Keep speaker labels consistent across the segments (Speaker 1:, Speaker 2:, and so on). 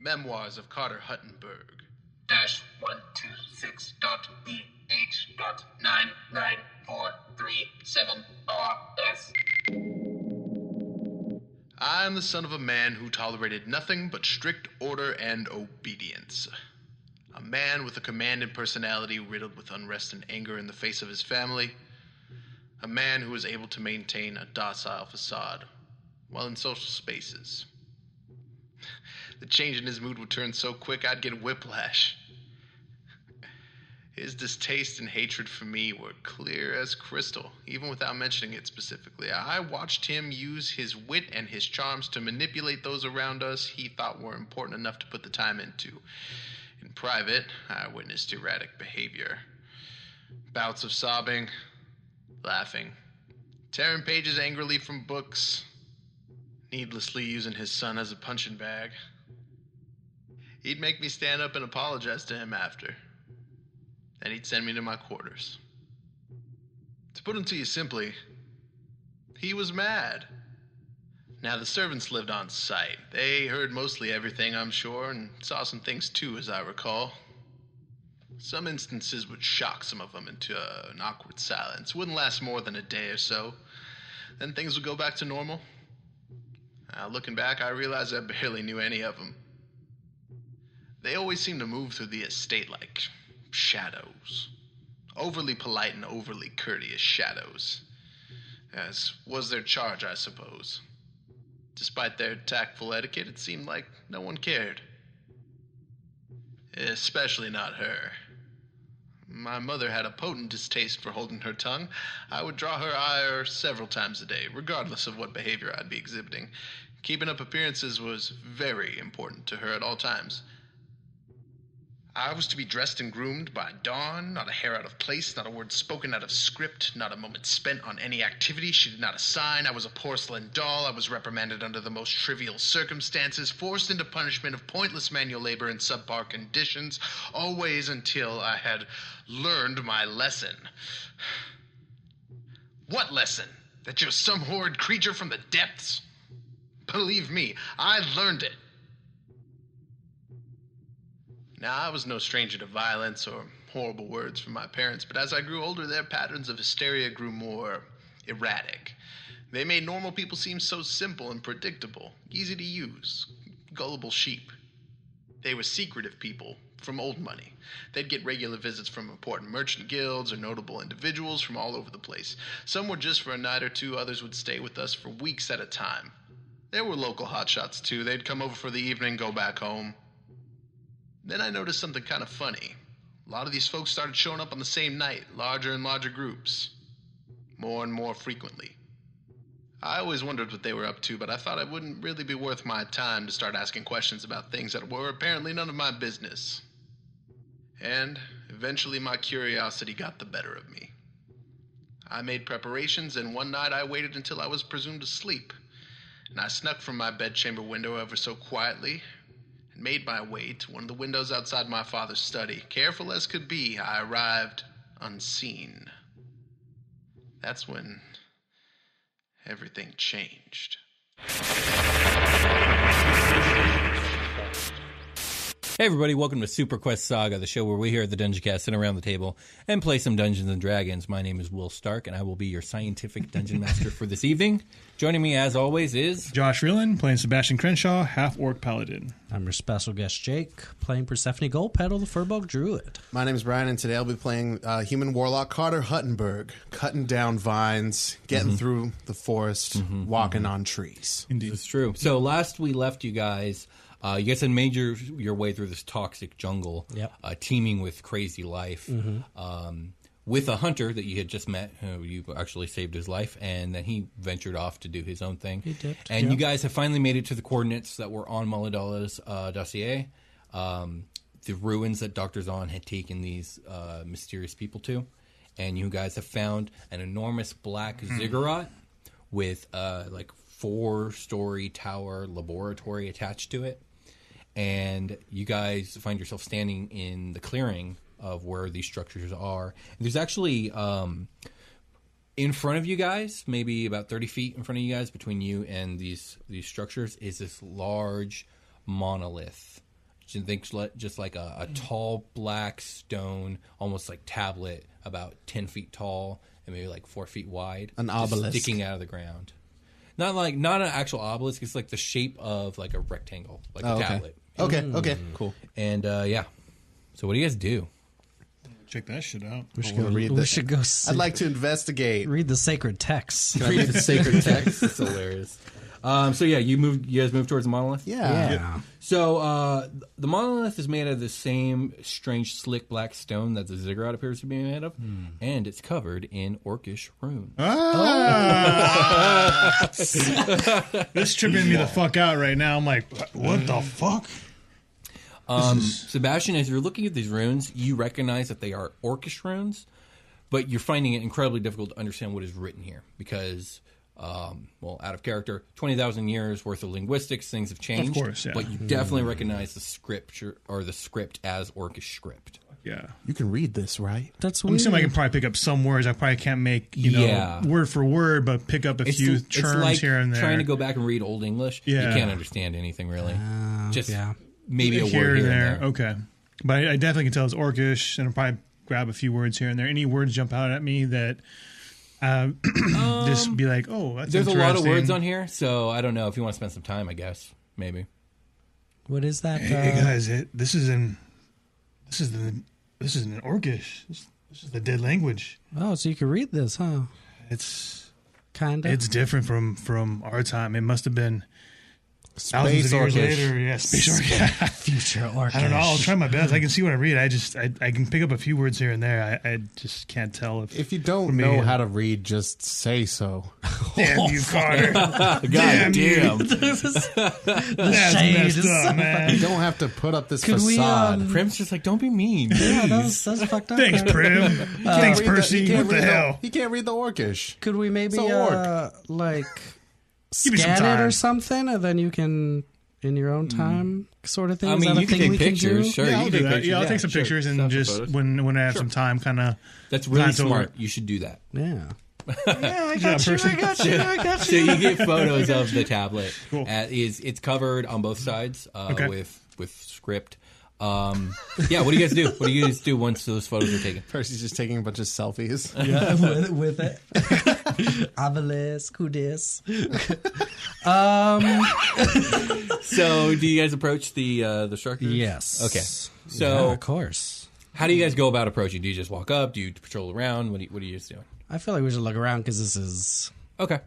Speaker 1: Memoirs of Carter Huttenberg.
Speaker 2: dash one two six dot B H dot nine nine four three seven R S.
Speaker 1: I am the son of a man who tolerated nothing but strict order and obedience. A man with a commanding personality riddled with unrest and anger in the face of his family. A man who is able to maintain a docile facade while in social spaces. The change in his mood would turn so quick I'd get whiplash. His distaste and hatred for me were clear as crystal, even without mentioning it specifically. I watched him use his wit and his charms to manipulate those around us he thought were important enough to put the time into. In private, I witnessed erratic behavior bouts of sobbing, laughing, tearing pages angrily from books, needlessly using his son as a punching bag. He'd make me stand up and apologize to him after and he'd send me to my quarters. To put it to you simply, he was mad. Now, the servants lived on site. They heard mostly everything, I'm sure, and saw some things too, as I recall. Some instances would shock some of them into uh, an awkward silence. Wouldn't last more than a day or so. Then things would go back to normal. Uh, looking back, I realized I barely knew any of them. They always seem to move through the estate like shadows. Overly polite and overly courteous shadows. As was their charge, I suppose. Despite their tactful etiquette, it seemed like no one cared. Especially not her. My mother had a potent distaste for holding her tongue. I would draw her ire several times a day, regardless of what behavior I'd be exhibiting. Keeping up appearances was very important to her at all times. I was to be dressed and groomed by dawn, not a hair out of place, not a word spoken out of script, not a moment spent on any activity she did not assign. I was a porcelain doll. I was reprimanded under the most trivial circumstances, forced into punishment of pointless manual labor in subpar conditions, always until I had learned my lesson. What lesson? That you're some horrid creature from the depths? Believe me, I learned it. Now, I was no stranger to violence or horrible words from my parents, but as I grew older, their patterns of hysteria grew more erratic. They made normal people seem so simple and predictable, easy to use, gullible sheep. They were secretive people from old money. They'd get regular visits from important merchant guilds or notable individuals from all over the place. Some were just for a night or two, others would stay with us for weeks at a time. There were local hotshots too. They'd come over for the evening, go back home. Then I noticed something kind of funny. A lot of these folks started showing up on the same night, larger and larger groups, more and more frequently. I always wondered what they were up to, but I thought it wouldn't really be worth my time to start asking questions about things that were apparently none of my business. And eventually my curiosity got the better of me. I made preparations, and one night I waited until I was presumed asleep, and I snuck from my bedchamber window ever so quietly, and made my way to one of the windows outside my father's study. Careful as could be, I arrived unseen. That's when everything changed.
Speaker 3: Hey everybody, welcome to Super Quest Saga, the show where we here at the Dungeon Cast sit around the table and play some Dungeons and Dragons. My name is Will Stark, and I will be your scientific dungeon master for this evening. Joining me, as always, is
Speaker 4: Josh Reelin playing Sebastian Crenshaw, half orc paladin.
Speaker 5: I'm your special guest Jake, playing Persephone Gold Petal, the Furbolg Druid.
Speaker 6: My name is Brian, and today I'll be playing uh, human warlock Carter Huttenberg, cutting down vines, getting through the forest, walking on trees.
Speaker 3: It's true. So last we left you guys, uh, you guys had made your your way through this toxic jungle,
Speaker 5: Yep. Mm-hmm.
Speaker 3: uh, teeming with crazy life, um, with a hunter that you had just met, who you actually saved his life, and then he ventured off to do his own thing. He
Speaker 5: dipped,
Speaker 3: and you guys have finally made it to the coordinates that were on Maladala's uh, dossier. Um, the ruins that Dr. Zahn had taken these uh, mysterious people to, and you guys have found an enormous black ziggurat with uh, like four story tower laboratory attached to it. And you guys find yourself standing in the clearing of where these structures are. And there's actually um, in front of you guys, maybe about 30 feet in front of you guys, between you and these these structures, is this large monolith She thinks le- just like a, a tall black stone, almost like tablet, about ten feet tall and maybe like four feet wide,
Speaker 6: An
Speaker 3: just
Speaker 6: obelisk.
Speaker 3: sticking out of the ground. Not like not an actual obelisk. It's like the shape of like a rectangle, like
Speaker 6: Oh,
Speaker 3: a
Speaker 6: okay.
Speaker 3: tablet.
Speaker 6: Okay. Okay. Cool.
Speaker 3: And uh, yeah, so what do you guys do?
Speaker 4: Check that shit out.
Speaker 6: We should go read
Speaker 5: we
Speaker 6: this.
Speaker 5: should go see,
Speaker 6: I'd like to investigate.
Speaker 5: read the sacred texts.
Speaker 3: Can I read the sacred text? It's hilarious. Um, so yeah, you move. You guys move towards the monolith.
Speaker 6: Yeah.
Speaker 3: So uh, the monolith is made out of the same strange, slick black stone that the ziggurat appears to be made of, and it's covered in orcish runes.
Speaker 4: This tripping me the fuck out right now. I'm like, "What- what the fuck?
Speaker 3: Um, Sebastian, as you're looking at these runes, you recognize that they are orcish runes, but you're finding it incredibly difficult to understand what is written here because, um, well, out of character, twenty thousand years worth of linguistics, things have changed.
Speaker 4: course, yeah.
Speaker 3: but you definitely recognize the scripture or the script as orcish script.
Speaker 4: Yeah.
Speaker 6: You can read this, right?
Speaker 5: That's
Speaker 4: I'm
Speaker 5: weird.
Speaker 4: assuming I can probably pick up some words. I probably can't make you know
Speaker 3: Yeah.
Speaker 4: word for word, but pick up a few
Speaker 3: it's
Speaker 4: terms
Speaker 3: like
Speaker 4: here and there.
Speaker 3: Trying to go back and read Old English,
Speaker 4: Yeah. Oh,
Speaker 3: you can't understand anything really. Just
Speaker 5: yeah.
Speaker 3: maybe a
Speaker 4: here,
Speaker 3: word
Speaker 4: and there. Okay, but I, I definitely can tell it's Orcish, and I'll probably grab a few words here and there. Any words jump out at me that um, just be like, oh, that's
Speaker 3: There's a lot of
Speaker 4: interesting.
Speaker 3: words on here, so I don't know if you want to spend some time. I guess maybe.
Speaker 5: What is that?
Speaker 4: Hey, hey
Speaker 5: uh,
Speaker 4: guys, it, this is in this is the this is an Orcish. This, this is the dead language.
Speaker 5: oh, so you can read this, huh?
Speaker 4: It's
Speaker 5: Kinda.
Speaker 4: it's different from from our time. It must have been thousands of
Speaker 6: Space
Speaker 4: years
Speaker 6: orcish.
Speaker 4: later. Yeah, space Orcish.
Speaker 5: future orcish.
Speaker 4: I don't know. I'll try my best. I can see what I read. I just I, I can pick up a few words here and there. I, I just can't tell if
Speaker 6: If you don't
Speaker 4: me,
Speaker 6: know
Speaker 4: yeah.
Speaker 6: how to read, just say so.
Speaker 4: damn you, Carter.
Speaker 3: God
Speaker 4: Damn you. That's
Speaker 5: shade
Speaker 4: messed
Speaker 5: is so
Speaker 4: up, man.
Speaker 6: You don't have to put up this
Speaker 5: Could we,
Speaker 6: facade.
Speaker 5: um,
Speaker 3: Prim's just like, don't be mean.
Speaker 5: Yeah, that was, that was fucked up.
Speaker 4: Thanks,
Speaker 5: man.
Speaker 4: Prim. Thanks,
Speaker 6: Read the- he
Speaker 4: Percy.
Speaker 6: can't
Speaker 4: what the
Speaker 6: read
Speaker 4: hell?
Speaker 6: He can't read the Orcish.
Speaker 5: Could we maybe
Speaker 6: So orc.
Speaker 5: uh, like
Speaker 4: me some
Speaker 5: scan it
Speaker 4: time.
Speaker 5: or something, and then you can in your own time sort of thing?
Speaker 3: Hmm. I
Speaker 5: Is
Speaker 3: mean,
Speaker 5: that a
Speaker 3: you can
Speaker 5: thing
Speaker 3: take
Speaker 5: we do?
Speaker 3: pictures. Sure,
Speaker 4: yeah, I'll
Speaker 3: you
Speaker 4: do
Speaker 3: can take
Speaker 4: that.
Speaker 3: pictures.
Speaker 4: yeah, I'll take some
Speaker 3: sure.
Speaker 4: pictures
Speaker 3: Snap
Speaker 4: and
Speaker 3: some
Speaker 4: just
Speaker 3: photos.
Speaker 4: when when I have some time, kind of.
Speaker 3: That's really
Speaker 4: Not to
Speaker 3: smart. You should do that.
Speaker 5: Yeah.
Speaker 4: Yeah, I got you. I got you. I got
Speaker 3: So you get photos of the tablet.
Speaker 4: Cool.
Speaker 3: Uh, is it's covered on both sides uh,
Speaker 4: Okay.
Speaker 3: with with script. Um, yeah, what do you guys do? What do you guys do once those photos are taken?
Speaker 6: Percy's just taking a bunch of selfies.
Speaker 5: with, with it. Obelisk, who dis?
Speaker 3: So, do you guys approach the uh, the shark? cruise?
Speaker 5: Yes.
Speaker 3: Okay.
Speaker 5: Yeah,
Speaker 3: So,
Speaker 5: of course.
Speaker 3: how do you guys go about approaching? Do you just walk up? Do you patrol around? What do you, what are you guys doing?
Speaker 5: I feel like we should look around because this is
Speaker 3: Okay,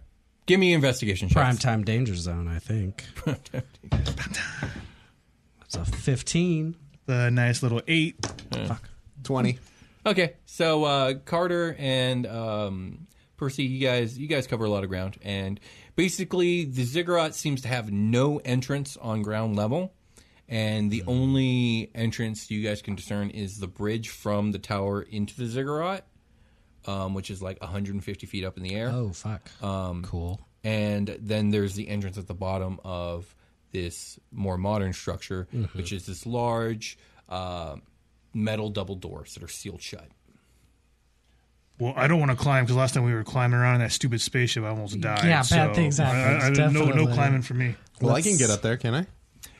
Speaker 3: give me investigation.
Speaker 5: prime
Speaker 3: Checks.
Speaker 5: time danger zone. I think it's a fifteen.
Speaker 4: The nice little eight.
Speaker 6: 20.
Speaker 3: Okay, so uh, Carter and um, Percy, you guys, you guys cover a lot of ground, and basically the ziggurat seems to have no entrance on ground level, and the only entrance you guys can discern is the bridge from the tower into the ziggurat, um, which is like 150 feet up in the air,
Speaker 5: Oh fuck. Um, cool.
Speaker 3: and then there's the entrance at the bottom of this more modern structure, which is this large uh, metal double doors that are sealed shut.
Speaker 4: Well, I don't want to climb because last time we were climbing around in that stupid spaceship, I almost died.
Speaker 5: Yeah, bad
Speaker 4: so
Speaker 5: things happen,
Speaker 4: I, I, I, no, no
Speaker 5: definitely.
Speaker 4: climbing for me.
Speaker 6: Well,
Speaker 5: Let's-
Speaker 6: I can get up there, can I?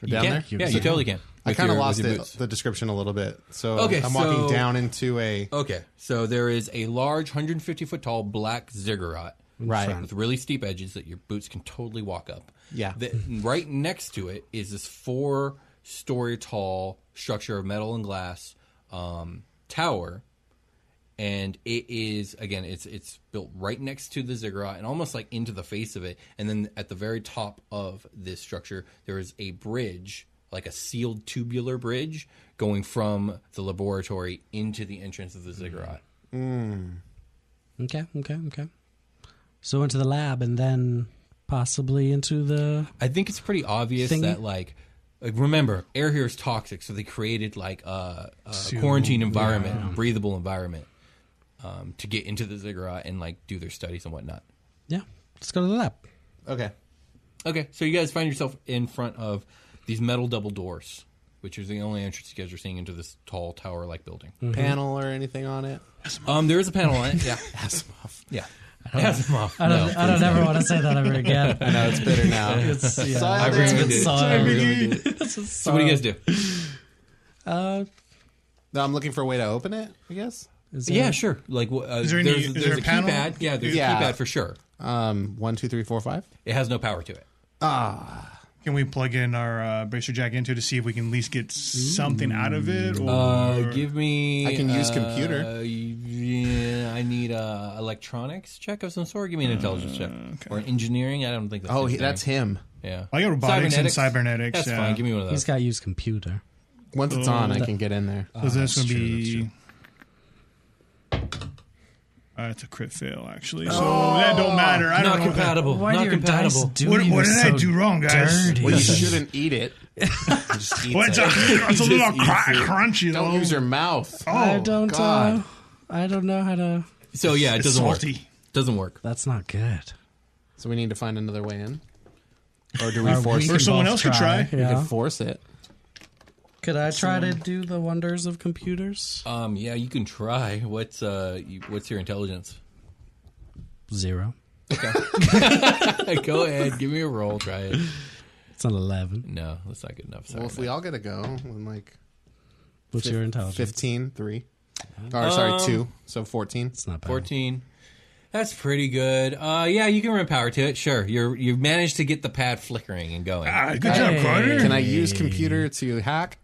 Speaker 6: Or down
Speaker 3: can.
Speaker 6: there?
Speaker 3: Yeah, you totally can.
Speaker 6: I
Speaker 3: With
Speaker 6: kind of
Speaker 3: your- with
Speaker 6: lost
Speaker 3: your
Speaker 6: it,
Speaker 3: boots.
Speaker 6: the description a little bit. So Oh.
Speaker 3: Okay,
Speaker 6: I'm walking
Speaker 3: so-
Speaker 6: down into a.
Speaker 3: Okay, so there is a large, 150 foot tall black ziggurat,
Speaker 6: Right.
Speaker 3: with really steep edges that your boots can totally walk up.
Speaker 6: Yeah.
Speaker 3: The- right next to it is this four story tall structure of metal and glass um, tower, and it is again, it's it's built right next to the ziggurat and almost like into the face of it. And then at the very top of this structure, there is a bridge, like a sealed tubular bridge, going from the laboratory into the entrance of the ziggurat.
Speaker 5: Okay. Okay. Okay. So into the lab and then possibly into the.
Speaker 3: I think it's pretty obvious
Speaker 5: Thingy?
Speaker 3: that like, like remember air here is toxic, so they created like a, a quarantine environment, breathable environment, um, to get into the ziggurat and like do their studies and whatnot.
Speaker 5: Yeah. Let's go to the lab.
Speaker 6: Okay.
Speaker 3: Okay, so you guys find yourself in front of these metal double doors, which is the only entrance you guys are seeing into this tall tower-like building.
Speaker 6: Hmm. Mm-hmm. Panel or anything on it?
Speaker 3: Um, there is a panel on it. Yeah, yeah. Asimov.
Speaker 5: I
Speaker 3: No,
Speaker 5: don't. I don't ever want to say that ever again.
Speaker 6: I know it's bitter now.
Speaker 5: It's, yeah,
Speaker 6: Sorry.
Speaker 5: it's been
Speaker 3: Sorry.
Speaker 5: sorry.
Speaker 3: So what do you guys do?
Speaker 5: Uh,
Speaker 6: No, I'm looking for a way to open it. I guess.
Speaker 5: is
Speaker 3: Yeah,
Speaker 5: there-
Speaker 3: sure. Like, wh- uh,
Speaker 4: Is there any-
Speaker 3: there's,
Speaker 4: is
Speaker 3: there's
Speaker 4: there
Speaker 3: a,
Speaker 4: a panel?
Speaker 3: keypad. Yeah, there's
Speaker 6: Yeah.
Speaker 3: a keypad for sure.
Speaker 6: Um, one, two, three, four, five.
Speaker 3: It has no power to it.
Speaker 4: Can we plug in our uh, bracer jack into to see if we can at least get something out of it? Or
Speaker 3: Uh, give me.
Speaker 6: I can use
Speaker 3: uh,
Speaker 6: computer.
Speaker 3: Yeah, I need a electronics check of some sort. Give me an intelligence check or an engineering. I don't think that's.
Speaker 6: Mm, Oh, he,
Speaker 3: engineering.
Speaker 6: that's him.
Speaker 3: yeah.
Speaker 4: I got robotics and cybernetics,
Speaker 3: That's
Speaker 4: yeah.
Speaker 3: fine. Give me one of
Speaker 5: He's
Speaker 3: those.
Speaker 5: got to use computer.
Speaker 6: Once it's on, I can get in there.
Speaker 4: so that's going to
Speaker 6: Oh,
Speaker 3: true, that's
Speaker 4: be.
Speaker 3: true.
Speaker 4: Uh, it's a crit fail, actually. So that don't matter. I
Speaker 3: Not
Speaker 4: don't know. what that-
Speaker 3: compatible. Not compatible.
Speaker 4: What, what did I do wrong, guys?
Speaker 5: dirty?
Speaker 6: Well, you
Speaker 5: Yes.
Speaker 6: shouldn't eat it. Just eats
Speaker 4: What's
Speaker 6: it.
Speaker 4: a, it's a little
Speaker 3: eats
Speaker 4: cr-
Speaker 3: it.
Speaker 4: crunchy,
Speaker 6: Don't
Speaker 4: though.
Speaker 6: use your mouth.
Speaker 5: I
Speaker 4: Oh,
Speaker 5: don't.
Speaker 6: God.
Speaker 5: Uh, I don't know how to.
Speaker 3: So yeah, it
Speaker 4: It's
Speaker 3: doesn't work.
Speaker 4: salty.
Speaker 3: Doesn't work.
Speaker 5: That's not good.
Speaker 6: So we need to find another way in, or do we
Speaker 5: Or we
Speaker 6: force?
Speaker 4: Or
Speaker 5: can
Speaker 4: someone
Speaker 5: both
Speaker 4: else could try.
Speaker 6: We
Speaker 5: Yeah.
Speaker 6: could force it.
Speaker 5: Could I try to do the wonders of computers?
Speaker 3: Um, yeah, you can try. What's uh, you, what's your intelligence?
Speaker 5: Zero.
Speaker 3: Go ahead, give me a roll. Try it.
Speaker 5: It's an eleven.
Speaker 3: No, that's not good enough. Sorry.
Speaker 6: Well, if we all get a go, then like
Speaker 5: What's your intelligence?
Speaker 6: 15, 3. Or sorry, 2. So 14.
Speaker 5: It's not bad.
Speaker 3: 14. That's pretty good. Uh, yeah, you can run power to it. Sure, you're you've managed to get the pad flickering and going.
Speaker 4: Ah, good job, Carter.
Speaker 6: Can I use computer to hack?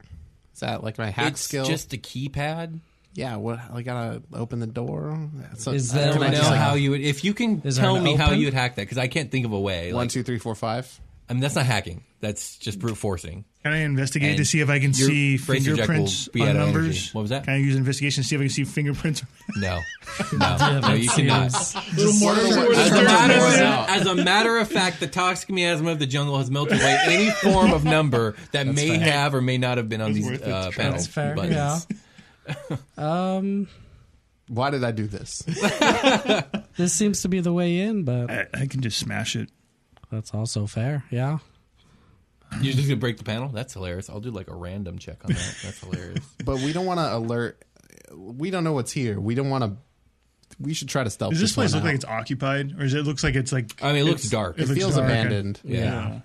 Speaker 6: Is that like my hack
Speaker 3: it's
Speaker 6: skill?
Speaker 3: just a keypad.
Speaker 6: yeah, what I gotta open the door. That's a-
Speaker 5: Is
Speaker 6: I
Speaker 5: there
Speaker 3: I
Speaker 6: don't
Speaker 3: don't
Speaker 5: Can
Speaker 3: know
Speaker 6: just, like,
Speaker 3: how you would. If you can
Speaker 5: Is there
Speaker 3: tell
Speaker 5: an
Speaker 3: me how
Speaker 5: open?
Speaker 3: you would hack that, because I can't think of a way.
Speaker 6: one,
Speaker 3: Like,
Speaker 6: two, three, four, five.
Speaker 3: I mean, that's not hacking. That's just brute forcing.
Speaker 4: Can I investigate to
Speaker 3: And
Speaker 4: see if I can
Speaker 3: your
Speaker 4: see
Speaker 3: bracer jack will
Speaker 4: fingerprints
Speaker 3: be
Speaker 4: on
Speaker 3: out of energy.
Speaker 4: numbers?
Speaker 3: What was that?
Speaker 4: Can I use investigation to see if I can see fingerprints?
Speaker 3: No, no, no you cannot. As a,
Speaker 6: Sure.
Speaker 3: matter of,
Speaker 6: Yeah.
Speaker 3: as a matter of fact, the toxic miasma of the jungle has melted away any form of number that may have or may not have been on these
Speaker 4: worth it to
Speaker 3: uh,
Speaker 4: try.
Speaker 3: panel
Speaker 5: That's fair.
Speaker 3: buttons.
Speaker 5: Yeah. um,
Speaker 6: Why did I do this?
Speaker 5: this seems to be the way in, but
Speaker 4: I, I can just smash it.
Speaker 5: that's also fair. Yeah.
Speaker 3: You're just gonna break the panel? That's hilarious. I'll do like a random check on that. That's hilarious.
Speaker 6: But we don't want to alert. We don't know what's here. We don't want to. We should try to stealth.
Speaker 4: Does this place
Speaker 6: one
Speaker 4: look like
Speaker 6: out.
Speaker 4: it's occupied, or is it looks like it's like?
Speaker 3: I mean, it looks dark.
Speaker 4: it
Speaker 6: it
Speaker 4: looks
Speaker 6: feels
Speaker 4: dark.
Speaker 6: abandoned?
Speaker 3: yeah.
Speaker 5: Yeah.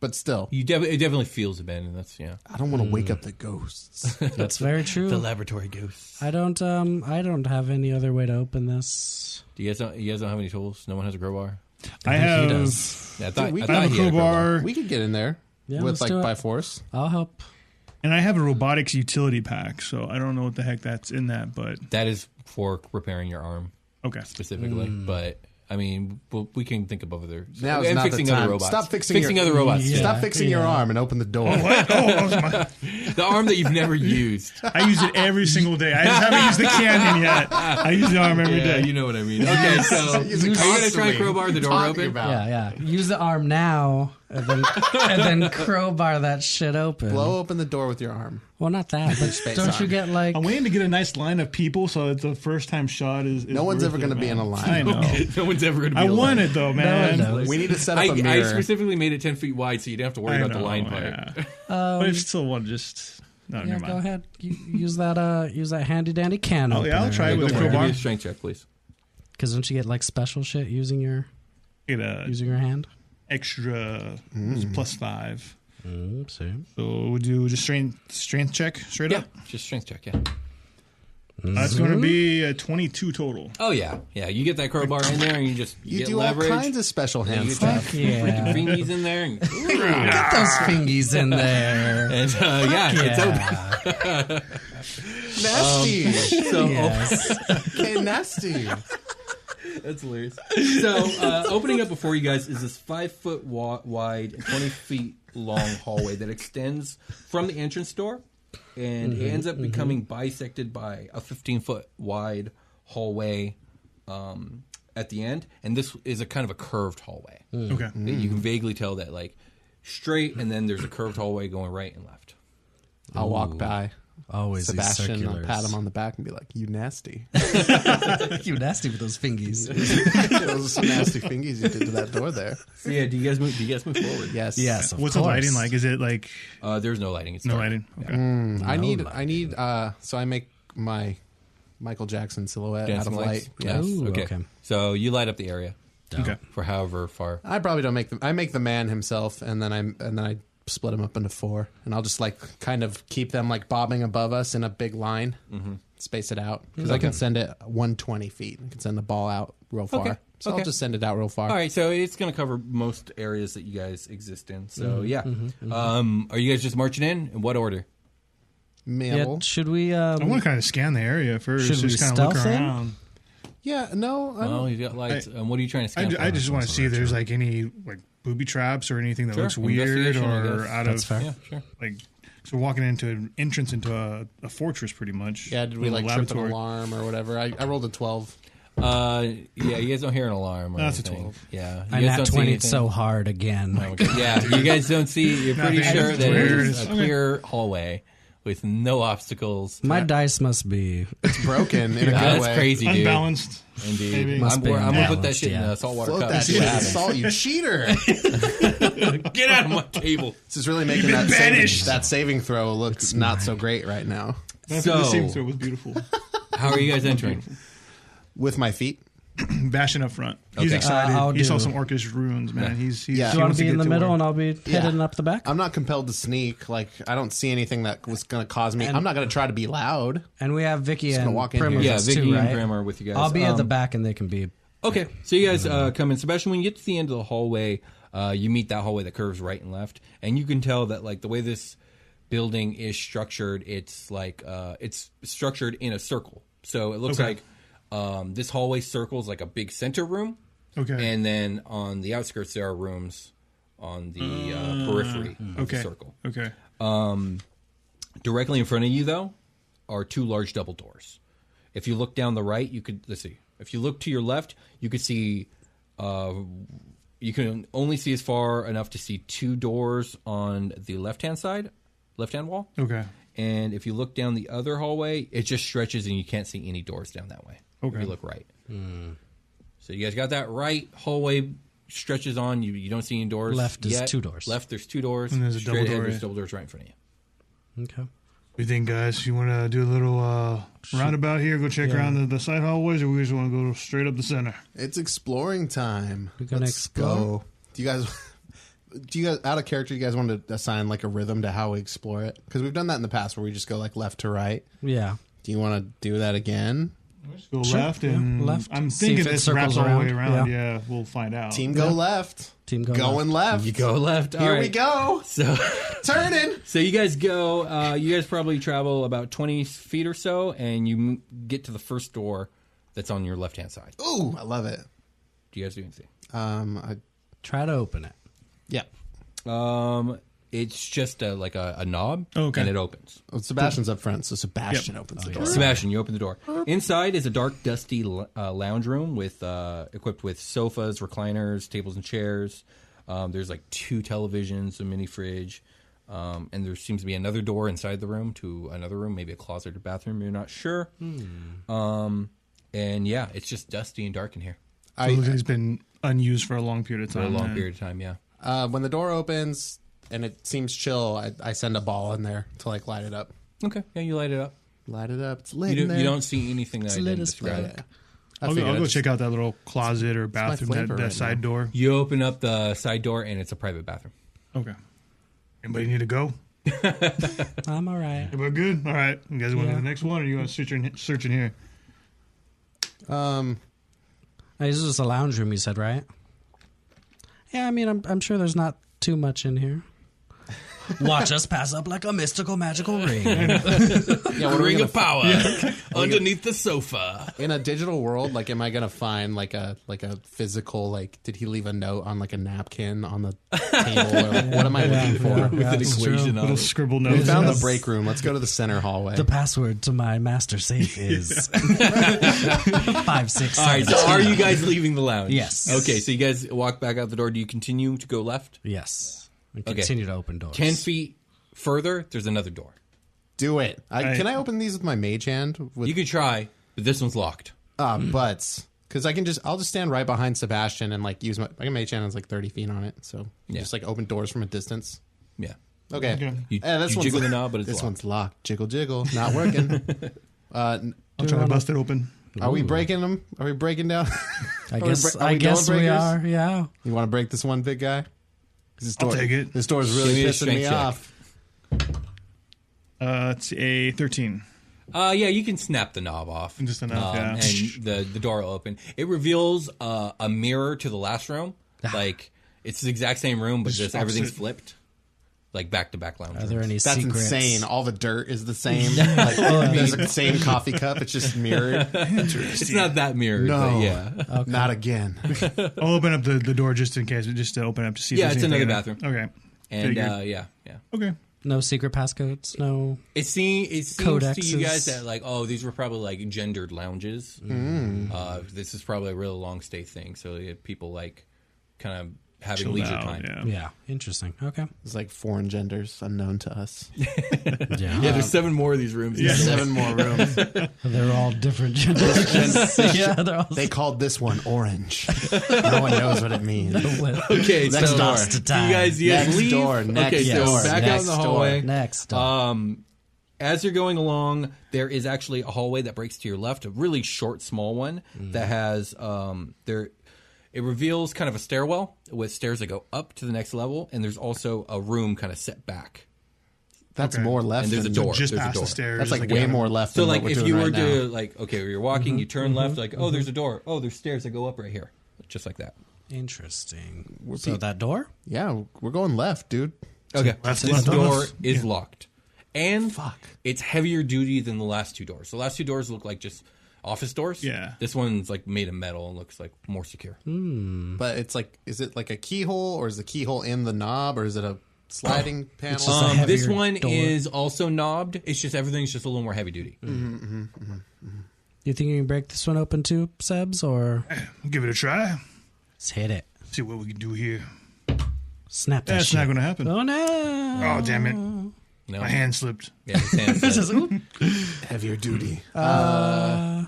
Speaker 6: But still,
Speaker 3: You def- it definitely feels abandoned. That's yeah.
Speaker 6: I don't want to wake up the ghosts.
Speaker 5: That's very true.
Speaker 3: The laboratory ghosts.
Speaker 5: I don't um I don't have any other way to open this.
Speaker 3: Do you guys don't? You guys don't have any tools? No one has a crowbar.
Speaker 4: I
Speaker 5: think he
Speaker 4: have.
Speaker 5: does.
Speaker 3: Yeah, I thought,
Speaker 6: we
Speaker 3: I
Speaker 4: I
Speaker 3: thought
Speaker 4: have a
Speaker 3: he had
Speaker 4: crowbar,
Speaker 6: we could get in there
Speaker 5: Yeah,
Speaker 6: with
Speaker 5: let's
Speaker 6: like
Speaker 5: do it.
Speaker 6: by force.
Speaker 5: I'll help.
Speaker 4: and I have a robotics utility pack. So I don't know what the heck that's in that, but
Speaker 3: That is for repairing your arm
Speaker 4: okay.
Speaker 3: specifically, but. I mean, well, we can think of other
Speaker 6: Now's
Speaker 3: and
Speaker 6: not the
Speaker 3: fixing
Speaker 6: time.
Speaker 3: other robots.
Speaker 6: Stop fixing
Speaker 3: fixing
Speaker 6: your-
Speaker 3: other robots.
Speaker 5: Yeah.
Speaker 6: Stop fixing your arm and open the door.
Speaker 4: What? Oh, that was my-
Speaker 3: The arm that you've never used.
Speaker 4: I use it every single day. I just haven't used the cannon yet. I use the arm every day.
Speaker 3: Yeah, you know what I mean. Okay, so are
Speaker 6: Use it
Speaker 3: you gonna try
Speaker 6: constantly.
Speaker 3: and crowbar the door
Speaker 6: Talking
Speaker 3: open?
Speaker 6: about-
Speaker 5: Yeah, yeah. Use the arm now and then and then crowbar that shit open.
Speaker 6: Blow open the door with your arm.
Speaker 5: Well not that, but don't you get like
Speaker 4: I'm waiting to get a nice line of people so that the first time shot is. is
Speaker 6: No one's
Speaker 4: worth
Speaker 6: ever
Speaker 4: it,
Speaker 6: gonna be
Speaker 4: man.
Speaker 6: in a line.
Speaker 4: I know.
Speaker 3: No one's ever going to be.
Speaker 4: I
Speaker 3: alive.
Speaker 4: won it though, man.
Speaker 5: knows?
Speaker 6: We need to set up a
Speaker 3: I, I
Speaker 6: mirror.
Speaker 3: specifically made it ten feet wide, so you don't have to worry
Speaker 4: I
Speaker 3: about the
Speaker 4: know,
Speaker 3: line part.
Speaker 4: yeah. but I still want to just. No,
Speaker 5: Yeah,
Speaker 4: never
Speaker 5: go
Speaker 4: mind.
Speaker 5: ahead. You, use that uh use that handy dandy can
Speaker 4: Oh, yeah, I'll try it with a
Speaker 3: Give me
Speaker 4: crowbar.
Speaker 3: a strength check, please.
Speaker 5: Because don't you get like special shit using your
Speaker 4: Get a
Speaker 5: using your hand?
Speaker 4: extra it's plus five.
Speaker 5: Mm, same.
Speaker 4: So we do just strength strength check straight
Speaker 3: Yeah,
Speaker 4: up.
Speaker 3: just strength check. Yeah.
Speaker 4: That's going to
Speaker 5: Mm-hmm.
Speaker 4: be a 22 total.
Speaker 3: Oh yeah, yeah. You get that crowbar in there, and you just
Speaker 6: You
Speaker 3: get
Speaker 6: do
Speaker 3: leverage.
Speaker 6: all kinds of special
Speaker 3: and
Speaker 6: hand
Speaker 3: you
Speaker 6: stuff.
Speaker 3: attach
Speaker 5: Yeah.
Speaker 3: Fingies in there, and,
Speaker 5: Get those fingies in there.
Speaker 3: and, uh, yeah, it's open.
Speaker 5: Yeah.
Speaker 6: Nasty.
Speaker 3: So
Speaker 5: Yes.
Speaker 6: okay, nasty.
Speaker 3: That's hilarious. So, uh, opening up before you guys is this five foot wa- wide, and 20 feet long hallway that extends from the entrance door and it ends up becoming bisected by a 15 foot wide hallway um, at the end. And this is a kind of a curved hallway.
Speaker 4: Okay.
Speaker 3: that You can vaguely tell that, like, straight, and then there's a curved hallway going right and left.
Speaker 6: I'll walk by
Speaker 5: Always
Speaker 6: Sebastian.
Speaker 5: these
Speaker 6: I'll
Speaker 5: circulars.
Speaker 6: pat him on the back and be like, "You nasty."
Speaker 5: you nasty with those fingies.
Speaker 6: Those are some nasty fingers you did to that door there.
Speaker 3: So, yeah, do you guys move, do you guys move forward?
Speaker 6: Yes.
Speaker 5: yes. Of
Speaker 4: What's
Speaker 5: course.
Speaker 4: the lighting like? Is it like
Speaker 3: Uh, there's no lighting. It's
Speaker 4: no
Speaker 3: dark.
Speaker 4: lighting? Okay.
Speaker 6: I need. I need. Uh, so I make my Michael Jackson silhouette
Speaker 3: Dancing
Speaker 6: out of
Speaker 3: lights?
Speaker 6: light. Yes.
Speaker 5: Ooh,
Speaker 3: okay.
Speaker 5: okay.
Speaker 3: So, you light up the area
Speaker 4: Okay.
Speaker 3: for however far.
Speaker 6: I probably don't make them. I make the man himself, and then I and then I split them up into four, and I'll just like kind of keep them like bobbing above us in a big line, space it out because I can send it 120 feet. I can send the ball out real far,
Speaker 3: Okay,
Speaker 6: so
Speaker 3: okay.
Speaker 6: I'll just send it out real far.
Speaker 3: All right, so it's going to cover most areas that you guys exist in. So yeah, Um, are you guys just marching in? In what order?
Speaker 6: Mammal.
Speaker 5: Yeah, should we?
Speaker 4: I want
Speaker 5: Um,
Speaker 4: to kind of scan the area first,
Speaker 5: Should we
Speaker 4: just kind of look
Speaker 5: stealth in?
Speaker 4: around.
Speaker 6: Yeah, no, I
Speaker 3: Well,
Speaker 6: don't.
Speaker 3: you got lights. um, what are you trying to
Speaker 4: I,
Speaker 3: scan?
Speaker 4: ju-
Speaker 3: for?
Speaker 4: I just want to see if there's like any like booby traps or anything that
Speaker 3: Sure,
Speaker 4: looks weird
Speaker 3: investigation, I
Speaker 4: or
Speaker 3: guess.
Speaker 4: out
Speaker 5: That's
Speaker 4: of
Speaker 5: fair.
Speaker 3: yeah, sure.
Speaker 4: like. So we're walking into an entrance into a, a fortress, pretty much.
Speaker 6: Yeah, did we
Speaker 4: Little
Speaker 6: like trip an alarm or whatever? I, I rolled a 12.
Speaker 3: Uh, yeah, you guys don't hear an alarm. Or
Speaker 4: That's a
Speaker 3: anything.
Speaker 4: 12.
Speaker 3: Yeah, you
Speaker 5: I
Speaker 3: guys
Speaker 5: nat
Speaker 3: don't see
Speaker 5: twenty
Speaker 3: anything.
Speaker 5: so hard again.
Speaker 4: Oh,
Speaker 3: Okay, Yeah, you guys don't see. You're pretty
Speaker 4: Nothing.
Speaker 3: sure that
Speaker 4: Weird.
Speaker 3: it's a
Speaker 4: Okay.
Speaker 3: clear hallway with no obstacles.
Speaker 5: My dice must be.
Speaker 6: It's broken in a good
Speaker 3: Yeah,
Speaker 6: way.
Speaker 3: that's crazy, dude.
Speaker 4: Unbalanced.
Speaker 3: Indeed,
Speaker 4: Maybe.
Speaker 3: I'm,
Speaker 5: Must be
Speaker 3: I'm gonna put that
Speaker 5: unbalanced,
Speaker 3: shit in
Speaker 5: yeah.
Speaker 3: a saltwater
Speaker 6: Float
Speaker 3: cup.
Speaker 6: that
Speaker 3: and see
Speaker 6: shit
Speaker 3: what
Speaker 6: in
Speaker 3: happens.
Speaker 6: salt, you cheater.
Speaker 3: Get out of my table.
Speaker 6: This is really making that
Speaker 4: banished.
Speaker 6: saving, that saving throw look not so great right now.
Speaker 4: the
Speaker 3: So-
Speaker 4: same throw was beautiful.
Speaker 3: How are you guys entering?
Speaker 6: With my feet.
Speaker 4: Bashing up front. He's
Speaker 3: Okay.
Speaker 4: excited.
Speaker 5: Uh, I'll
Speaker 4: he
Speaker 5: do-
Speaker 4: saw some orcish ruins, man. He's, he's
Speaker 6: Yeah.
Speaker 4: he
Speaker 6: Do
Speaker 5: You want
Speaker 4: wants
Speaker 5: to be
Speaker 4: get
Speaker 5: in the middle,
Speaker 4: work.
Speaker 5: and I'll be
Speaker 6: Yeah.
Speaker 5: heading up the back.
Speaker 6: I'm not compelled to sneak. Like, I don't see anything that was going to cause me. I'm not going to try to be loud.
Speaker 5: and we have Vicky
Speaker 6: gonna
Speaker 5: and
Speaker 6: walk in
Speaker 5: Prim
Speaker 6: here.
Speaker 5: with
Speaker 3: Yeah,
Speaker 5: us
Speaker 3: Vicky
Speaker 5: too,
Speaker 3: and
Speaker 5: right?
Speaker 3: Prim are with you guys.
Speaker 5: I'll be at the
Speaker 3: Um,
Speaker 5: back, and they can be.
Speaker 3: Okay, so you guys uh, come in. Sebastian, when you get to the end of the hallway, uh, you meet that hallway that curves right and left, and you can tell that like the way this building is structured, it's like uh, it's structured in a circle. So it looks
Speaker 4: Okay.
Speaker 3: like um, this hallway circles like a big center room,
Speaker 4: Okay.
Speaker 3: and then on the outskirts there are rooms on the uh, periphery of
Speaker 4: okay.
Speaker 3: the circle.
Speaker 4: Okay.
Speaker 3: Directly in front of you, though, are two large double doors. If you look down the right, you could let's see. If you look to your left, you could see. Uh, you can only see as far enough to see two doors on the left hand side, left hand wall.
Speaker 4: Okay.
Speaker 3: And if you look down the other hallway, it just stretches and you can't see any doors down that way. If
Speaker 4: Okay.
Speaker 3: you look right. So you guys got that right hallway stretches on. You you don't see any doors.
Speaker 5: Left is
Speaker 3: yet.
Speaker 5: two doors.
Speaker 3: Left there's two doors.
Speaker 4: And there's a
Speaker 3: Straight
Speaker 4: double
Speaker 3: ahead,
Speaker 4: door,
Speaker 3: There's
Speaker 4: yeah.
Speaker 3: double doors right in front of you.
Speaker 5: Okay.
Speaker 4: What do you think, guys? You want to do a little uh, roundabout here, go check around the, the side hallways, or we just want to go straight up the center?
Speaker 6: It's exploring time. We're
Speaker 5: gonna
Speaker 6: Let's
Speaker 5: explore?
Speaker 6: go. Do you guys? Do you guys out of character? You guys want to assign like a rhythm to how we explore it? Because we've done that in the past, where we just go like left to right.
Speaker 5: Yeah.
Speaker 6: Do you want to do that again?
Speaker 4: Just go
Speaker 5: Sure,
Speaker 4: left
Speaker 5: yeah,
Speaker 4: and
Speaker 5: left.
Speaker 4: I'm
Speaker 5: See
Speaker 4: thinking
Speaker 5: if it
Speaker 4: this wraps
Speaker 5: circles
Speaker 4: all the way
Speaker 5: around.
Speaker 4: around. Yeah. we'll find out.
Speaker 6: Team go left.
Speaker 5: Team go
Speaker 6: going left.
Speaker 3: You go left. All
Speaker 6: Here we
Speaker 3: right.
Speaker 6: go.
Speaker 3: So
Speaker 6: Turning.
Speaker 3: So you guys go. Uh, you guys probably travel about twenty feet or so, and you m- get to the first door that's on your left hand side.
Speaker 6: Ooh, I love it.
Speaker 3: Do you guys do anything?
Speaker 6: Um, I,
Speaker 5: Try to open it.
Speaker 6: yeah.
Speaker 3: Um, it's just a, like a, a knob,
Speaker 4: Okay.
Speaker 3: and it opens.
Speaker 6: Well, Oh, Sebastian's up front, so Sebastian
Speaker 3: Oh,
Speaker 6: opens the door.
Speaker 3: Sebastian, you open the door. Inside is a dark, dusty l- uh, lounge room with uh, equipped with sofas, recliners, tables, and chairs. Um, there's like two televisions, a mini fridge, um, and there seems to be another door inside the room to another room, maybe a closet or bathroom. You're not sure. Um, and yeah, it's just dusty and dark in here
Speaker 4: So it looks like it's been unused for a long period of
Speaker 3: for
Speaker 4: time.
Speaker 3: a long
Speaker 4: man.
Speaker 3: period of time. Yeah.
Speaker 6: Uh, when the door opens and it seems chill, I, I send a ball in there to like light it up.
Speaker 3: Okay. Yeah, you light it up.
Speaker 6: Light it up. It's lit
Speaker 3: You,
Speaker 6: in
Speaker 3: do,
Speaker 6: there.
Speaker 3: you don't see anything that I
Speaker 5: lit
Speaker 3: didn't
Speaker 5: as
Speaker 3: describe.
Speaker 6: Yeah. I
Speaker 4: I'll go,
Speaker 6: figured
Speaker 4: I'll
Speaker 6: I
Speaker 4: go
Speaker 6: just-
Speaker 4: check out that little closet or bathroom, that,
Speaker 6: flavor
Speaker 4: that
Speaker 6: right
Speaker 4: side
Speaker 6: now.
Speaker 4: door.
Speaker 3: You open up the side door, and it's a private bathroom.
Speaker 4: Okay. Anybody need to go?
Speaker 5: I'm all right.
Speaker 4: Everybody good? All right. You guys want to
Speaker 5: Yeah.
Speaker 4: do the next one, or you want to search in, search in here?
Speaker 6: Um,
Speaker 5: Hey, This is just a lounge room, you said, right? Yeah, I mean, I'm, I'm sure there's not too much in here. Watch us pass up like a mystical magical ring.
Speaker 6: yeah, what are we
Speaker 3: Ring
Speaker 6: gonna
Speaker 3: of power Oh, uh, underneath the sofa.
Speaker 6: in a digital world like am i gonna find like a like a physical like did he leave a note on like a napkin on the table or like, what am i looking for
Speaker 5: Yeah,
Speaker 3: an
Speaker 5: it's
Speaker 3: equation
Speaker 5: true.
Speaker 3: on
Speaker 4: Little
Speaker 3: it.
Speaker 4: scribble
Speaker 6: we
Speaker 4: notes.
Speaker 6: found
Speaker 5: Yes.
Speaker 6: the break room let's go to the center hallway
Speaker 5: The password to my master safe is five six
Speaker 3: All right,
Speaker 5: seven.
Speaker 3: so are you guys leaving the lounge?
Speaker 5: Yes.
Speaker 3: Okay, so you guys walk back out the door. Do you continue to go left?
Speaker 5: Yes, we continue to open doors.
Speaker 3: Ten feet further, there's another door.
Speaker 6: do it I,
Speaker 4: Right.
Speaker 6: can i open these with my mage hand with
Speaker 3: You could try, but this one's locked.
Speaker 6: uh, butts because i can just i'll just stand right behind sebastian and like use my my mage hand is like 30 feet on it so you
Speaker 3: Yeah.
Speaker 6: just like open doors from a distance
Speaker 3: Yeah.
Speaker 6: okay,
Speaker 3: You-
Speaker 6: Eh, this
Speaker 3: you
Speaker 6: one's
Speaker 3: jiggle the knob, but it's
Speaker 6: this
Speaker 3: locked.
Speaker 6: one's locked jiggle jiggle not working uh n-
Speaker 4: I'll try to bust it open.
Speaker 6: are we breaking them are we breaking down
Speaker 5: I
Speaker 6: we
Speaker 5: guess
Speaker 6: bra- are
Speaker 5: I
Speaker 6: we
Speaker 5: guess we
Speaker 6: door breakers?
Speaker 5: are. Yeah.
Speaker 6: you want to break this one big guy This
Speaker 4: I'll
Speaker 6: door-
Speaker 4: take it.
Speaker 6: This door's
Speaker 3: Give
Speaker 6: really
Speaker 3: me a
Speaker 6: pissing
Speaker 3: strength
Speaker 6: me
Speaker 3: check.
Speaker 6: off.
Speaker 4: Uh, it's a 13.
Speaker 3: Uh, yeah, you can snap the knob off. Um,
Speaker 4: Just enough, yeah.
Speaker 3: And the, the door will open. It reveals uh, a mirror to the last room. like, it's the exact same room, but just,
Speaker 4: opposite.
Speaker 3: everything's flipped. Like, back to back lounge.
Speaker 5: Are there any
Speaker 6: That's
Speaker 5: secrets?
Speaker 6: insane. All the dirt is the same. like,
Speaker 4: Oh,
Speaker 6: there's the same coffee cup. It's just mirrored.
Speaker 3: It's not that mirror, but
Speaker 6: No.
Speaker 3: yeah.
Speaker 6: Not again.
Speaker 4: I'll open up the, the door just in case, just to open up to see.
Speaker 3: Yeah,
Speaker 4: if there's
Speaker 3: it's
Speaker 4: anything
Speaker 3: another
Speaker 4: in it. Okay.
Speaker 3: And
Speaker 4: Figured.
Speaker 3: uh, yeah, yeah.
Speaker 4: okay.
Speaker 5: No secret passcodes. No.
Speaker 3: It, seem, it seems to you
Speaker 5: Codexes.
Speaker 3: guys that, like, oh, these were probably like gendered lounges. Uh, this is probably a real long stay thing. So yeah, people like kind of having
Speaker 4: Chilled
Speaker 3: leisure
Speaker 4: out,
Speaker 3: time.
Speaker 4: Yeah.
Speaker 5: Yeah. Interesting. Okay.
Speaker 6: It's like foreign genders unknown to us.
Speaker 5: Yeah.
Speaker 3: Yeah, there's seven more of these rooms. Yeah.
Speaker 6: Seven more rooms.
Speaker 5: They're all different genders. yeah. They're all.
Speaker 6: They called this one orange. No one knows what it means.
Speaker 3: Okay,
Speaker 6: Next
Speaker 3: so
Speaker 6: door.
Speaker 3: you
Speaker 5: Time.
Speaker 3: guys, you guys
Speaker 6: Next
Speaker 3: leave.
Speaker 6: door, next
Speaker 3: okay,
Speaker 6: door,
Speaker 3: so back out
Speaker 6: next
Speaker 3: in the
Speaker 6: door.
Speaker 3: hallway.
Speaker 5: Next.
Speaker 3: Um, as you're going along, there is actually a hallway that breaks to your left, a really short, small one
Speaker 6: Mm.
Speaker 3: that has um, there. It reveals kind of a stairwell with stairs that go up to the next level, and there's also a room kind of set back.
Speaker 6: That's
Speaker 4: Okay.
Speaker 6: more left.
Speaker 3: And there's a
Speaker 6: than-
Speaker 3: door.
Speaker 4: Just
Speaker 3: there's a
Speaker 4: past
Speaker 3: door.
Speaker 4: the stairs.
Speaker 6: That's like, way
Speaker 4: a-
Speaker 6: more left.
Speaker 3: So,
Speaker 6: than
Speaker 3: like,
Speaker 6: what we're
Speaker 3: if
Speaker 6: doing
Speaker 3: you were
Speaker 6: right now.
Speaker 3: to like, okay, you're walking, you turn left, like, oh, there's a door. Oh, there's stairs that go up right here, just like that.
Speaker 5: Interesting. So that door.
Speaker 6: yeah, we're going left, dude.
Speaker 3: Okay,
Speaker 4: That's
Speaker 3: this
Speaker 4: left on
Speaker 3: door
Speaker 4: us.
Speaker 3: is locked, and it's heavier duty than the last two doors. The last two doors look like just office doors.
Speaker 4: Yeah.
Speaker 3: this one's like made of metal and looks like more secure.
Speaker 6: But it's like, is it like a keyhole, or is the keyhole in the knob, or is it a sliding panel?
Speaker 5: a
Speaker 3: Um, this
Speaker 5: heavier
Speaker 3: one
Speaker 5: door.
Speaker 3: is also knobbed. It's just everything's just a little more heavy duty.
Speaker 5: You think you can break this one open too, Sebs, or
Speaker 4: Give it a try.
Speaker 5: let's hit it?
Speaker 4: See what we can do here.
Speaker 5: Snap that
Speaker 4: That's
Speaker 5: shit.
Speaker 4: not going to happen.
Speaker 5: oh no!
Speaker 4: Oh, damn it.
Speaker 3: No,
Speaker 4: My hand slipped.
Speaker 3: yeah, his hand said-
Speaker 6: heavier duty. Uh,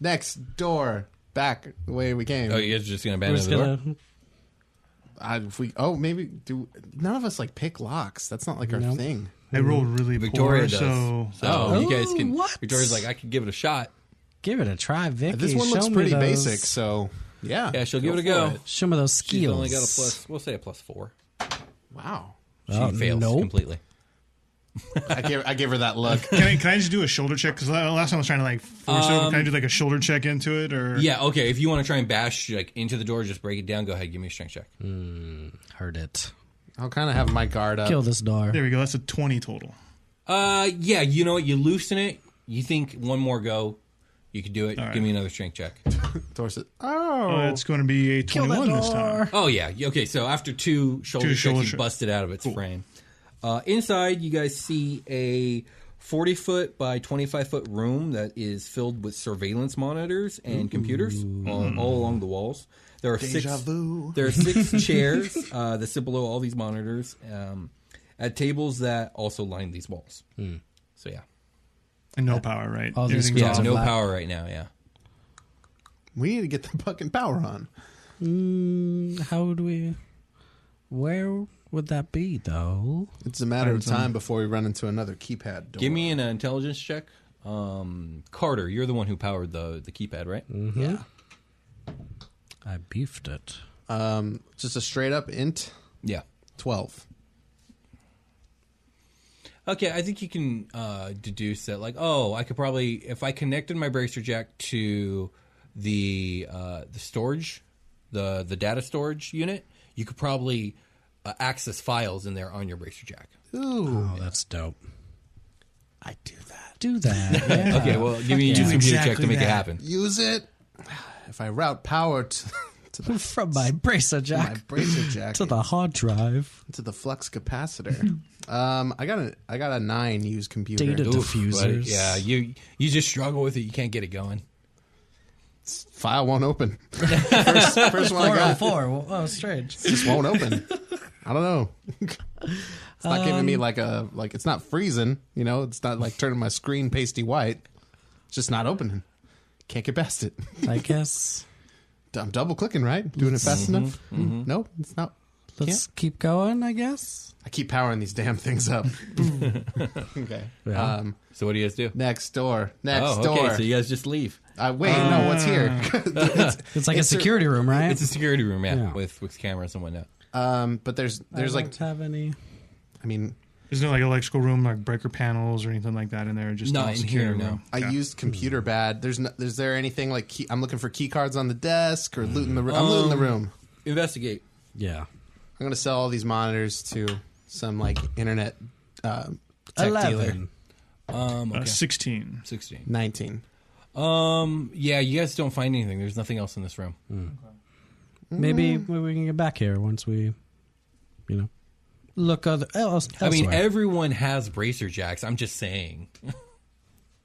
Speaker 6: next door, back the way we came.
Speaker 3: oh, you're just gonna
Speaker 5: We're
Speaker 3: abandon
Speaker 5: just
Speaker 3: the door.
Speaker 5: gonna.
Speaker 6: I, if we, oh, maybe do none of us like pick locks. That's not like our
Speaker 5: Nope.
Speaker 6: thing.
Speaker 4: I
Speaker 5: Mm.
Speaker 4: rolled really
Speaker 3: Victoria
Speaker 4: poor,
Speaker 3: does.
Speaker 4: so
Speaker 3: So you guys
Speaker 5: Oh,
Speaker 3: can.
Speaker 5: what?
Speaker 3: Victoria's like, I could give it a shot.
Speaker 5: Give it a try, Vicky.
Speaker 6: This one
Speaker 5: Show
Speaker 6: looks
Speaker 5: me
Speaker 6: pretty
Speaker 5: those-
Speaker 6: basic, so yeah.
Speaker 3: Yeah, she'll give it a
Speaker 6: for
Speaker 3: go.
Speaker 5: Show me those skills.
Speaker 3: She's only got a plus. We'll say a plus four.
Speaker 6: Wow.
Speaker 3: She
Speaker 5: Uh,
Speaker 3: fails
Speaker 5: nope.
Speaker 3: completely.
Speaker 6: I give I give her that look.
Speaker 4: Can I, can I just do a shoulder check? Because last time I was trying to like force it over. Can I do like a shoulder check into it? Or
Speaker 3: Um, Yeah, okay. If you want to try and bash like into the door, just break it down. Go ahead, give me a strength check.
Speaker 5: Heard it.
Speaker 6: I'll kind of have my guard up.
Speaker 5: Kill this door.
Speaker 4: there we go. That's a twenty total.
Speaker 3: Uh, yeah, you know what? You loosen it. You think one more go, you could do it. Give me another strength check.
Speaker 6: Torso. Oh,
Speaker 4: Uh, it's going to be a twenty-one this time.
Speaker 3: Oh yeah, y- okay. So after two shoulder
Speaker 4: Two
Speaker 3: checks,
Speaker 4: shoulder
Speaker 3: you
Speaker 4: check-
Speaker 3: busted out of its frame. Uh, inside, you guys see a forty foot by twenty five foot room that is filled with surveillance monitors and computers all, all along the walls. There are six.
Speaker 6: vu.
Speaker 3: There are six chairs uh, that sit below all these monitors um, at tables that also line these walls.
Speaker 4: Hmm.
Speaker 3: So yeah,
Speaker 4: And no power, right?
Speaker 5: All these
Speaker 4: Everything's
Speaker 5: Yeah,
Speaker 4: off.
Speaker 5: so
Speaker 3: no
Speaker 5: la-
Speaker 3: power right now. Yeah.
Speaker 6: we need to get the fucking power on.
Speaker 5: Mm, how would we? Where would that be, though?
Speaker 6: It's a matter of time before we run into another keypad door.
Speaker 3: Give me an uh, intelligence check. Um, Carter, you're the one who powered the the keypad, right?
Speaker 4: Hmm.
Speaker 6: Mm-hmm.
Speaker 5: Yeah. I beefed it.
Speaker 6: um, just a straight up int
Speaker 3: Yeah.
Speaker 6: twelve.
Speaker 3: Okay, I think you can uh, deduce that, like, oh, I could probably if I connected my bracer jack to the uh, the storage, the the data storage unit, you could probably uh, access files in there on your bracer jack.
Speaker 6: Ooh,
Speaker 5: Oh, that's dope.
Speaker 6: I do that.
Speaker 5: Do that. yeah.
Speaker 3: Okay, well, give me a
Speaker 5: Do
Speaker 3: computer check
Speaker 4: exactly
Speaker 3: to make it
Speaker 4: that.
Speaker 3: happen.
Speaker 6: Use it. If I route power to, to the
Speaker 5: From my bracer
Speaker 6: my
Speaker 5: jack
Speaker 6: bracer jacket
Speaker 5: to the hard drive.
Speaker 6: to the flux capacitor. um, I got a I got a nine use computer.
Speaker 5: Data
Speaker 3: Oof, buddy.
Speaker 5: diffusers.
Speaker 3: yeah, you you just struggle with it. You can't get it going.
Speaker 6: File won't open. first, first one I got
Speaker 5: 404. Well, oh, strange.
Speaker 6: just won't open. I don't know. it's not giving
Speaker 3: Um,
Speaker 6: me like a like. It's not freezing. You know, it's not like turning my screen pasty white. It's just not opening. Can't get past it.
Speaker 5: I guess.
Speaker 6: I'm double clicking, right? Doing it fast
Speaker 3: Mm-hmm.
Speaker 6: enough? Nope, it's not.
Speaker 5: Let's keep going, I guess.
Speaker 6: I keep powering these damn things up. okay. Um,
Speaker 3: So what do you guys do?
Speaker 6: next door. Next
Speaker 3: Oh,
Speaker 6: door.
Speaker 3: okay. So you Ah. guys just leave.
Speaker 6: Uh, wait, no, what's here?
Speaker 5: It's like
Speaker 6: It's a-
Speaker 5: a security room, right?
Speaker 3: It's a security room, yeah,
Speaker 5: Yeah.
Speaker 3: with with cameras and whatnot.
Speaker 6: Um, but there's there's
Speaker 5: I
Speaker 6: like
Speaker 5: don't have any.
Speaker 6: I mean
Speaker 4: There's no like electrical room, like breaker panels or anything like that in there. Just
Speaker 3: Not
Speaker 4: all
Speaker 3: in
Speaker 4: secure
Speaker 3: here,
Speaker 4: room.
Speaker 3: no.
Speaker 6: I used computer bad. There's no, is there anything like key, I'm looking for key cards on the desk or looting the room?
Speaker 3: Oh.
Speaker 6: I'm looting the room.
Speaker 3: Investigate.
Speaker 5: Yeah.
Speaker 6: I'm gonna sell all these monitors to some like internet uh, tech dealer.
Speaker 5: Eleven.
Speaker 3: Um,
Speaker 4: Uh,
Speaker 3: okay.
Speaker 4: Sixteen.
Speaker 3: 16.
Speaker 6: Nineteen.
Speaker 3: Um, yeah, you guys don't find anything. There's nothing else in this room.
Speaker 5: Maybe, maybe we can get back here once we, you know, look other. oh, Else,
Speaker 3: I mean,
Speaker 5: elsewhere.
Speaker 3: everyone has bracer jacks. I'm just saying.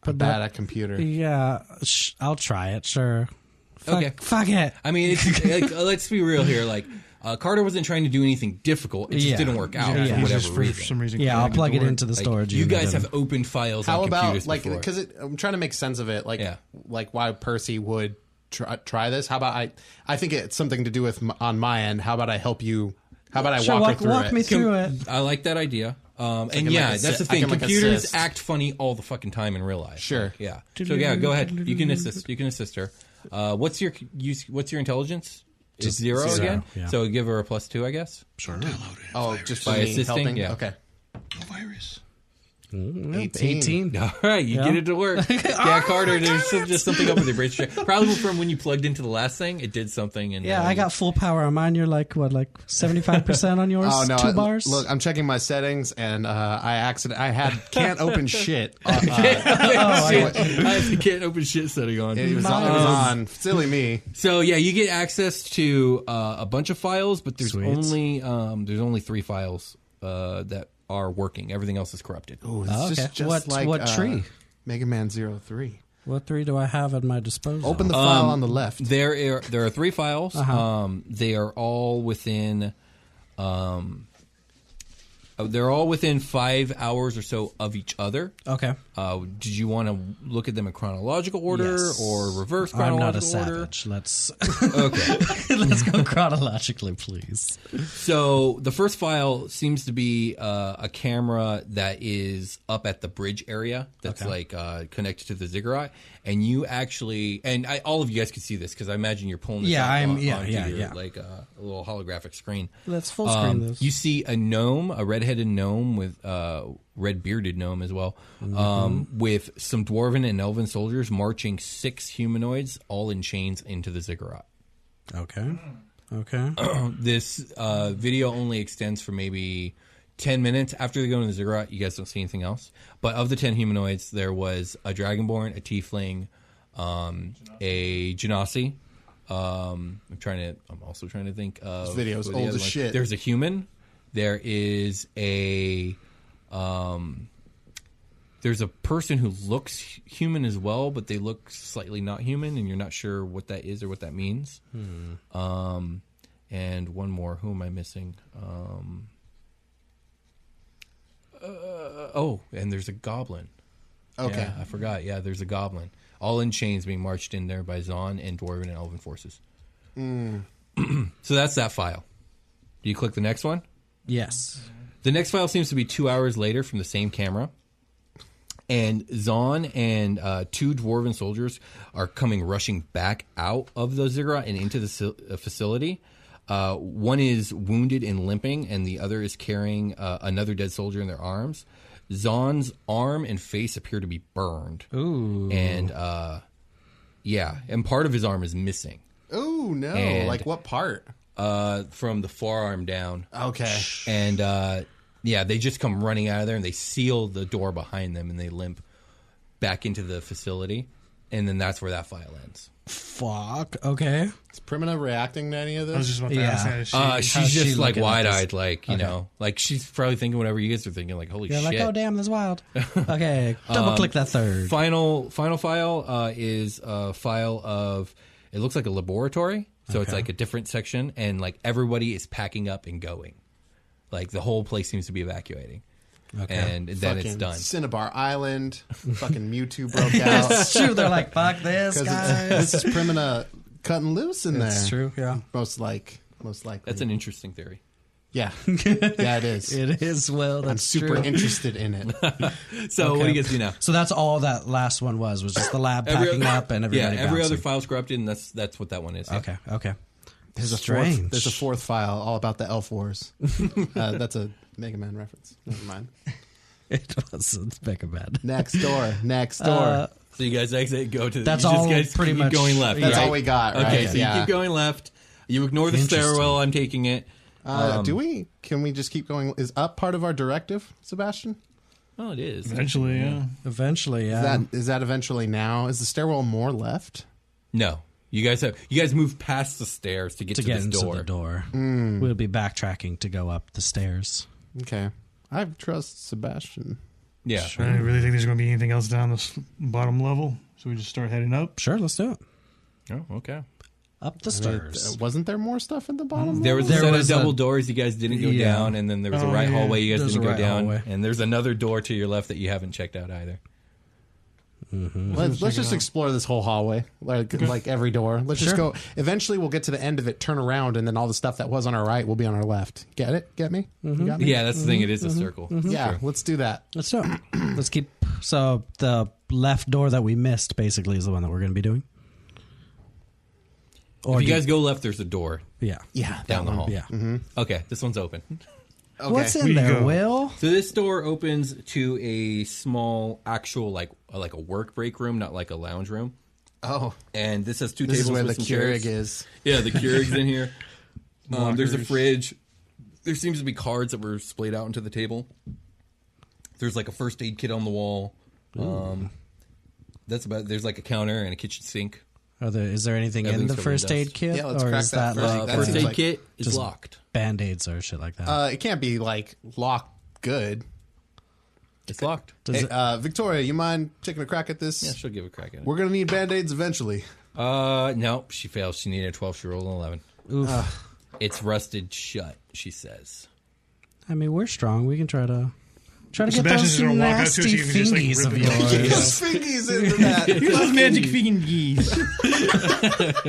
Speaker 6: I'm bad at computer.
Speaker 5: yeah, sh- I'll try it. Sure. Fuck,
Speaker 3: Okay.
Speaker 5: Fuck it.
Speaker 3: I mean, it's, like, uh, let's be real here. Like, uh, Carter wasn't trying to do anything difficult. It just
Speaker 5: Yeah.
Speaker 3: didn't work out
Speaker 5: Yeah.
Speaker 4: He's
Speaker 3: for
Speaker 5: He's
Speaker 3: whatever
Speaker 4: just for
Speaker 3: reason.
Speaker 4: some reason.
Speaker 5: Yeah, I'll
Speaker 4: couldn't
Speaker 5: plug
Speaker 4: get
Speaker 5: it
Speaker 4: to work.
Speaker 5: into the
Speaker 3: Like,
Speaker 5: storage.
Speaker 3: you
Speaker 5: unit
Speaker 3: guys
Speaker 5: and-
Speaker 3: have opened files
Speaker 6: How
Speaker 3: on
Speaker 6: about
Speaker 3: computers
Speaker 6: like
Speaker 3: before.
Speaker 6: because I'm trying to make sense of it, like
Speaker 3: Yeah.
Speaker 6: like why Percy would try, try this. How about I? I think it's something to do with m- on my end. How about I help you? How about I
Speaker 5: Sure,
Speaker 6: walk,
Speaker 5: walk,
Speaker 6: her through
Speaker 5: walk
Speaker 6: it?
Speaker 5: me through it.
Speaker 3: I like that idea. Um, and
Speaker 6: can,
Speaker 3: yeah,
Speaker 6: like,
Speaker 3: that's
Speaker 6: assi-
Speaker 3: the
Speaker 6: I
Speaker 3: thing.
Speaker 6: can, like,
Speaker 3: Computers
Speaker 6: assist.
Speaker 3: act funny all the fucking time in real life.
Speaker 6: Sure.
Speaker 3: Like, yeah. So yeah, go ahead. You can assist. You can assist her. Uh, what's your use? What's your intelligence? Is zero,
Speaker 5: zero,
Speaker 3: again.
Speaker 5: yeah.
Speaker 3: So give her a plus two, I guess.
Speaker 6: Oh, just by,
Speaker 3: By
Speaker 6: me
Speaker 3: assisting?
Speaker 6: helping.
Speaker 3: Yeah.
Speaker 6: Okay.
Speaker 5: It's
Speaker 6: 18.
Speaker 5: 18.
Speaker 3: All right, you
Speaker 5: Yeah.
Speaker 3: get it to work. yeah, Carter, there's some, just something up with your bracer jack. Probably from when you plugged into the last thing, it did something. And
Speaker 5: Yeah,
Speaker 3: uh,
Speaker 5: I got full power on mine. You're like, what, like 75% on yours?
Speaker 6: Oh no!
Speaker 5: Two
Speaker 6: I-
Speaker 5: bars?
Speaker 6: Look, I'm checking my settings, and uh, I accident. I had can't open shit. Uh,
Speaker 5: Oh,
Speaker 6: uh,
Speaker 3: Shit. I have the can't open shit setting on.
Speaker 6: it, was on, it was on. Silly me.
Speaker 3: So yeah, you get access to uh, a bunch of files, but there's
Speaker 5: Sweet.
Speaker 3: only um, there's only three files uh, that are working. Everything else is corrupted.
Speaker 6: Ooh, it's
Speaker 5: Oh, okay.
Speaker 6: just, just
Speaker 5: What-
Speaker 6: like
Speaker 5: what
Speaker 6: uh,
Speaker 5: tree?
Speaker 6: Mega Man 03.
Speaker 5: what three do I have at my disposal?
Speaker 6: Open the file on the left.
Speaker 3: There are there are three files.
Speaker 5: Uh-huh.
Speaker 3: Um, they are all within, um, uh, they're all within five hours or so of each other.
Speaker 5: Okay.
Speaker 3: Uh, did you want to look at them in chronological order
Speaker 5: Yes.
Speaker 3: or reverse
Speaker 5: I'm not a
Speaker 3: chronological order?
Speaker 5: savage. Let's okay. Let's go chronologically, please.
Speaker 3: So the first file seems to be uh, a camera that is up at the bridge area that's like uh, connected to the ziggurat, and you actually and I, all of you guys can see this because I imagine you're pulling this
Speaker 5: Yeah,
Speaker 3: up
Speaker 5: I'm-
Speaker 3: on-
Speaker 5: yeah,
Speaker 3: onto
Speaker 5: yeah,
Speaker 3: your,
Speaker 5: yeah.
Speaker 3: like uh, a little holographic screen.
Speaker 5: Let's full screen
Speaker 3: Um,
Speaker 5: this.
Speaker 3: You see a gnome, a red-headed gnome with uh, red bearded gnome as well, um, with some dwarven and elven soldiers marching six humanoids all in chains into the ziggurat
Speaker 5: Okay. Okay.
Speaker 3: this uh, video only extends for maybe 10 minutes after they go into the ziggurat you guys don't see anything else but of the 10 humanoids there was a dragonborn a tiefling um, a genasi um, i'm trying to i'm also trying to think of
Speaker 6: This video's
Speaker 3: the
Speaker 6: old
Speaker 3: other
Speaker 6: as
Speaker 3: ones.
Speaker 6: shit.
Speaker 3: there's a human there is a um, there's a person who looks hu- human as well but they look slightly not human and you're not sure what that is or what that means um, and one more. Who am I missing? Um, uh, oh, and there's a goblin.
Speaker 6: Okay.
Speaker 3: Yeah, I forgot. Yeah, there's a goblin. All in chains being marched in there by Zon and Dwarven and Elven forces. so that's that file. Do you click the next one?
Speaker 5: yes.
Speaker 3: The next file seems to be two hours later from the same camera. And Zon and uh, two dwarven soldiers are coming rushing back out of the ziggurat and into the sil- uh, facility. Uh, one is wounded and limping, and the other is carrying uh, another dead soldier in their arms. Zon's arm and face appear to be burned. Ooh. And uh, yeah, and part of his arm is missing
Speaker 6: Oh no!
Speaker 3: And-
Speaker 6: like what part? Oh,
Speaker 3: uh, from the forearm down
Speaker 6: Okay.
Speaker 3: and uh, yeah, they just come running out of there and they seal the door behind them and they limp back into the facility, and then that's where that file ends.
Speaker 5: Fuck. Okay.
Speaker 6: Is Primina reacting to any of
Speaker 4: I was
Speaker 6: this?
Speaker 4: just about to
Speaker 5: Yeah.
Speaker 4: ask that. Is she-
Speaker 3: Uh, she's
Speaker 5: she
Speaker 3: just like
Speaker 5: looking at
Speaker 3: wide
Speaker 5: this?
Speaker 3: eyed, like you know, like she's probably thinking whatever you guys are thinking, like holy
Speaker 5: You're
Speaker 3: shit.
Speaker 5: like, oh, damn, that's wild. Okay. Double click
Speaker 6: Um,
Speaker 5: that third.
Speaker 3: Final final file uh, is a file of it looks like a laboratory, so it's like a different section, and like everybody is packing up and going, like the whole place seems to be evacuating, and then
Speaker 6: fucking
Speaker 3: it's done.
Speaker 6: Cinnabar Island. fucking Mewtwo broke out.
Speaker 5: true. They're like, fuck this,
Speaker 6: Because
Speaker 5: guys.
Speaker 6: this is Primina cutting loose in
Speaker 5: That's
Speaker 6: there.
Speaker 5: true. Yeah.
Speaker 6: Most like, most likely.
Speaker 3: That's an interesting theory.
Speaker 6: yeah, yeah, it is.
Speaker 5: It is. Well, that's
Speaker 6: I'm super
Speaker 5: true.
Speaker 6: interested in it.
Speaker 3: So what do you guys do now?
Speaker 5: So that's all that last one was was just the lab packing up and everybody.
Speaker 3: yeah, every other
Speaker 5: bouncing.
Speaker 3: file's corrupted, and that's that's what that one is. yeah.
Speaker 5: okay, okay.
Speaker 6: There's a
Speaker 5: Strange.
Speaker 6: fourth. There's a fourth file all about the Elf Wars. uh, that's a Mega Man reference. Never mind.
Speaker 5: It wasn't Mega Man.
Speaker 6: Next door. Next
Speaker 5: Uh,
Speaker 6: door.
Speaker 3: So you guys exit, go to. the-
Speaker 5: That's
Speaker 3: you just
Speaker 5: all
Speaker 3: guys
Speaker 5: pretty
Speaker 3: keep
Speaker 5: much-
Speaker 3: going left.
Speaker 6: That's
Speaker 3: right?
Speaker 6: all we got, right?
Speaker 3: Okay, so
Speaker 6: Yeah.
Speaker 3: you keep going left. You ignore the
Speaker 5: Interesting.
Speaker 3: stairwell. I'm taking it.
Speaker 6: uh, do we? Can we just keep going? Is up part of our directive, Sebastian?
Speaker 3: Oh, it is.
Speaker 4: Eventually, yeah.
Speaker 5: Eventually, yeah.
Speaker 6: Is that is that eventually now? Is the stairwell more left?
Speaker 3: No, you guys have. You guys move past the stairs to get
Speaker 5: to
Speaker 3: to,
Speaker 5: get
Speaker 3: this
Speaker 5: into
Speaker 3: door.
Speaker 5: the door.
Speaker 6: Hmm.
Speaker 5: We'll be backtracking to go up the stairs.
Speaker 6: Okay. I trust Sebastian.
Speaker 3: Yeah.
Speaker 4: I really think there's going to be anything else down this bottom level. So we just start heading up.
Speaker 5: Sure, let's do it.
Speaker 3: Oh, okay.
Speaker 5: Up the
Speaker 6: Uh,
Speaker 5: stairs.
Speaker 6: wasn't there more stuff in the bottom?
Speaker 3: Mm, There was a
Speaker 5: There
Speaker 3: set
Speaker 5: was a-
Speaker 3: of double doors you guys didn't go
Speaker 5: Yeah.
Speaker 3: down, and then there was a
Speaker 4: Oh,
Speaker 3: right
Speaker 4: yeah.
Speaker 3: hallway you guys
Speaker 5: There's
Speaker 3: didn't
Speaker 5: a
Speaker 3: go
Speaker 5: right
Speaker 3: down,
Speaker 5: hallway. Mm-hmm.
Speaker 3: and there's another door to your left that you haven't checked out either.
Speaker 6: Let's, let's just explore this whole hallway, like like every door. Let's just go. Eventually, we'll get to the end of it, turn around, and then all the stuff that was on our right will be on our left. Get it? Get me? You got me?
Speaker 3: Yeah, that's the thing. It is
Speaker 5: Mm-hmm.
Speaker 3: a circle.
Speaker 6: Yeah, let's do that.
Speaker 5: Let's do it. let's keep. So the left door that we missed basically is the one that we're going to be doing. Or
Speaker 3: If you
Speaker 5: do-
Speaker 3: guys go left, there's a door
Speaker 5: yeah,
Speaker 6: Yeah, Mm-hmm.
Speaker 3: down the hall.
Speaker 5: yeah.
Speaker 3: Okay, this one's open.
Speaker 6: Okay.
Speaker 5: What's in
Speaker 4: We
Speaker 5: there,
Speaker 4: go.
Speaker 5: Will?
Speaker 3: So this door opens to a small, actual like like a work break room, not like a lounge room.
Speaker 6: Oh,
Speaker 3: And this has two
Speaker 6: this
Speaker 3: tables
Speaker 6: is where the
Speaker 3: with some chairs.
Speaker 6: Keurig is.
Speaker 3: Yeah, the Keurig's in here. Um, there's a fridge. There seems to be cards that were splayed out into the table. There's like a first aid kit on the wall. Um, that's about. There's like a counter and a kitchen sink.
Speaker 5: Are there, is there anything in
Speaker 3: Everything's
Speaker 5: the
Speaker 3: covered in
Speaker 5: first
Speaker 3: dust.
Speaker 5: aid kit,
Speaker 6: Yeah, let's
Speaker 5: or
Speaker 6: crack
Speaker 5: is
Speaker 6: that
Speaker 5: that,
Speaker 6: first
Speaker 5: like
Speaker 6: aid-
Speaker 3: first
Speaker 6: seems
Speaker 3: aid
Speaker 6: like
Speaker 3: kit is
Speaker 5: just-
Speaker 3: locked.
Speaker 5: band aids or shit like that?
Speaker 6: Uh, it can't be like locked good.
Speaker 3: It's locked.
Speaker 5: Does
Speaker 6: Hey,
Speaker 5: it-
Speaker 6: uh, Victoria, you mind taking a crack at this?
Speaker 3: Yeah, she'll give a crack at it.
Speaker 6: We're gonna need band aids eventually.
Speaker 3: Uh, no, she fails. She needed a 12 year old and 11.
Speaker 5: Oof.
Speaker 3: It's rusted shut. She says.
Speaker 5: I mean, we're strong. We can try to try to get
Speaker 4: Sebastian's
Speaker 5: those
Speaker 4: gonna walk up to us,
Speaker 5: nasty
Speaker 4: you can just, like,
Speaker 5: thingies
Speaker 4: rip
Speaker 5: of
Speaker 4: it off.
Speaker 5: yours.
Speaker 6: Fingies into that.
Speaker 4: Here's those magic vegan geese.
Speaker 3: What'd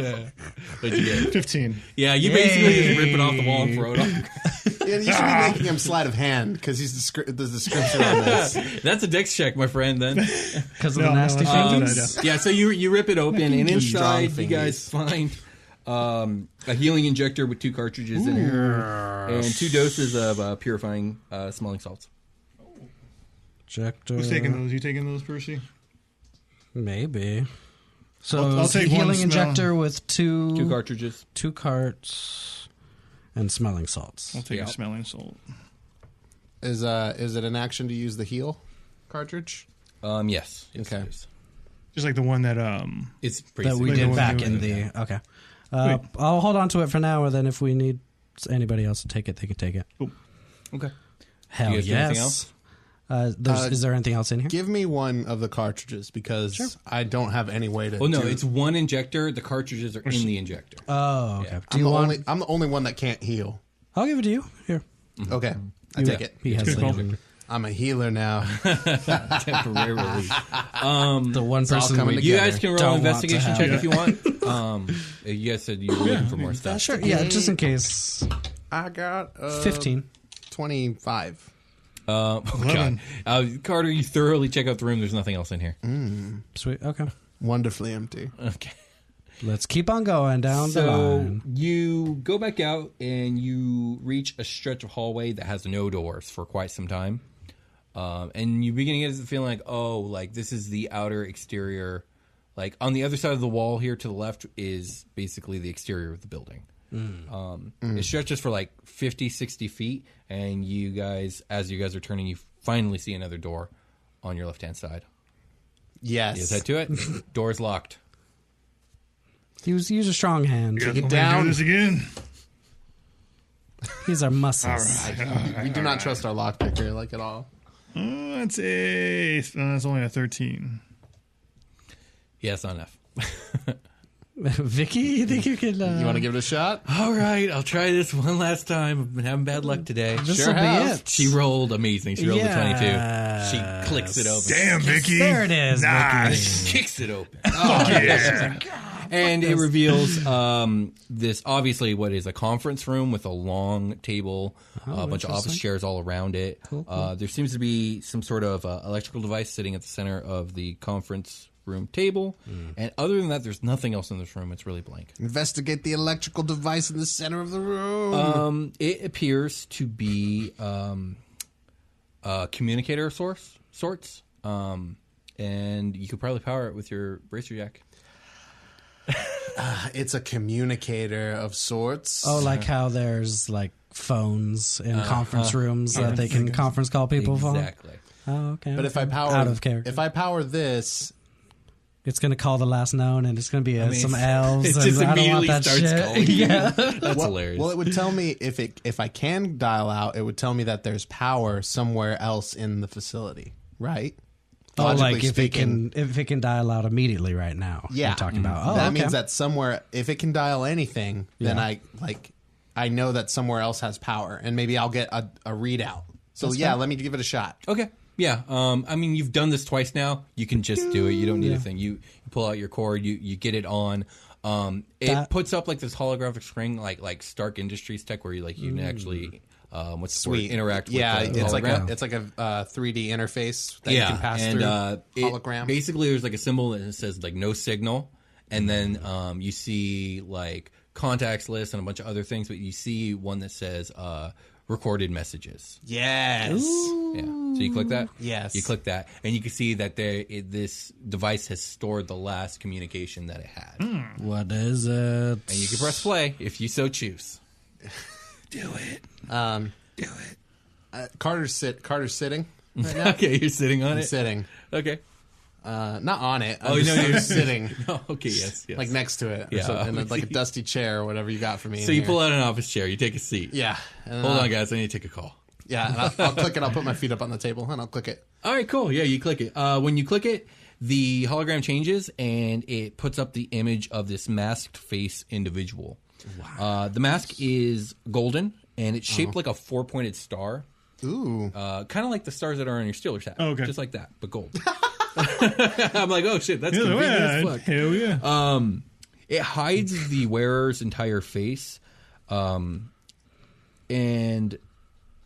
Speaker 3: you get?
Speaker 4: 15.
Speaker 3: Yeah, you basically just rip it off the wall and throw it off.
Speaker 6: Yeah, you should be making him sleight of hand because he's descri- the description on this.
Speaker 3: That's a dex check, my friend. Then.
Speaker 5: Because of
Speaker 4: No,
Speaker 5: the
Speaker 4: no,
Speaker 5: nasty
Speaker 4: that's not a
Speaker 5: fingers.
Speaker 3: Um,
Speaker 4: good idea.
Speaker 3: yeah, so you you rip it open, and
Speaker 6: Strong
Speaker 3: inside you guys find um, a healing injector with two cartridges in it, and two doses of uh, purifying uh, smelling salts.
Speaker 5: Injector.
Speaker 4: Who's taking those? You taking those, Percy?
Speaker 5: Maybe. So
Speaker 4: I'll- I'll
Speaker 5: it's a
Speaker 4: take one
Speaker 5: healing
Speaker 4: smell.
Speaker 5: injector with two
Speaker 3: Two cartridges.
Speaker 5: two carts and smelling salts.
Speaker 4: I'll take
Speaker 3: Yeah.
Speaker 4: a smelling salt.
Speaker 6: Is uh, is it an action to use the heal cartridge?
Speaker 3: Um, yes. yes
Speaker 6: Okay.
Speaker 3: it is.
Speaker 4: Just like the one that um.
Speaker 3: It's pretty.
Speaker 5: That we
Speaker 4: Like
Speaker 3: simple.
Speaker 4: the one
Speaker 5: did back
Speaker 4: we
Speaker 5: in
Speaker 4: did,
Speaker 5: the okay. Uh, I'll hold on to it for now, and then if we need anybody else to take it, they can take it.
Speaker 3: Okay.
Speaker 5: Hell
Speaker 3: You guys do anything
Speaker 5: yes.
Speaker 3: else?
Speaker 5: Uh, there's,
Speaker 6: Uh,
Speaker 5: is there anything else in here?
Speaker 6: Give me one of the cartridges because I don't have any way to.
Speaker 3: Well, no,
Speaker 6: do-
Speaker 3: it's one injector. The cartridges are in the injector.
Speaker 5: oh, okay. Do
Speaker 6: I'm
Speaker 5: you
Speaker 6: the
Speaker 5: want?
Speaker 6: only. I'm the only one that can't heal.
Speaker 5: I'll give it to you. Here,
Speaker 6: Okay, I
Speaker 5: You-
Speaker 6: take it.
Speaker 5: He has the,
Speaker 6: I'm a healer now.
Speaker 3: Temporarily.
Speaker 5: the one person.
Speaker 6: coming
Speaker 5: we
Speaker 3: you
Speaker 6: together.
Speaker 3: guys can
Speaker 5: don't
Speaker 3: roll an
Speaker 5: want to
Speaker 3: investigation
Speaker 5: have
Speaker 3: check
Speaker 5: it.
Speaker 3: if you want. Um, you guys said you were looking for more
Speaker 5: Uh,
Speaker 3: stuff.
Speaker 5: sure. Yeah, just in case.
Speaker 6: I got uh,
Speaker 5: Fifteen.
Speaker 6: Twenty-five.
Speaker 3: Uh, oh, God. Uh, Carter, you thoroughly check out the room. There's nothing else in here.
Speaker 5: Sweet. Okay.
Speaker 6: Wonderfully empty.
Speaker 3: Okay.
Speaker 5: Let's keep on going down the
Speaker 3: So
Speaker 5: line.
Speaker 3: you go back out and you reach a stretch of hallway that has no doors for quite some time, um, and you begin to get the feeling like, oh, like this is the outer exterior. Like on the other side of the wall here to the left is basically the exterior of the building.
Speaker 5: Hmm.
Speaker 3: Um, It stretches for like 50, 60 feet, and you guys, as you guys are turning, you finally see another door on your left hand side.
Speaker 6: Yes.
Speaker 3: Is that to it? Door's locked.
Speaker 5: Use use a strong hand.
Speaker 4: You guys want me to
Speaker 6: down.
Speaker 4: Do this again.
Speaker 5: These are muscles.
Speaker 6: we do not trust our lockpicker like at all.
Speaker 4: Uh, that's a. No, that's only a thirteen.
Speaker 3: Yeah, it's not enough.
Speaker 5: Vicky, you think you can? Uh,
Speaker 6: You want to give it a shot?
Speaker 3: All right, I'll try this one last time. I've been having bad luck today.
Speaker 5: This
Speaker 6: Sure
Speaker 5: will
Speaker 6: have.
Speaker 5: be it.
Speaker 3: She rolled amazing. She rolled
Speaker 5: Yes.
Speaker 3: a 22. She clicks it open.
Speaker 4: Damn, Vicky.
Speaker 5: There it is.
Speaker 4: Nice.
Speaker 5: Vicky.
Speaker 3: Kicks it open.
Speaker 4: Yeah.
Speaker 3: and it reveals um, this obviously what is a conference room with a long table,
Speaker 4: Oh,
Speaker 3: a bunch of office chairs all around it. Uh, there seems to be some sort of uh, electrical device sitting at the center of the conference room table.
Speaker 4: Hmm.
Speaker 3: And other than that, there's nothing else in this room. It's really blank.
Speaker 6: Investigate the electrical device in the center of the room.
Speaker 5: Mm-hmm.
Speaker 3: Um, it appears to be um, a communicator of source, sorts. Um, and you could probably power it with your bracer jack.
Speaker 6: it's a communicator of sorts.
Speaker 5: Oh, like how there's like phones in conference rooms that they can conference call people
Speaker 3: Exactly.
Speaker 5: from. Oh, okay.
Speaker 6: but if
Speaker 5: okay.
Speaker 6: I power
Speaker 5: out of character,
Speaker 6: if I power this,
Speaker 5: it's gonna call the last known, and it's gonna be uh,
Speaker 3: mean,
Speaker 5: some
Speaker 3: it
Speaker 5: elves. and
Speaker 3: just
Speaker 5: I don't want
Speaker 3: immediately
Speaker 5: that
Speaker 3: starts
Speaker 5: shit.
Speaker 3: calling you.
Speaker 5: yeah.
Speaker 3: That's
Speaker 6: well,
Speaker 3: hilarious.
Speaker 6: well, it would tell me if it if I can dial out, it would tell me that there's power somewhere else in the facility, right?
Speaker 5: Oh,
Speaker 6: Logically
Speaker 5: like if it can if it can dial out immediately right now.
Speaker 6: yeah,
Speaker 5: You're talking
Speaker 3: Mm-hmm.
Speaker 5: about. Oh,
Speaker 6: that
Speaker 5: okay.
Speaker 6: means that somewhere, if it can dial anything, then I like I know that somewhere else has power, and maybe I'll get a, a readout. So yeah, let me give it a shot.
Speaker 3: Okay. Yeah. Um, I mean, you've done this twice now. You can just do it. You don't need a thing. You, you pull out your cord. You you get it on. Um, it
Speaker 5: That-
Speaker 3: puts up like this holographic screen, like like Stark Industries tech, where you like you can actually
Speaker 5: Mm.
Speaker 3: um, what's the word?
Speaker 6: Sweet.
Speaker 3: interact.
Speaker 6: Yeah,
Speaker 3: with the
Speaker 6: it's like a
Speaker 3: hologram.
Speaker 6: it's like a uh, 3D interface that
Speaker 3: yeah,
Speaker 6: you can pass
Speaker 3: and
Speaker 6: through
Speaker 3: uh, it-
Speaker 6: hologram.
Speaker 3: basically, there's like a symbol that says like no signal, and then um, you see like contacts list and a bunch of other things, but you see one that says uh, recorded messages.
Speaker 6: yes.
Speaker 3: Yeah. So you click that.
Speaker 6: Yes.
Speaker 3: You click that, and you can see that there it, this device has stored the last communication that it had,
Speaker 6: Hmm.
Speaker 5: What is it?
Speaker 3: and you can press play if you so choose.
Speaker 6: Uh, Carter's sit Carter's sitting.
Speaker 3: okay, you're sitting on
Speaker 6: I'm
Speaker 3: it.
Speaker 6: sitting.
Speaker 3: Okay.
Speaker 6: Uh, not on it. I'm
Speaker 3: Oh,
Speaker 6: oh, just,
Speaker 3: no,
Speaker 6: I'm
Speaker 3: you're-
Speaker 6: just sitting
Speaker 3: No. Oh, Okay. Yes. Yes.
Speaker 6: like next to it. Or
Speaker 3: Yeah.
Speaker 6: something, and like a dusty chair or whatever you got for me.
Speaker 3: so you pull out an office chair. You take a seat.
Speaker 6: Yeah. Uh-huh. And then
Speaker 3: Hold
Speaker 6: I'll-
Speaker 3: on, guys. I need to take a call.
Speaker 6: Yeah. And I'll, I'll click it. I'll put my feet up on the table and I'll click it.
Speaker 3: All right, cool. Yeah, you click it. Uh, when you click it, the hologram changes and it puts up the image of this masked face individual. Wow. Uh, the mask is golden and it's
Speaker 4: Uh-huh.
Speaker 3: shaped like a four pointed star,
Speaker 6: Ooh.
Speaker 3: uh, kind of like the stars that are on your Steelers hat.
Speaker 4: Oh, okay.
Speaker 3: Just like that, but gold. I'm like, oh shit, that's
Speaker 4: Either way,
Speaker 3: convenient as
Speaker 4: I'd-
Speaker 3: fuck.
Speaker 4: hell yeah.
Speaker 3: It hides the wearer's entire face, um, and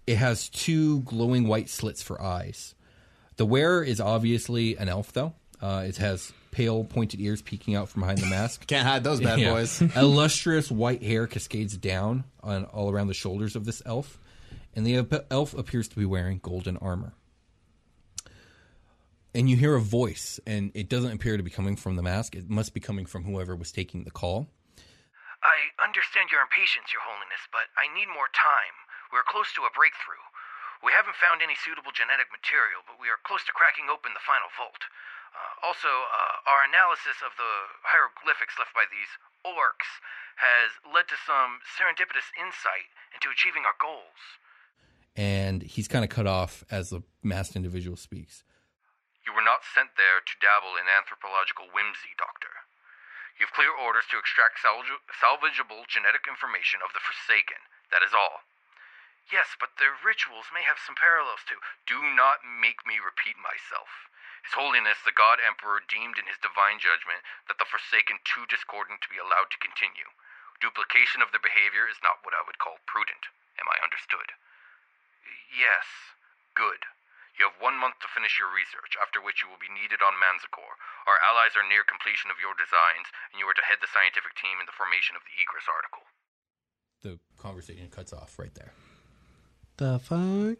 Speaker 3: it has two glowing white slits for eyes. The wearer is obviously an elf, though. Uh, it has pale, pointed ears peeking out from behind the mask.
Speaker 6: Can't hide those bad
Speaker 3: Yeah.
Speaker 6: boys.
Speaker 3: Illustrious white hair cascades down on all around the shoulders of this elf, and the ep- elf appears to be wearing golden armor. And you hear a voice, and it doesn't appear to be coming from the mask. It must be coming from whoever was taking the call.
Speaker 7: I understand your impatience, Your Holiness, but I need more time. We're close to a breakthrough. We haven't found any suitable genetic material, but we are close to cracking open the final vault. Uh, also, uh, our analysis of the hieroglyphics left by these orcs has led to some serendipitous insight into achieving our goals.
Speaker 3: and he's kind of cut off as the masked individual speaks.
Speaker 7: You were not sent there to dabble in anthropological whimsy, Doctor. You've clear orders to extract salvage- salvageable genetic information of the Forsaken. That is all. Yes, but their rituals may have some parallels to. Do not make me repeat myself. His Holiness the God Emperor deemed in his divine judgment that the Forsaken too discordant to be allowed to continue. Duplication of their behavior is not what I would call prudent. Am I understood? Yes. Good. You have one month to finish your research, after which you will be needed on Manzikor. Our allies are near completion of your designs, and you are to head the scientific team in the formation of the Egress article.
Speaker 3: The conversation cuts off right there.
Speaker 5: The fuck?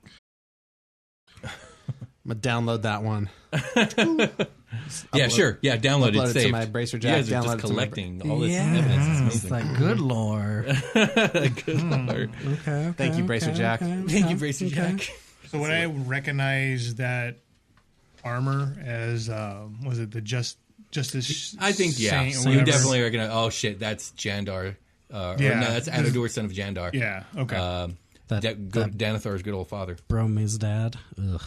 Speaker 6: I'm going to download that one.
Speaker 3: yeah,
Speaker 6: Upload-
Speaker 3: sure. Yeah, download
Speaker 6: upload
Speaker 3: it.
Speaker 6: it to
Speaker 3: saved.
Speaker 6: my Bracer
Speaker 3: You
Speaker 6: Jack,
Speaker 3: guys are
Speaker 6: download
Speaker 3: just
Speaker 6: it to my bra-
Speaker 3: collecting all this
Speaker 5: yeah.
Speaker 3: evidence. It's
Speaker 5: It's like good lore. okay.
Speaker 3: amazing. Good lord.
Speaker 5: okay
Speaker 6: Thank you, Bracer
Speaker 5: okay,
Speaker 6: Jack.
Speaker 5: okay,
Speaker 3: Thank
Speaker 5: okay,
Speaker 3: you, Bracer
Speaker 5: okay.
Speaker 3: Jack.
Speaker 4: So would I recognize that armor as um, was it the just justice?
Speaker 3: I think yeah.
Speaker 4: Saint or
Speaker 3: you
Speaker 4: whatever?
Speaker 3: definitely are gonna. Oh shit, that's Jandar. Uh, yeah.
Speaker 4: Yeah.
Speaker 3: no, that's Adador, son of Jandar.
Speaker 4: Yeah. Okay.
Speaker 3: Um,
Speaker 5: That-
Speaker 3: Da- good, Danathar's good old father.
Speaker 5: Bromy's dad. Ugh.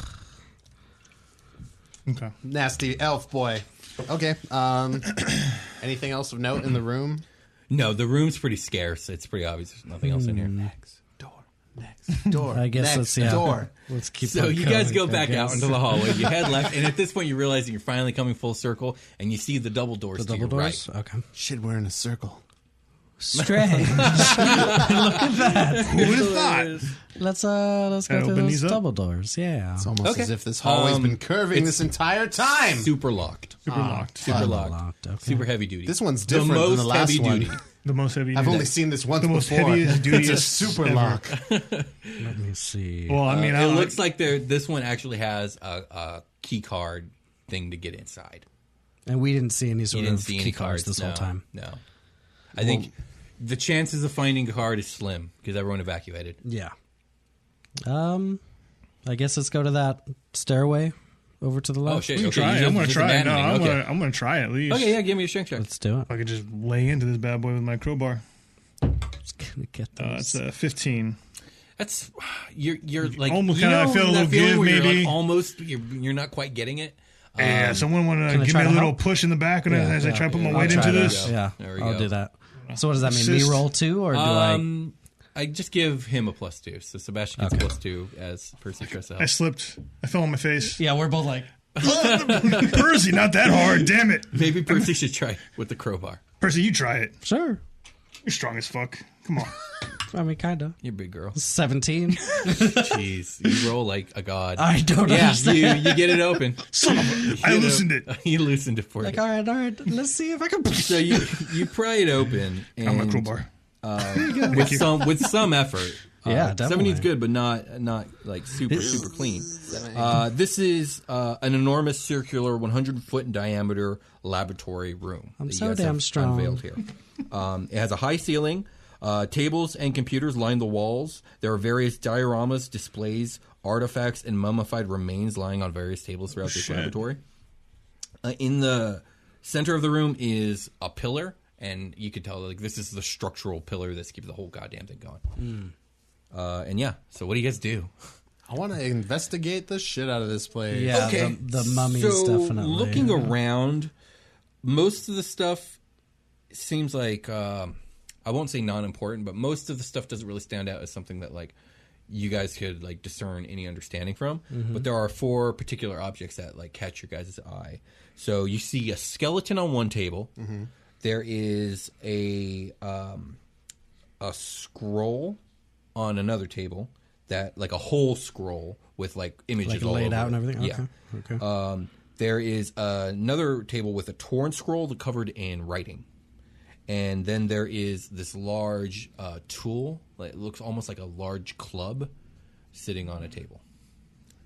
Speaker 4: okay.
Speaker 6: Nasty elf boy. Okay. Um, anything else of note in the room?
Speaker 3: No, the room's pretty scarce. It's pretty obvious. There's nothing else in here.
Speaker 6: Door. Next door.
Speaker 5: I guess
Speaker 6: next
Speaker 5: let's yeah.
Speaker 6: door.
Speaker 5: Let's keep.
Speaker 3: So
Speaker 5: on
Speaker 3: you guys go
Speaker 5: going, I
Speaker 3: back out
Speaker 5: guess.
Speaker 3: into the hallway. You head left, and at this point, you realize that you're finally coming full circle, and you see the double doors
Speaker 5: the
Speaker 3: to
Speaker 5: double
Speaker 3: your
Speaker 5: doors. Okay.
Speaker 6: Shit, we're in a circle.
Speaker 5: strange.
Speaker 4: Who would have thought?
Speaker 5: let's uh, let's
Speaker 4: Gotta
Speaker 5: go through
Speaker 4: open
Speaker 5: those
Speaker 4: these up.
Speaker 5: double doors. Yeah.
Speaker 6: It's almost
Speaker 3: Okay.
Speaker 6: as if this hallway's
Speaker 3: Um,
Speaker 6: been curving this entire time.
Speaker 3: Super locked.
Speaker 4: Super locked.
Speaker 3: Super locked.
Speaker 5: locked, okay.
Speaker 3: Super heavy duty.
Speaker 6: This one's different than the last one.
Speaker 4: The most heavy.
Speaker 6: I've
Speaker 4: duty.
Speaker 6: only seen this once
Speaker 4: The most
Speaker 6: before.
Speaker 4: heaviest,
Speaker 6: it's a
Speaker 4: dutiest
Speaker 6: super
Speaker 4: ever.
Speaker 6: lock.
Speaker 5: Let me see.
Speaker 4: Well, I mean, I
Speaker 3: Uh, it
Speaker 4: don't-
Speaker 3: looks like there. This one actually has a, a key card thing to get inside.
Speaker 5: and we didn't see any
Speaker 3: You
Speaker 5: sort
Speaker 3: didn't
Speaker 5: of
Speaker 3: see
Speaker 5: key
Speaker 3: any cards
Speaker 5: cards this
Speaker 3: no,
Speaker 5: whole time.
Speaker 3: No, I think the chances of finding a card is slim because everyone evacuated.
Speaker 5: Yeah. Um, I guess let's go to that stairway over to the left.
Speaker 3: Oh shit!
Speaker 4: I'm
Speaker 3: Okay, you
Speaker 4: gonna try. it. I'm
Speaker 3: just-
Speaker 4: gonna
Speaker 3: just
Speaker 4: try. it. No,
Speaker 3: abandoning.
Speaker 4: I'm
Speaker 3: okay.
Speaker 4: gonna. I'm gonna try at least.
Speaker 3: okay, yeah. Give me a strength check.
Speaker 5: Let's do it.
Speaker 4: If I could just lay into this bad boy with my crowbar.
Speaker 5: Just gonna get
Speaker 4: Uh,
Speaker 5: those.
Speaker 4: that's a 15.
Speaker 3: That's you're you're like
Speaker 4: almost
Speaker 3: you
Speaker 4: kinda- Oh I
Speaker 3: know
Speaker 4: feel a
Speaker 3: that
Speaker 4: little
Speaker 3: feeling
Speaker 4: give,
Speaker 3: where you're, like,
Speaker 4: maybe.
Speaker 3: almost you're you're not quite getting it.
Speaker 4: yeah, someone want
Speaker 5: can
Speaker 4: to
Speaker 5: I
Speaker 4: give
Speaker 5: try
Speaker 4: me a
Speaker 5: to
Speaker 4: little
Speaker 5: help?
Speaker 4: push in the back and as I try to put my
Speaker 3: yeah.
Speaker 4: weight
Speaker 3: I'll
Speaker 4: into
Speaker 3: try to
Speaker 4: this.
Speaker 3: go.
Speaker 5: Yeah,
Speaker 3: There we
Speaker 5: I'll
Speaker 3: go.
Speaker 5: do that. So what does that mean?
Speaker 4: Assist.
Speaker 5: Me roll two, or do
Speaker 3: Um, I just give him a plus two. So Sebastian gets a plus two as Percy tries to
Speaker 4: I
Speaker 3: help.
Speaker 4: slipped. I fell on my face.
Speaker 5: I? Yeah, we're both like.
Speaker 4: Percy, not that hard. Damn it.
Speaker 3: Maybe Percy should try with the crowbar.
Speaker 4: Percy, you try it.
Speaker 5: Sure.
Speaker 4: You're strong as fuck. Come on.
Speaker 5: I mean, kind of.
Speaker 3: You're a big girl.
Speaker 5: Seventeen.
Speaker 3: Jeez, you roll like a god.
Speaker 5: I don't
Speaker 3: yeah,
Speaker 5: understand.
Speaker 3: you, you get it open.
Speaker 4: Son of a- I
Speaker 3: You know,
Speaker 4: loosened it.
Speaker 3: He loosened it for
Speaker 5: Like,
Speaker 3: you.
Speaker 5: all right, all right. Let's see if I can.
Speaker 3: So you you pry it open and
Speaker 4: I'm my crowbar.
Speaker 3: Mm. Uh, with some with some effort.
Speaker 5: Yeah,
Speaker 3: uh,
Speaker 5: definitely.
Speaker 3: seventeen's good, but not not like super super clean. Uh, this is uh, an enormous circular, one hundred foot in diameter laboratory room. I'm
Speaker 5: so damn strong.
Speaker 3: Unveiled here. Um, it has a high ceiling. Uh, tables and computers line the walls. There are various dioramas, displays, artifacts, and mummified remains lying on various tables throughout this
Speaker 4: shit.
Speaker 3: laboratory. Uh, in the center of the room is a pillar, and you could tell like this is the structural pillar that's keeps the whole goddamn thing going.
Speaker 5: Mm.
Speaker 3: Uh, and yeah, so what do you guys do?
Speaker 6: I want to investigate the shit out of this place.
Speaker 5: Yeah, the, the mummies
Speaker 3: so
Speaker 5: definitely.
Speaker 3: Looking around, most of the stuff seems like um, I won't say non-important, but most of the stuff doesn't really stand out as something that like you guys could like discern any understanding from.
Speaker 5: Mm-hmm.
Speaker 3: But there are four particular objects that like catch your guys' eye. So you see a skeleton on one table. There is a um, a scroll on another table that like a whole scroll with like images
Speaker 5: like
Speaker 3: all
Speaker 5: laid
Speaker 3: over
Speaker 5: out and
Speaker 3: it.
Speaker 5: everything.
Speaker 3: Yeah.
Speaker 5: Okay. Okay.
Speaker 3: Um, there is another table with a torn scroll covered in writing. And then there is this large uh, tool. Like, it looks almost like a large club sitting on a table.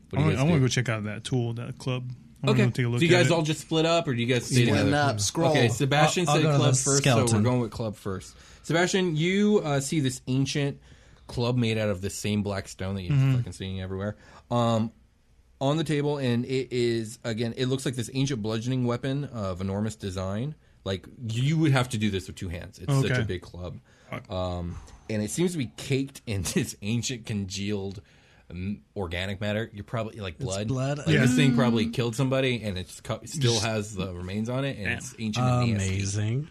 Speaker 3: What
Speaker 4: I
Speaker 3: do you
Speaker 4: want,
Speaker 3: guys
Speaker 4: I want to
Speaker 3: do?
Speaker 4: go check out that tool, that club. I
Speaker 3: Okay.
Speaker 4: want to take a look
Speaker 3: do you
Speaker 4: at
Speaker 3: guys
Speaker 4: it.
Speaker 3: all just split up, or do you guys stay
Speaker 6: Split
Speaker 3: together?
Speaker 6: up, scroll.
Speaker 3: Okay, Sebastian
Speaker 5: I'll- I'll
Speaker 3: said
Speaker 5: go to
Speaker 3: club
Speaker 5: the
Speaker 3: first, so
Speaker 5: skeleton.
Speaker 3: we're going with club first. Sebastian, you uh, see this ancient club made out of the same black stone that you're
Speaker 4: Mm-hmm.
Speaker 3: fucking seeing everywhere um, on the table, and it is again. It looks like this ancient bludgeoning weapon of enormous design. Like you would have to do this with two hands. It's such
Speaker 4: Okay. Uh,
Speaker 3: a big club, um, and it seems to be caked in this ancient congealed. um, Organic matter, you're probably like blood.
Speaker 5: blood.
Speaker 3: Like,
Speaker 5: Yeah.
Speaker 3: this thing probably killed somebody, and it's co- it still has the remains on it, and it's ancient and nasty.
Speaker 5: Amazing.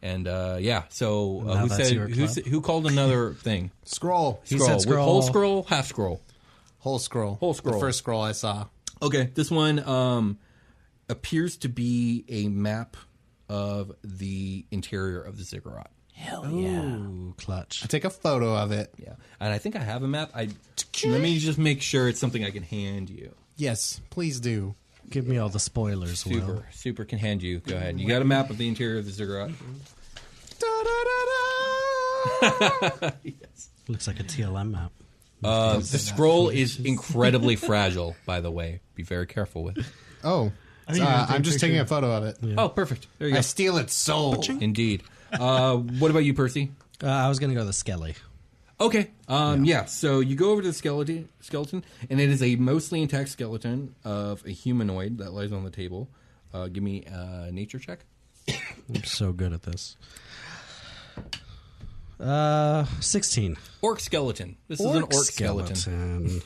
Speaker 3: And uh, yeah, so uh,
Speaker 5: Now
Speaker 3: who
Speaker 5: that's
Speaker 3: said
Speaker 5: your
Speaker 3: who,
Speaker 5: club.
Speaker 3: said- who called another thing?
Speaker 6: Scroll.
Speaker 3: Scroll.
Speaker 5: said
Speaker 3: With Whole
Speaker 5: scroll.
Speaker 3: scroll, half scroll.
Speaker 6: Whole scroll.
Speaker 3: Whole scroll.
Speaker 6: The first scroll I saw.
Speaker 3: Okay, this one um, appears to be a map of the interior of the ziggurat.
Speaker 5: Hell yeah. Ooh, clutch.
Speaker 6: I take a photo of it.
Speaker 3: Yeah, and I think I have a map. I let me just make sure it's something I can hand you.
Speaker 6: Yes, please do.
Speaker 5: Give me all the spoilers, Will.
Speaker 3: Super, super can hand you. Go ahead. You got a map of the interior of the ziggurat.
Speaker 6: Da, da, da, da.
Speaker 5: Looks like a TLM map.
Speaker 3: Uh, the scroll is incredibly fragile, by the way. Be very careful with it.
Speaker 6: oh,
Speaker 4: think you
Speaker 6: uh,
Speaker 4: gotta take
Speaker 6: I'm
Speaker 4: a
Speaker 6: just
Speaker 4: picture.
Speaker 6: taking a photo of it.
Speaker 3: Oh, perfect. There you
Speaker 6: I
Speaker 3: go.
Speaker 6: steal its soul.
Speaker 3: Indeed. Uh, what about you, Percy?
Speaker 5: Uh, I was gonna go the Skelly.
Speaker 3: Okay. Um, yeah. So you go over to the skeleton, skeleton, and it is a mostly intact skeleton of a humanoid that lies on the table. Uh, give me a nature check.
Speaker 5: I'm so good at this. Uh, sixteen.
Speaker 3: Orc skeleton. This is an orc skeleton.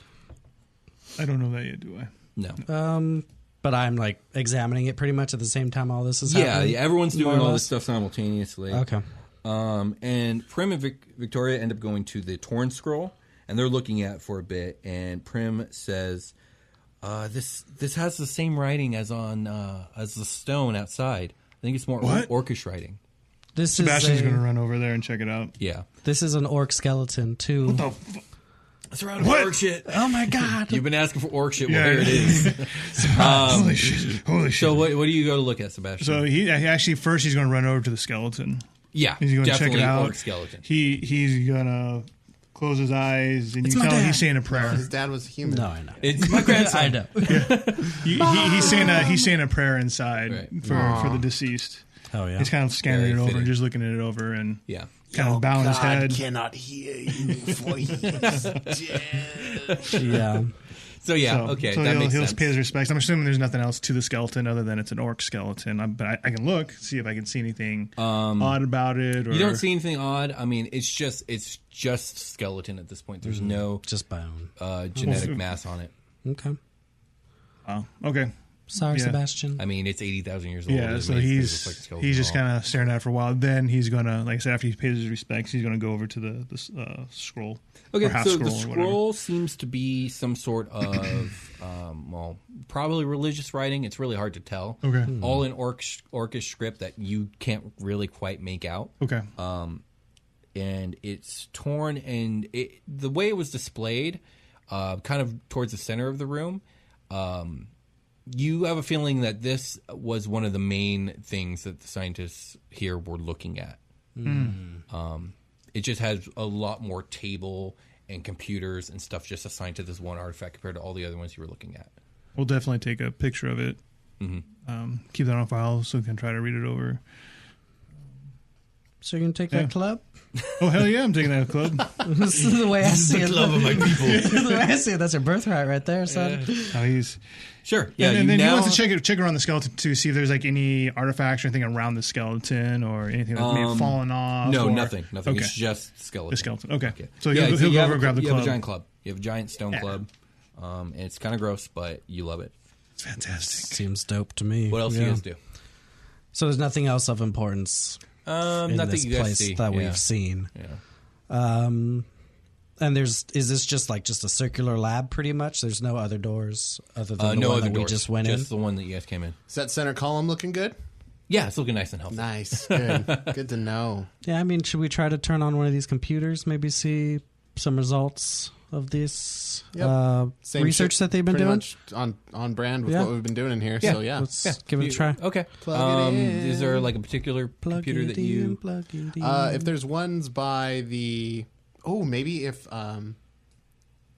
Speaker 4: I don't know that yet, do I?
Speaker 3: No.
Speaker 5: Um, but I'm like examining it pretty much at the same time all this is
Speaker 3: yeah,
Speaker 5: happening.
Speaker 3: yeah. Everyone's
Speaker 5: more
Speaker 3: doing
Speaker 5: or
Speaker 3: all
Speaker 5: less.
Speaker 3: this stuff simultaneously.
Speaker 5: Okay.
Speaker 3: Um, and Prim and Vic- Victoria end up going to the Torn Scroll, and they're looking at it for a bit. And Prim says, uh, "This this has the same writing as on uh, as the stone outside. I think it's more or-
Speaker 4: What?
Speaker 3: orcish writing."
Speaker 5: This
Speaker 4: Sebastian's
Speaker 5: is a,
Speaker 4: going to run over there and check it out.
Speaker 3: Yeah.
Speaker 5: this is an orc skeleton too.
Speaker 3: That's around
Speaker 4: What?
Speaker 3: orc shit.
Speaker 5: oh my god!
Speaker 3: You've been asking for orc shit. Well,
Speaker 4: Yeah.
Speaker 3: here it is.
Speaker 4: holy shit! Holy shit!
Speaker 3: So what, what do you go to look at, Sebastian?
Speaker 4: So he he actually first he's going to run over to the skeleton.
Speaker 3: yeah,
Speaker 4: He's going to check
Speaker 3: definitely
Speaker 4: it out.
Speaker 3: orc skeleton.
Speaker 4: He he's going to close his eyes and
Speaker 5: It's
Speaker 4: you
Speaker 5: my
Speaker 4: tell
Speaker 5: dad.
Speaker 4: he's saying a prayer.
Speaker 6: His dad was a human.
Speaker 5: No, I know.
Speaker 3: It's my grandson.
Speaker 5: I know.
Speaker 4: He, he, he's saying a he's saying a prayer inside
Speaker 3: Right.
Speaker 4: for for the deceased.
Speaker 5: Oh yeah.
Speaker 4: He's kind of scanning
Speaker 3: Very
Speaker 4: it over
Speaker 3: fitting.
Speaker 4: and just looking at it over and
Speaker 3: Yeah.
Speaker 4: kind
Speaker 6: Oh,
Speaker 4: of bowing his head.
Speaker 6: cannot hear you, for he is dead.
Speaker 5: yeah.
Speaker 3: So yeah,
Speaker 4: So-
Speaker 3: okay,
Speaker 4: so
Speaker 3: that
Speaker 4: he'll,
Speaker 3: makes
Speaker 4: he'll
Speaker 3: sense.
Speaker 4: pay his respects. I'm assuming there's nothing else to the skeleton other than it's an orc skeleton. I, but I, I can look, see if I can see anything odd about it. Or,
Speaker 3: Um, you don't see anything odd. I mean, it's just it's just skeleton at this point. There's
Speaker 4: Mm-hmm.
Speaker 3: no
Speaker 5: Just bone.
Speaker 3: uh, genetic
Speaker 4: Well,
Speaker 3: mass on it.
Speaker 5: Okay.
Speaker 4: Oh, okay.
Speaker 5: Sorry,
Speaker 4: Yeah.
Speaker 5: Sebastian.
Speaker 3: I mean, it's eighty thousand years old.
Speaker 4: Yeah,
Speaker 3: It
Speaker 4: so
Speaker 3: makes- it
Speaker 4: he's
Speaker 3: looks like a skeleton
Speaker 4: he's just
Speaker 3: at all.
Speaker 4: kind of staring at it for a while. Then he's gonna, like I said, after he pays his respects, he's gonna go over to the this uh, scroll. or
Speaker 3: Okay,
Speaker 4: half
Speaker 3: so
Speaker 4: scroll
Speaker 3: the
Speaker 4: or whatever.
Speaker 3: scroll seems to be some sort of, um, well, probably religious writing. It's really hard to tell.
Speaker 4: Okay. Hmm.
Speaker 3: all in orc orcish script that you can't really quite make out,
Speaker 4: Okay,
Speaker 3: Uh, and it's torn. And it, the way it was displayed, uh, kind of towards the center of the room, um, you have a feeling that this was one of the main things that the scientists here were looking at.
Speaker 4: Hmm.
Speaker 3: Um, It just has a lot more table and computers and stuff just assigned to this one artifact compared to all the other ones you were looking at.
Speaker 4: we'll definitely take a picture of it.
Speaker 3: Mm-hmm.
Speaker 4: Um, keep that on file so we can try to read it over.
Speaker 5: so you're gonna take
Speaker 4: Yeah.
Speaker 5: that club?
Speaker 4: Oh hell yeah, I'm taking that club.
Speaker 5: this is the way I see it.
Speaker 3: of my people.
Speaker 5: the way I see it, that's your birthright right there, son.
Speaker 4: Oh, he's
Speaker 3: sure. Yeah.
Speaker 4: and then,
Speaker 3: you
Speaker 4: then
Speaker 3: now,
Speaker 4: he wants to check it, check around the skeleton to see if there's like any artifacts or anything around the skeleton or anything that may have fallen off.
Speaker 3: Um, No,
Speaker 4: or-
Speaker 3: nothing. Nothing.
Speaker 4: Okay.
Speaker 3: It's just skeleton.
Speaker 4: The skeleton. Okay.
Speaker 3: Okay.
Speaker 4: So
Speaker 3: Yeah,
Speaker 4: he'll, he'll
Speaker 3: you
Speaker 4: go
Speaker 3: have
Speaker 4: over
Speaker 3: a-
Speaker 4: and grab the
Speaker 3: you
Speaker 4: club.
Speaker 3: have a giant club. You have a giant stone club. Um, and it's kind of gross, but you love it.
Speaker 4: It's fantastic.
Speaker 5: Seems dope to me.
Speaker 3: What else do
Speaker 5: Yeah.
Speaker 3: you guys do?
Speaker 5: So there's nothing else of importance
Speaker 3: Um,
Speaker 5: in
Speaker 3: not
Speaker 5: this
Speaker 3: that you guys
Speaker 5: place
Speaker 3: see.
Speaker 5: that
Speaker 3: Yeah.
Speaker 5: we've seen.
Speaker 3: Yeah.
Speaker 5: Um, and there's is this just like just a circular lab, pretty much? There's no other doors other than
Speaker 3: Uh,
Speaker 5: the
Speaker 3: no
Speaker 5: one
Speaker 3: other
Speaker 5: that
Speaker 3: doors.
Speaker 5: we just went
Speaker 3: just
Speaker 5: in.
Speaker 3: the one that you guys came in.
Speaker 6: Is that center column looking good?
Speaker 3: Yeah, it's looking nice and healthy.
Speaker 6: Nice. Good. good to know.
Speaker 5: Yeah, I mean, should we try to turn on one of these computers? Maybe see some results of this
Speaker 6: Yep.
Speaker 5: uh,
Speaker 6: Same
Speaker 5: research
Speaker 6: shit,
Speaker 5: that they've been
Speaker 6: pretty
Speaker 5: doing.
Speaker 6: Much on on brand with
Speaker 5: Yeah.
Speaker 6: what we've been doing in here. So yeah.
Speaker 5: Let's give it a try.
Speaker 3: Okay.
Speaker 6: Plug it
Speaker 3: um,
Speaker 6: in.
Speaker 3: Is there like a particular
Speaker 5: Plug
Speaker 3: computer
Speaker 5: it
Speaker 3: that
Speaker 5: in,
Speaker 3: you?
Speaker 5: plug it in.
Speaker 6: Uh, if there's ones by the oh maybe if um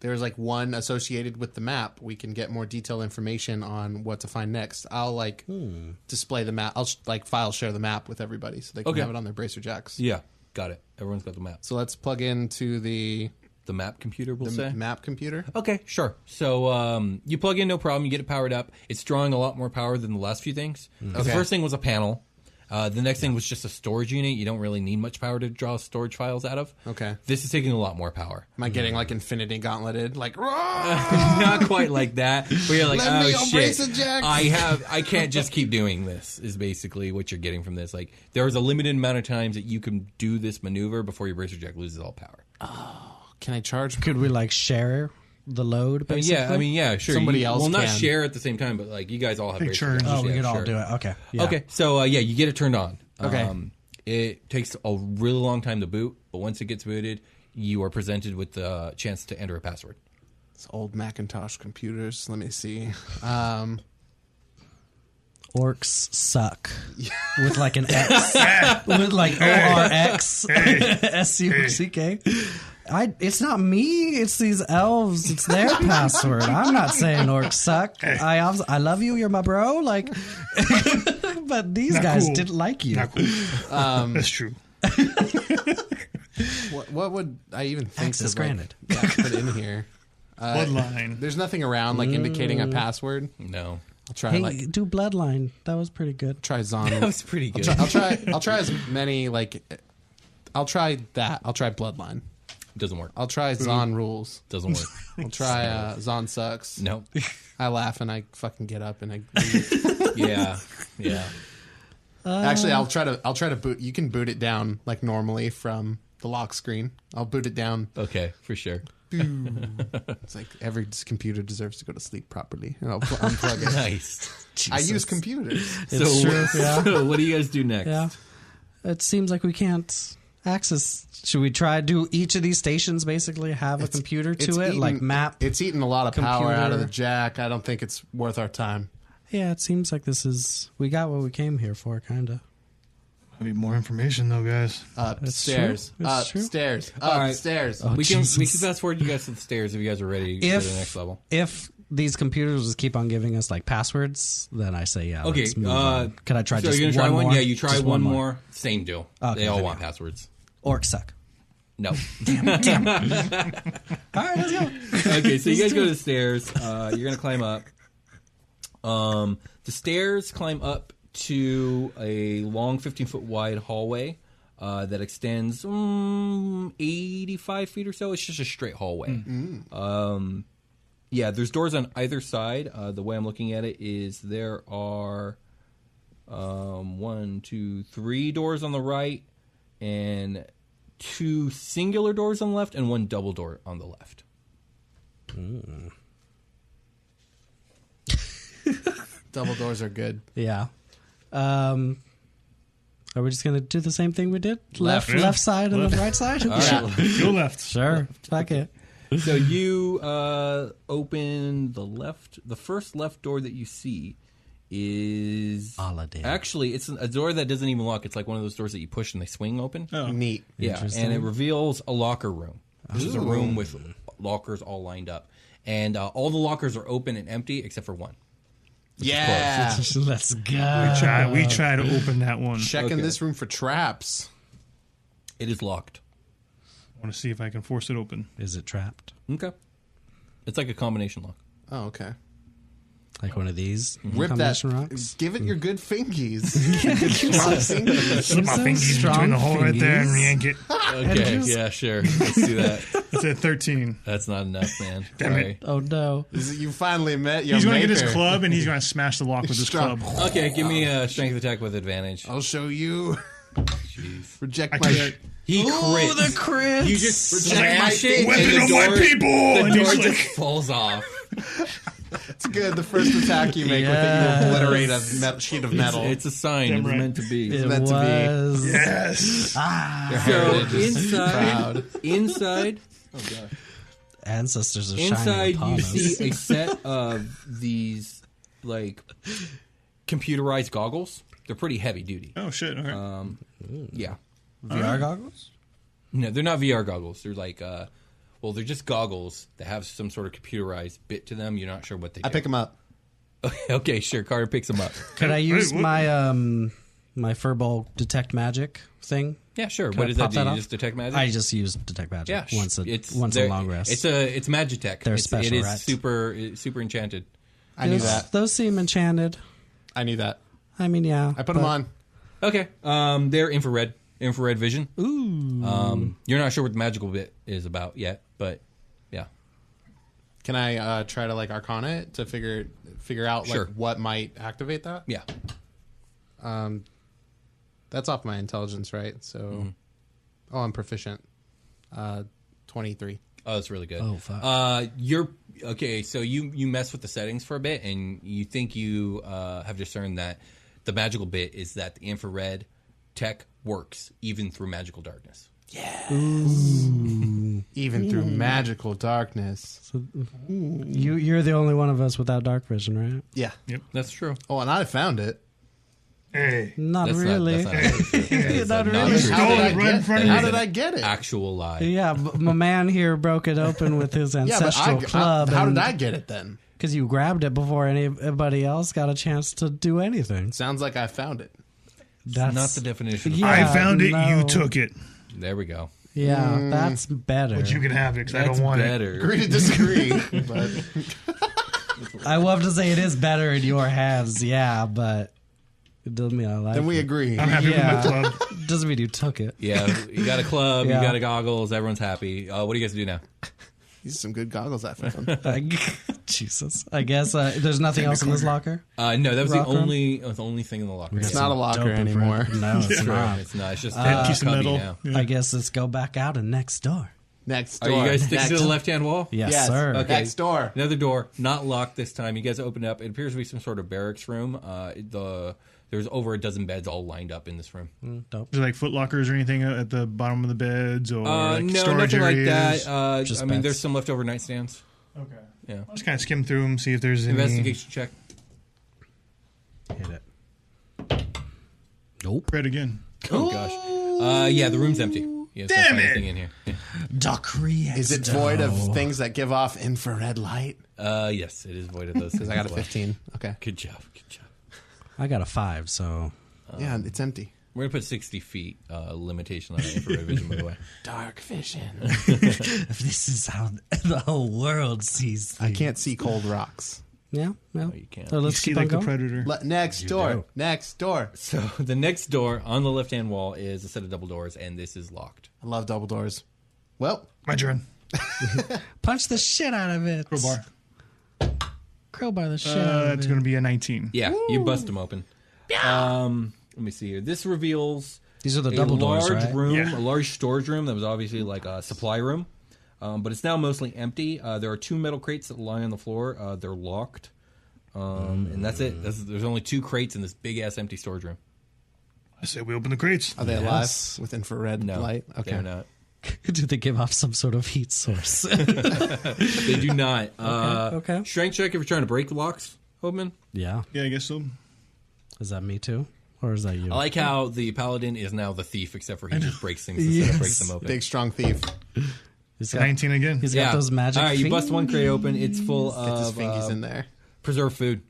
Speaker 6: there's like one associated with the map we can get more detailed information on what to find next i'll like
Speaker 5: Hmm.
Speaker 6: display the map i'll sh- like file share the map with everybody so they can
Speaker 3: Okay.
Speaker 6: have it on their bracer jacks
Speaker 3: Yeah, got it. Everyone's got the map.
Speaker 6: so let's plug into the,
Speaker 3: The map computer, we'll
Speaker 6: the
Speaker 3: say.
Speaker 6: map computer
Speaker 3: Okay, sure. So um, you plug in, no problem. You get it powered up. It's drawing a lot more power than the last few things. 'Cause The
Speaker 6: Mm-hmm. Okay.
Speaker 3: first thing was a panel. Uh, the next thing was just a storage unit. You don't really need much power to draw storage files out of.
Speaker 6: Okay.
Speaker 3: This is taking a lot more power.
Speaker 6: am i getting like infinity gauntleted like
Speaker 3: Not quite like that. But you're like,
Speaker 6: Let me
Speaker 3: oh
Speaker 6: embrace
Speaker 3: shit,
Speaker 6: it, Jack."
Speaker 3: I have, I can't just keep doing this. Is basically what you're getting from this. Like there is a limited amount of times that you can do this maneuver before your bracer jack loses all power.
Speaker 6: can i charge
Speaker 5: Could we like share the load?
Speaker 3: But
Speaker 5: Basically?
Speaker 3: yeah, I mean, yeah, sure.
Speaker 6: Somebody
Speaker 3: you,
Speaker 6: else
Speaker 3: Well, not
Speaker 6: can.
Speaker 3: share at the same time, but like you guys all have
Speaker 4: Big
Speaker 3: bracer
Speaker 4: churn.
Speaker 3: jacks.
Speaker 5: Oh, we
Speaker 3: Yeah,
Speaker 5: could all
Speaker 3: sure.
Speaker 5: do it. Okay. Yeah.
Speaker 3: Okay, so uh, yeah, you get it turned on. Um,
Speaker 6: Okay.
Speaker 3: it takes a really long time to boot, but once it gets booted, you are presented with the chance to enter a password.
Speaker 6: it's old macintosh computers let me see um
Speaker 5: Orcs suck. With like an X. with like O R X S U C K. I, it's not me. It's these elves. It's their password. I'm not saying orcs suck. I obs- I love you. You're my bro. Like, but these
Speaker 4: Not
Speaker 5: guys
Speaker 4: cool.
Speaker 5: didn't like you.
Speaker 4: Not cool.
Speaker 3: Um,
Speaker 4: That's true.
Speaker 6: what, what would i even think
Speaker 5: Access
Speaker 6: to, like,
Speaker 5: granted.
Speaker 6: yeah, put in here
Speaker 3: uh,
Speaker 4: Bloodline.
Speaker 6: there's nothing around like indicating a password
Speaker 3: No,
Speaker 6: I'll try
Speaker 5: Hey,
Speaker 6: like
Speaker 5: do bloodline. That was pretty good.
Speaker 6: try zombie.
Speaker 3: that was pretty good.
Speaker 6: I'll try I'll try as many like I'll try that. I'll try bloodline.
Speaker 3: Doesn't work.
Speaker 6: I'll try Zon rules.
Speaker 3: Doesn't work.
Speaker 6: I'll try uh, Zon sucks.
Speaker 3: no.
Speaker 6: I laugh and I fucking get up and I
Speaker 3: Yeah. Yeah.
Speaker 6: actually I'll try to I'll try to boot. You can boot it down like normally from the lock screen. I'll boot it down.
Speaker 3: Okay, for sure.
Speaker 6: It's like every s- computer deserves to go to sleep properly. And I'll pl- unplug it.
Speaker 3: Nice.
Speaker 6: I use computers.
Speaker 5: It's
Speaker 3: so,
Speaker 5: true, yeah.
Speaker 3: so what do you guys do next?
Speaker 5: Yeah. It seems like we can't access. Should we try do each of these stations basically have a computer to
Speaker 6: It's
Speaker 5: it,
Speaker 6: eaten-
Speaker 5: like map?
Speaker 6: It's eating a lot of power
Speaker 5: computer.
Speaker 6: out of the jack. I don't think it's worth our time.
Speaker 5: yeah, it seems like this is we got what we came here for, kind of.
Speaker 4: I need more information though, guys.
Speaker 6: Uh, Upstairs,
Speaker 5: true. That's true. Oh.
Speaker 6: upstairs,
Speaker 3: right.
Speaker 6: upstairs.
Speaker 3: we can we
Speaker 5: Jesus.
Speaker 3: can fast forward you guys to the stairs if you guys are ready
Speaker 5: If
Speaker 3: for the next level.
Speaker 5: if these computers just keep on giving us like passwords, then I say yeah.
Speaker 3: Okay,
Speaker 5: let's move
Speaker 3: uh,
Speaker 5: on. could I try
Speaker 3: so
Speaker 5: just
Speaker 3: you're gonna try
Speaker 5: one,
Speaker 3: one?
Speaker 5: more?
Speaker 3: Yeah, you try
Speaker 5: Just
Speaker 3: one, more. Same deal.
Speaker 5: Okay,
Speaker 3: they all
Speaker 5: there
Speaker 3: want
Speaker 5: you go.
Speaker 3: passwords.
Speaker 5: Orcs suck.
Speaker 3: No.
Speaker 5: All right, let's go.
Speaker 3: okay, so you guys go to the stairs. Uh, you're gonna climb up. Um, the stairs climb up to a long 15 foot wide hallway uh, that extends mm, 85 feet or so. It's just a straight hallway. Um, yeah, there's doors on either side. Uh, the way I'm looking at it is there are um, one, two, three doors on the right, and two singular doors on the left, and one double door on the left.
Speaker 6: Double doors are good.
Speaker 5: Yeah. Um, are we just gonna do the same thing we did? Left,
Speaker 4: Left.
Speaker 5: left, side, and then right side. Yeah.
Speaker 4: Go left.
Speaker 5: Sure, fuck it.
Speaker 3: so you uh, open the left. The first left door that you see is
Speaker 5: Aladdin.
Speaker 3: actually it's a door that doesn't even lock. It's like one of those doors that you push and they swing open.
Speaker 5: Oh.
Speaker 6: Neat.
Speaker 3: yeah, and it reveals a locker room. This is a room with lockers all lined up, and uh, all the lockers are open and empty except for one.
Speaker 6: Yeah,
Speaker 5: Let's go.
Speaker 4: We try.
Speaker 3: Uh,
Speaker 4: We try to open that one.
Speaker 6: checking
Speaker 3: Okay.
Speaker 6: this room for traps.
Speaker 3: It is locked.
Speaker 4: I want to see if I can force it open.
Speaker 5: Is it trapped?
Speaker 3: Okay, it's like a combination lock.
Speaker 6: Oh, okay.
Speaker 5: Like one of these
Speaker 6: Rip that.
Speaker 5: combination rocks? Hmm.
Speaker 6: Give it your good fingies. Strong fingies.
Speaker 4: Put my
Speaker 5: so
Speaker 4: fingers
Speaker 5: strong
Speaker 4: between the hole right there and
Speaker 5: fingers.
Speaker 4: yank it.
Speaker 3: Okay, yeah, sure. Let's do that.
Speaker 4: It's at 13.
Speaker 3: That's not enough, man. Sorry.
Speaker 5: Oh no!
Speaker 6: You finally met your
Speaker 4: He's going to
Speaker 6: maker.
Speaker 4: get his club and he's going to smash the lock with his
Speaker 6: Strong.
Speaker 4: club.
Speaker 3: Okay, give me a strength attack with advantage.
Speaker 6: I'll show you. Reject
Speaker 4: I
Speaker 6: my
Speaker 4: can't-
Speaker 3: He crits.
Speaker 5: crits.
Speaker 3: You just
Speaker 6: Reject my
Speaker 3: smash it, and
Speaker 4: Weapon
Speaker 3: the
Speaker 4: of
Speaker 3: door,
Speaker 4: my people!
Speaker 3: the
Speaker 4: And
Speaker 3: door
Speaker 4: he's
Speaker 3: just
Speaker 4: like,
Speaker 3: falls off.
Speaker 6: It's good. The first attack you make
Speaker 5: Yes.
Speaker 6: with it, you obliterate a metal, sheet of metal.
Speaker 3: It's a sign. It was
Speaker 4: right.
Speaker 3: meant to be.
Speaker 5: it
Speaker 6: meant to be.
Speaker 5: was.
Speaker 4: yes.
Speaker 3: So
Speaker 6: Heritage is
Speaker 3: inside,
Speaker 6: proud.
Speaker 3: inside,
Speaker 5: Ancestors are shining
Speaker 3: inside,
Speaker 5: upon
Speaker 3: you
Speaker 5: us.
Speaker 3: see a set of these like computerized goggles. They're pretty heavy duty.
Speaker 4: Oh, shit. All right.
Speaker 3: Uh, Yeah.
Speaker 5: VR goggles.
Speaker 3: No, they're not VR goggles. They're like, uh, well, they're just goggles that have some sort of computerized bit to them. You're not sure what they.
Speaker 6: I
Speaker 3: do.
Speaker 6: pick him up.
Speaker 3: okay, sure. Carter picks them up.
Speaker 5: Could I
Speaker 4: Wait,
Speaker 5: use
Speaker 4: what?
Speaker 5: my um my furball detect magic thing?
Speaker 3: Yeah, sure.
Speaker 5: Can
Speaker 3: what
Speaker 5: I
Speaker 3: does that
Speaker 5: pop
Speaker 3: do?
Speaker 5: that
Speaker 3: you
Speaker 5: off?
Speaker 3: just detect magic.
Speaker 5: I just use detect magic
Speaker 3: Yeah, sh-
Speaker 5: once a once
Speaker 3: they're-
Speaker 5: a long rest.
Speaker 3: It's a it's Magitech.
Speaker 5: They're
Speaker 3: it's, It
Speaker 5: special,
Speaker 3: is
Speaker 5: right?
Speaker 3: super it's super enchanted.
Speaker 6: I knew
Speaker 5: Those-
Speaker 6: that.
Speaker 5: Those seem enchanted.
Speaker 6: I knew that.
Speaker 5: I mean, yeah.
Speaker 6: I put him on.
Speaker 3: Okay, um, they're infrared infrared vision. Ooh, um, you're not sure what the magical bit is about yet, but yeah,
Speaker 6: Can I uh, try to like Arcana it to figure figure out like
Speaker 3: Sure.
Speaker 6: what might activate that?
Speaker 3: yeah.
Speaker 6: That's off my intelligence, right? So,
Speaker 3: Mm-hmm.
Speaker 6: oh, I'm proficient. Uh, Twenty three.
Speaker 3: Oh, that's really good.
Speaker 5: Oh, fuck.
Speaker 3: Uh, you're okay. So you you mess with the settings for a bit, and you think you uh, have discerned that the magical bit is that the infrared tech works even through magical darkness.
Speaker 6: Even through magical darkness.
Speaker 5: You you're the only one of us without dark vision, right?
Speaker 6: Yeah.
Speaker 3: That's true.
Speaker 6: Oh, and I found it.
Speaker 4: Hey.
Speaker 5: Not
Speaker 3: That's
Speaker 5: really.
Speaker 3: Not, that's not, that is
Speaker 5: Not
Speaker 3: a
Speaker 5: really.
Speaker 3: non-true
Speaker 6: How did
Speaker 4: Stole
Speaker 6: I
Speaker 4: it right in
Speaker 6: get?
Speaker 4: front of
Speaker 6: How
Speaker 4: me.
Speaker 6: did I get it?
Speaker 3: actual lie.
Speaker 5: yeah, but my man here broke it open with his
Speaker 6: Yeah, but I,
Speaker 5: ancestral
Speaker 6: I-
Speaker 5: club.
Speaker 6: how did I get it then?
Speaker 5: Because you grabbed it before anybody else got a chance to do anything.
Speaker 6: Sounds like I found it.
Speaker 5: That's
Speaker 3: Not the definition. Of
Speaker 5: Yeah.
Speaker 4: I found it.
Speaker 5: no.
Speaker 4: You took it.
Speaker 3: There we go.
Speaker 5: Yeah, that's better.
Speaker 4: You can have it 'cause I don't want it.
Speaker 3: better.
Speaker 6: Agree to disagree, but
Speaker 5: I love to say it is better in your hands, yeah, but it doesn't mean I like
Speaker 6: then we
Speaker 5: it.
Speaker 6: agree.
Speaker 4: I'm happy
Speaker 5: Yeah.
Speaker 4: with my club.
Speaker 5: doesn't mean you took it.
Speaker 3: Yeah, you got a club,
Speaker 5: Yeah.
Speaker 3: you got a goggles, everyone's happy. Uh, what do you guys do now?
Speaker 6: These are some good goggles I found.
Speaker 5: Jesus. I guess uh, there's nothing else in this locker.
Speaker 3: Uh, no, that was
Speaker 5: Rock
Speaker 3: the
Speaker 5: room?
Speaker 3: only that was the only thing in the locker.
Speaker 6: It's
Speaker 3: Yeah.
Speaker 6: not a locker anymore.
Speaker 5: No, it's
Speaker 3: True.
Speaker 5: not.
Speaker 3: It's not. It's just
Speaker 4: That
Speaker 3: a
Speaker 4: piece of
Speaker 3: cubby
Speaker 4: metal.
Speaker 3: now.
Speaker 4: Yeah.
Speaker 5: I guess let's go back out and next door.
Speaker 6: Next
Speaker 3: Are
Speaker 6: door.
Speaker 3: you guys sticking
Speaker 6: next,
Speaker 3: to the left-hand wall?
Speaker 5: Yes,
Speaker 6: Yes.
Speaker 5: sir.
Speaker 3: Okay.
Speaker 6: Next door.
Speaker 3: Another door, not locked this time. You guys open it up. It appears to be some sort of barracks room. Uh, it- the There's over a dozen beds all lined up in this room. Uh,
Speaker 5: Dope.
Speaker 4: Is there like foot lockers or anything at the bottom of the beds or
Speaker 3: Uh,
Speaker 4: like
Speaker 3: no,
Speaker 4: storage
Speaker 3: nothing like
Speaker 4: areas?
Speaker 3: that. Uh,
Speaker 5: Just
Speaker 3: I mean,
Speaker 5: beds.
Speaker 3: there's some leftover nightstands.
Speaker 4: Okay.
Speaker 3: Yeah.
Speaker 4: I'll just kind of skim through them, see if there's any.
Speaker 3: Investigation check.
Speaker 5: Hit it. Nope.
Speaker 4: Red again.
Speaker 3: Oh gosh. Uh, yeah, the room's empty. Yeah, it's
Speaker 4: Damn
Speaker 3: not
Speaker 4: it.
Speaker 3: anything in here. Yeah.
Speaker 5: Dockery.
Speaker 6: Is it void of things that give off infrared light?
Speaker 3: Uh, yes, it is void of those. Because
Speaker 6: I got a 15. Okay.
Speaker 3: Good job. Good job.
Speaker 5: I got a five, so
Speaker 3: Uh,
Speaker 6: Yeah, it's empty.
Speaker 3: We're gonna put sixty feet uh, limitation on infrared vision. By the way,
Speaker 6: Dark vision.
Speaker 5: if this is how the whole world sees.
Speaker 6: I can't see cold rocks.
Speaker 5: Yeah, well,
Speaker 3: you can't.
Speaker 5: So let's
Speaker 4: see
Speaker 5: keep
Speaker 4: like
Speaker 5: on
Speaker 4: the
Speaker 5: going.
Speaker 4: predator.
Speaker 6: Le- next door. Next door.
Speaker 3: so the next door on the left-hand wall is a set of double doors, and this is locked.
Speaker 6: I love double doors. Well,
Speaker 4: My turn.
Speaker 5: Punch the shit out of it.
Speaker 4: Crowbar.
Speaker 5: Crowbar the shit out
Speaker 4: Uh,
Speaker 5: of
Speaker 4: it's
Speaker 5: it.
Speaker 4: going to be a 19.
Speaker 3: Yeah, you bust them open. Um, let me see here. This reveals
Speaker 5: These are the
Speaker 3: a
Speaker 5: double
Speaker 3: large
Speaker 5: doors, right?
Speaker 3: room,
Speaker 4: Yeah.
Speaker 3: a large storage room that was obviously like a supply room, um, but it's now mostly empty. Uh, there are two metal crates that lie on the floor. Uh, they're locked, um, and that's it. That's, there's only two crates in this big ass empty storage room.
Speaker 4: I say we open the crates.
Speaker 6: are they
Speaker 5: Yes.
Speaker 6: alive with infrared
Speaker 3: No,
Speaker 6: light?
Speaker 3: they're not.
Speaker 5: Do they give off some sort of heat source?
Speaker 3: They do not. uh,
Speaker 5: okay.
Speaker 3: Strength check if you're trying to break locks, Hopeman.
Speaker 5: yeah.
Speaker 4: Yeah, I guess so.
Speaker 5: Is that me too? Or is that you?
Speaker 3: I like how the paladin is now the thief, except for he just breaks things instead of
Speaker 5: Yes.
Speaker 3: breaks them open.
Speaker 6: Big strong thief.
Speaker 5: he's got,
Speaker 4: 19 again.
Speaker 5: he's got those magic
Speaker 3: All right, you bust
Speaker 5: feet.
Speaker 3: one crate open. It's full
Speaker 6: Get his
Speaker 3: of
Speaker 6: fingies
Speaker 3: uh,
Speaker 6: in there.
Speaker 3: preserved food.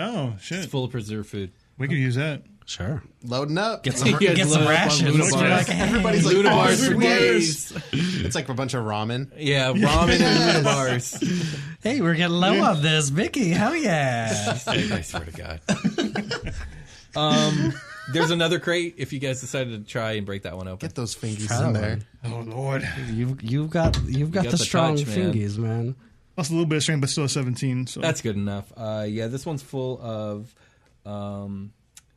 Speaker 4: Oh,
Speaker 3: It's
Speaker 4: shit.
Speaker 3: full of preserved food.
Speaker 4: We could use that.
Speaker 5: Sure.
Speaker 6: Loading up.
Speaker 5: Get some,
Speaker 3: Yeah,
Speaker 5: get some
Speaker 3: load up on
Speaker 5: rations.
Speaker 3: Lunabars.
Speaker 5: You're like, hey,
Speaker 6: Everybody's like,
Speaker 3: Luna
Speaker 6: "Oh,
Speaker 3: bars for
Speaker 6: sweet."
Speaker 3: days.
Speaker 6: It's like a bunch of ramen.
Speaker 3: Yeah, ramen and Luna bars.
Speaker 5: hey, we're getting low on this. Mickey, hell yeah.
Speaker 3: I swear to God. um, there's another crate if you guys decided to try and break that one open.
Speaker 6: Get those fingies
Speaker 5: Try
Speaker 6: in
Speaker 5: that
Speaker 6: there.
Speaker 5: one.
Speaker 4: Oh, Lord.
Speaker 5: You've, you've got, you've got,
Speaker 3: got
Speaker 5: the
Speaker 3: the
Speaker 5: strong
Speaker 3: touch, man.
Speaker 5: fingies, man.
Speaker 4: Plus a little bit of strength, but still a 17. So
Speaker 3: That's good enough. Uh, yeah, this one's full of um,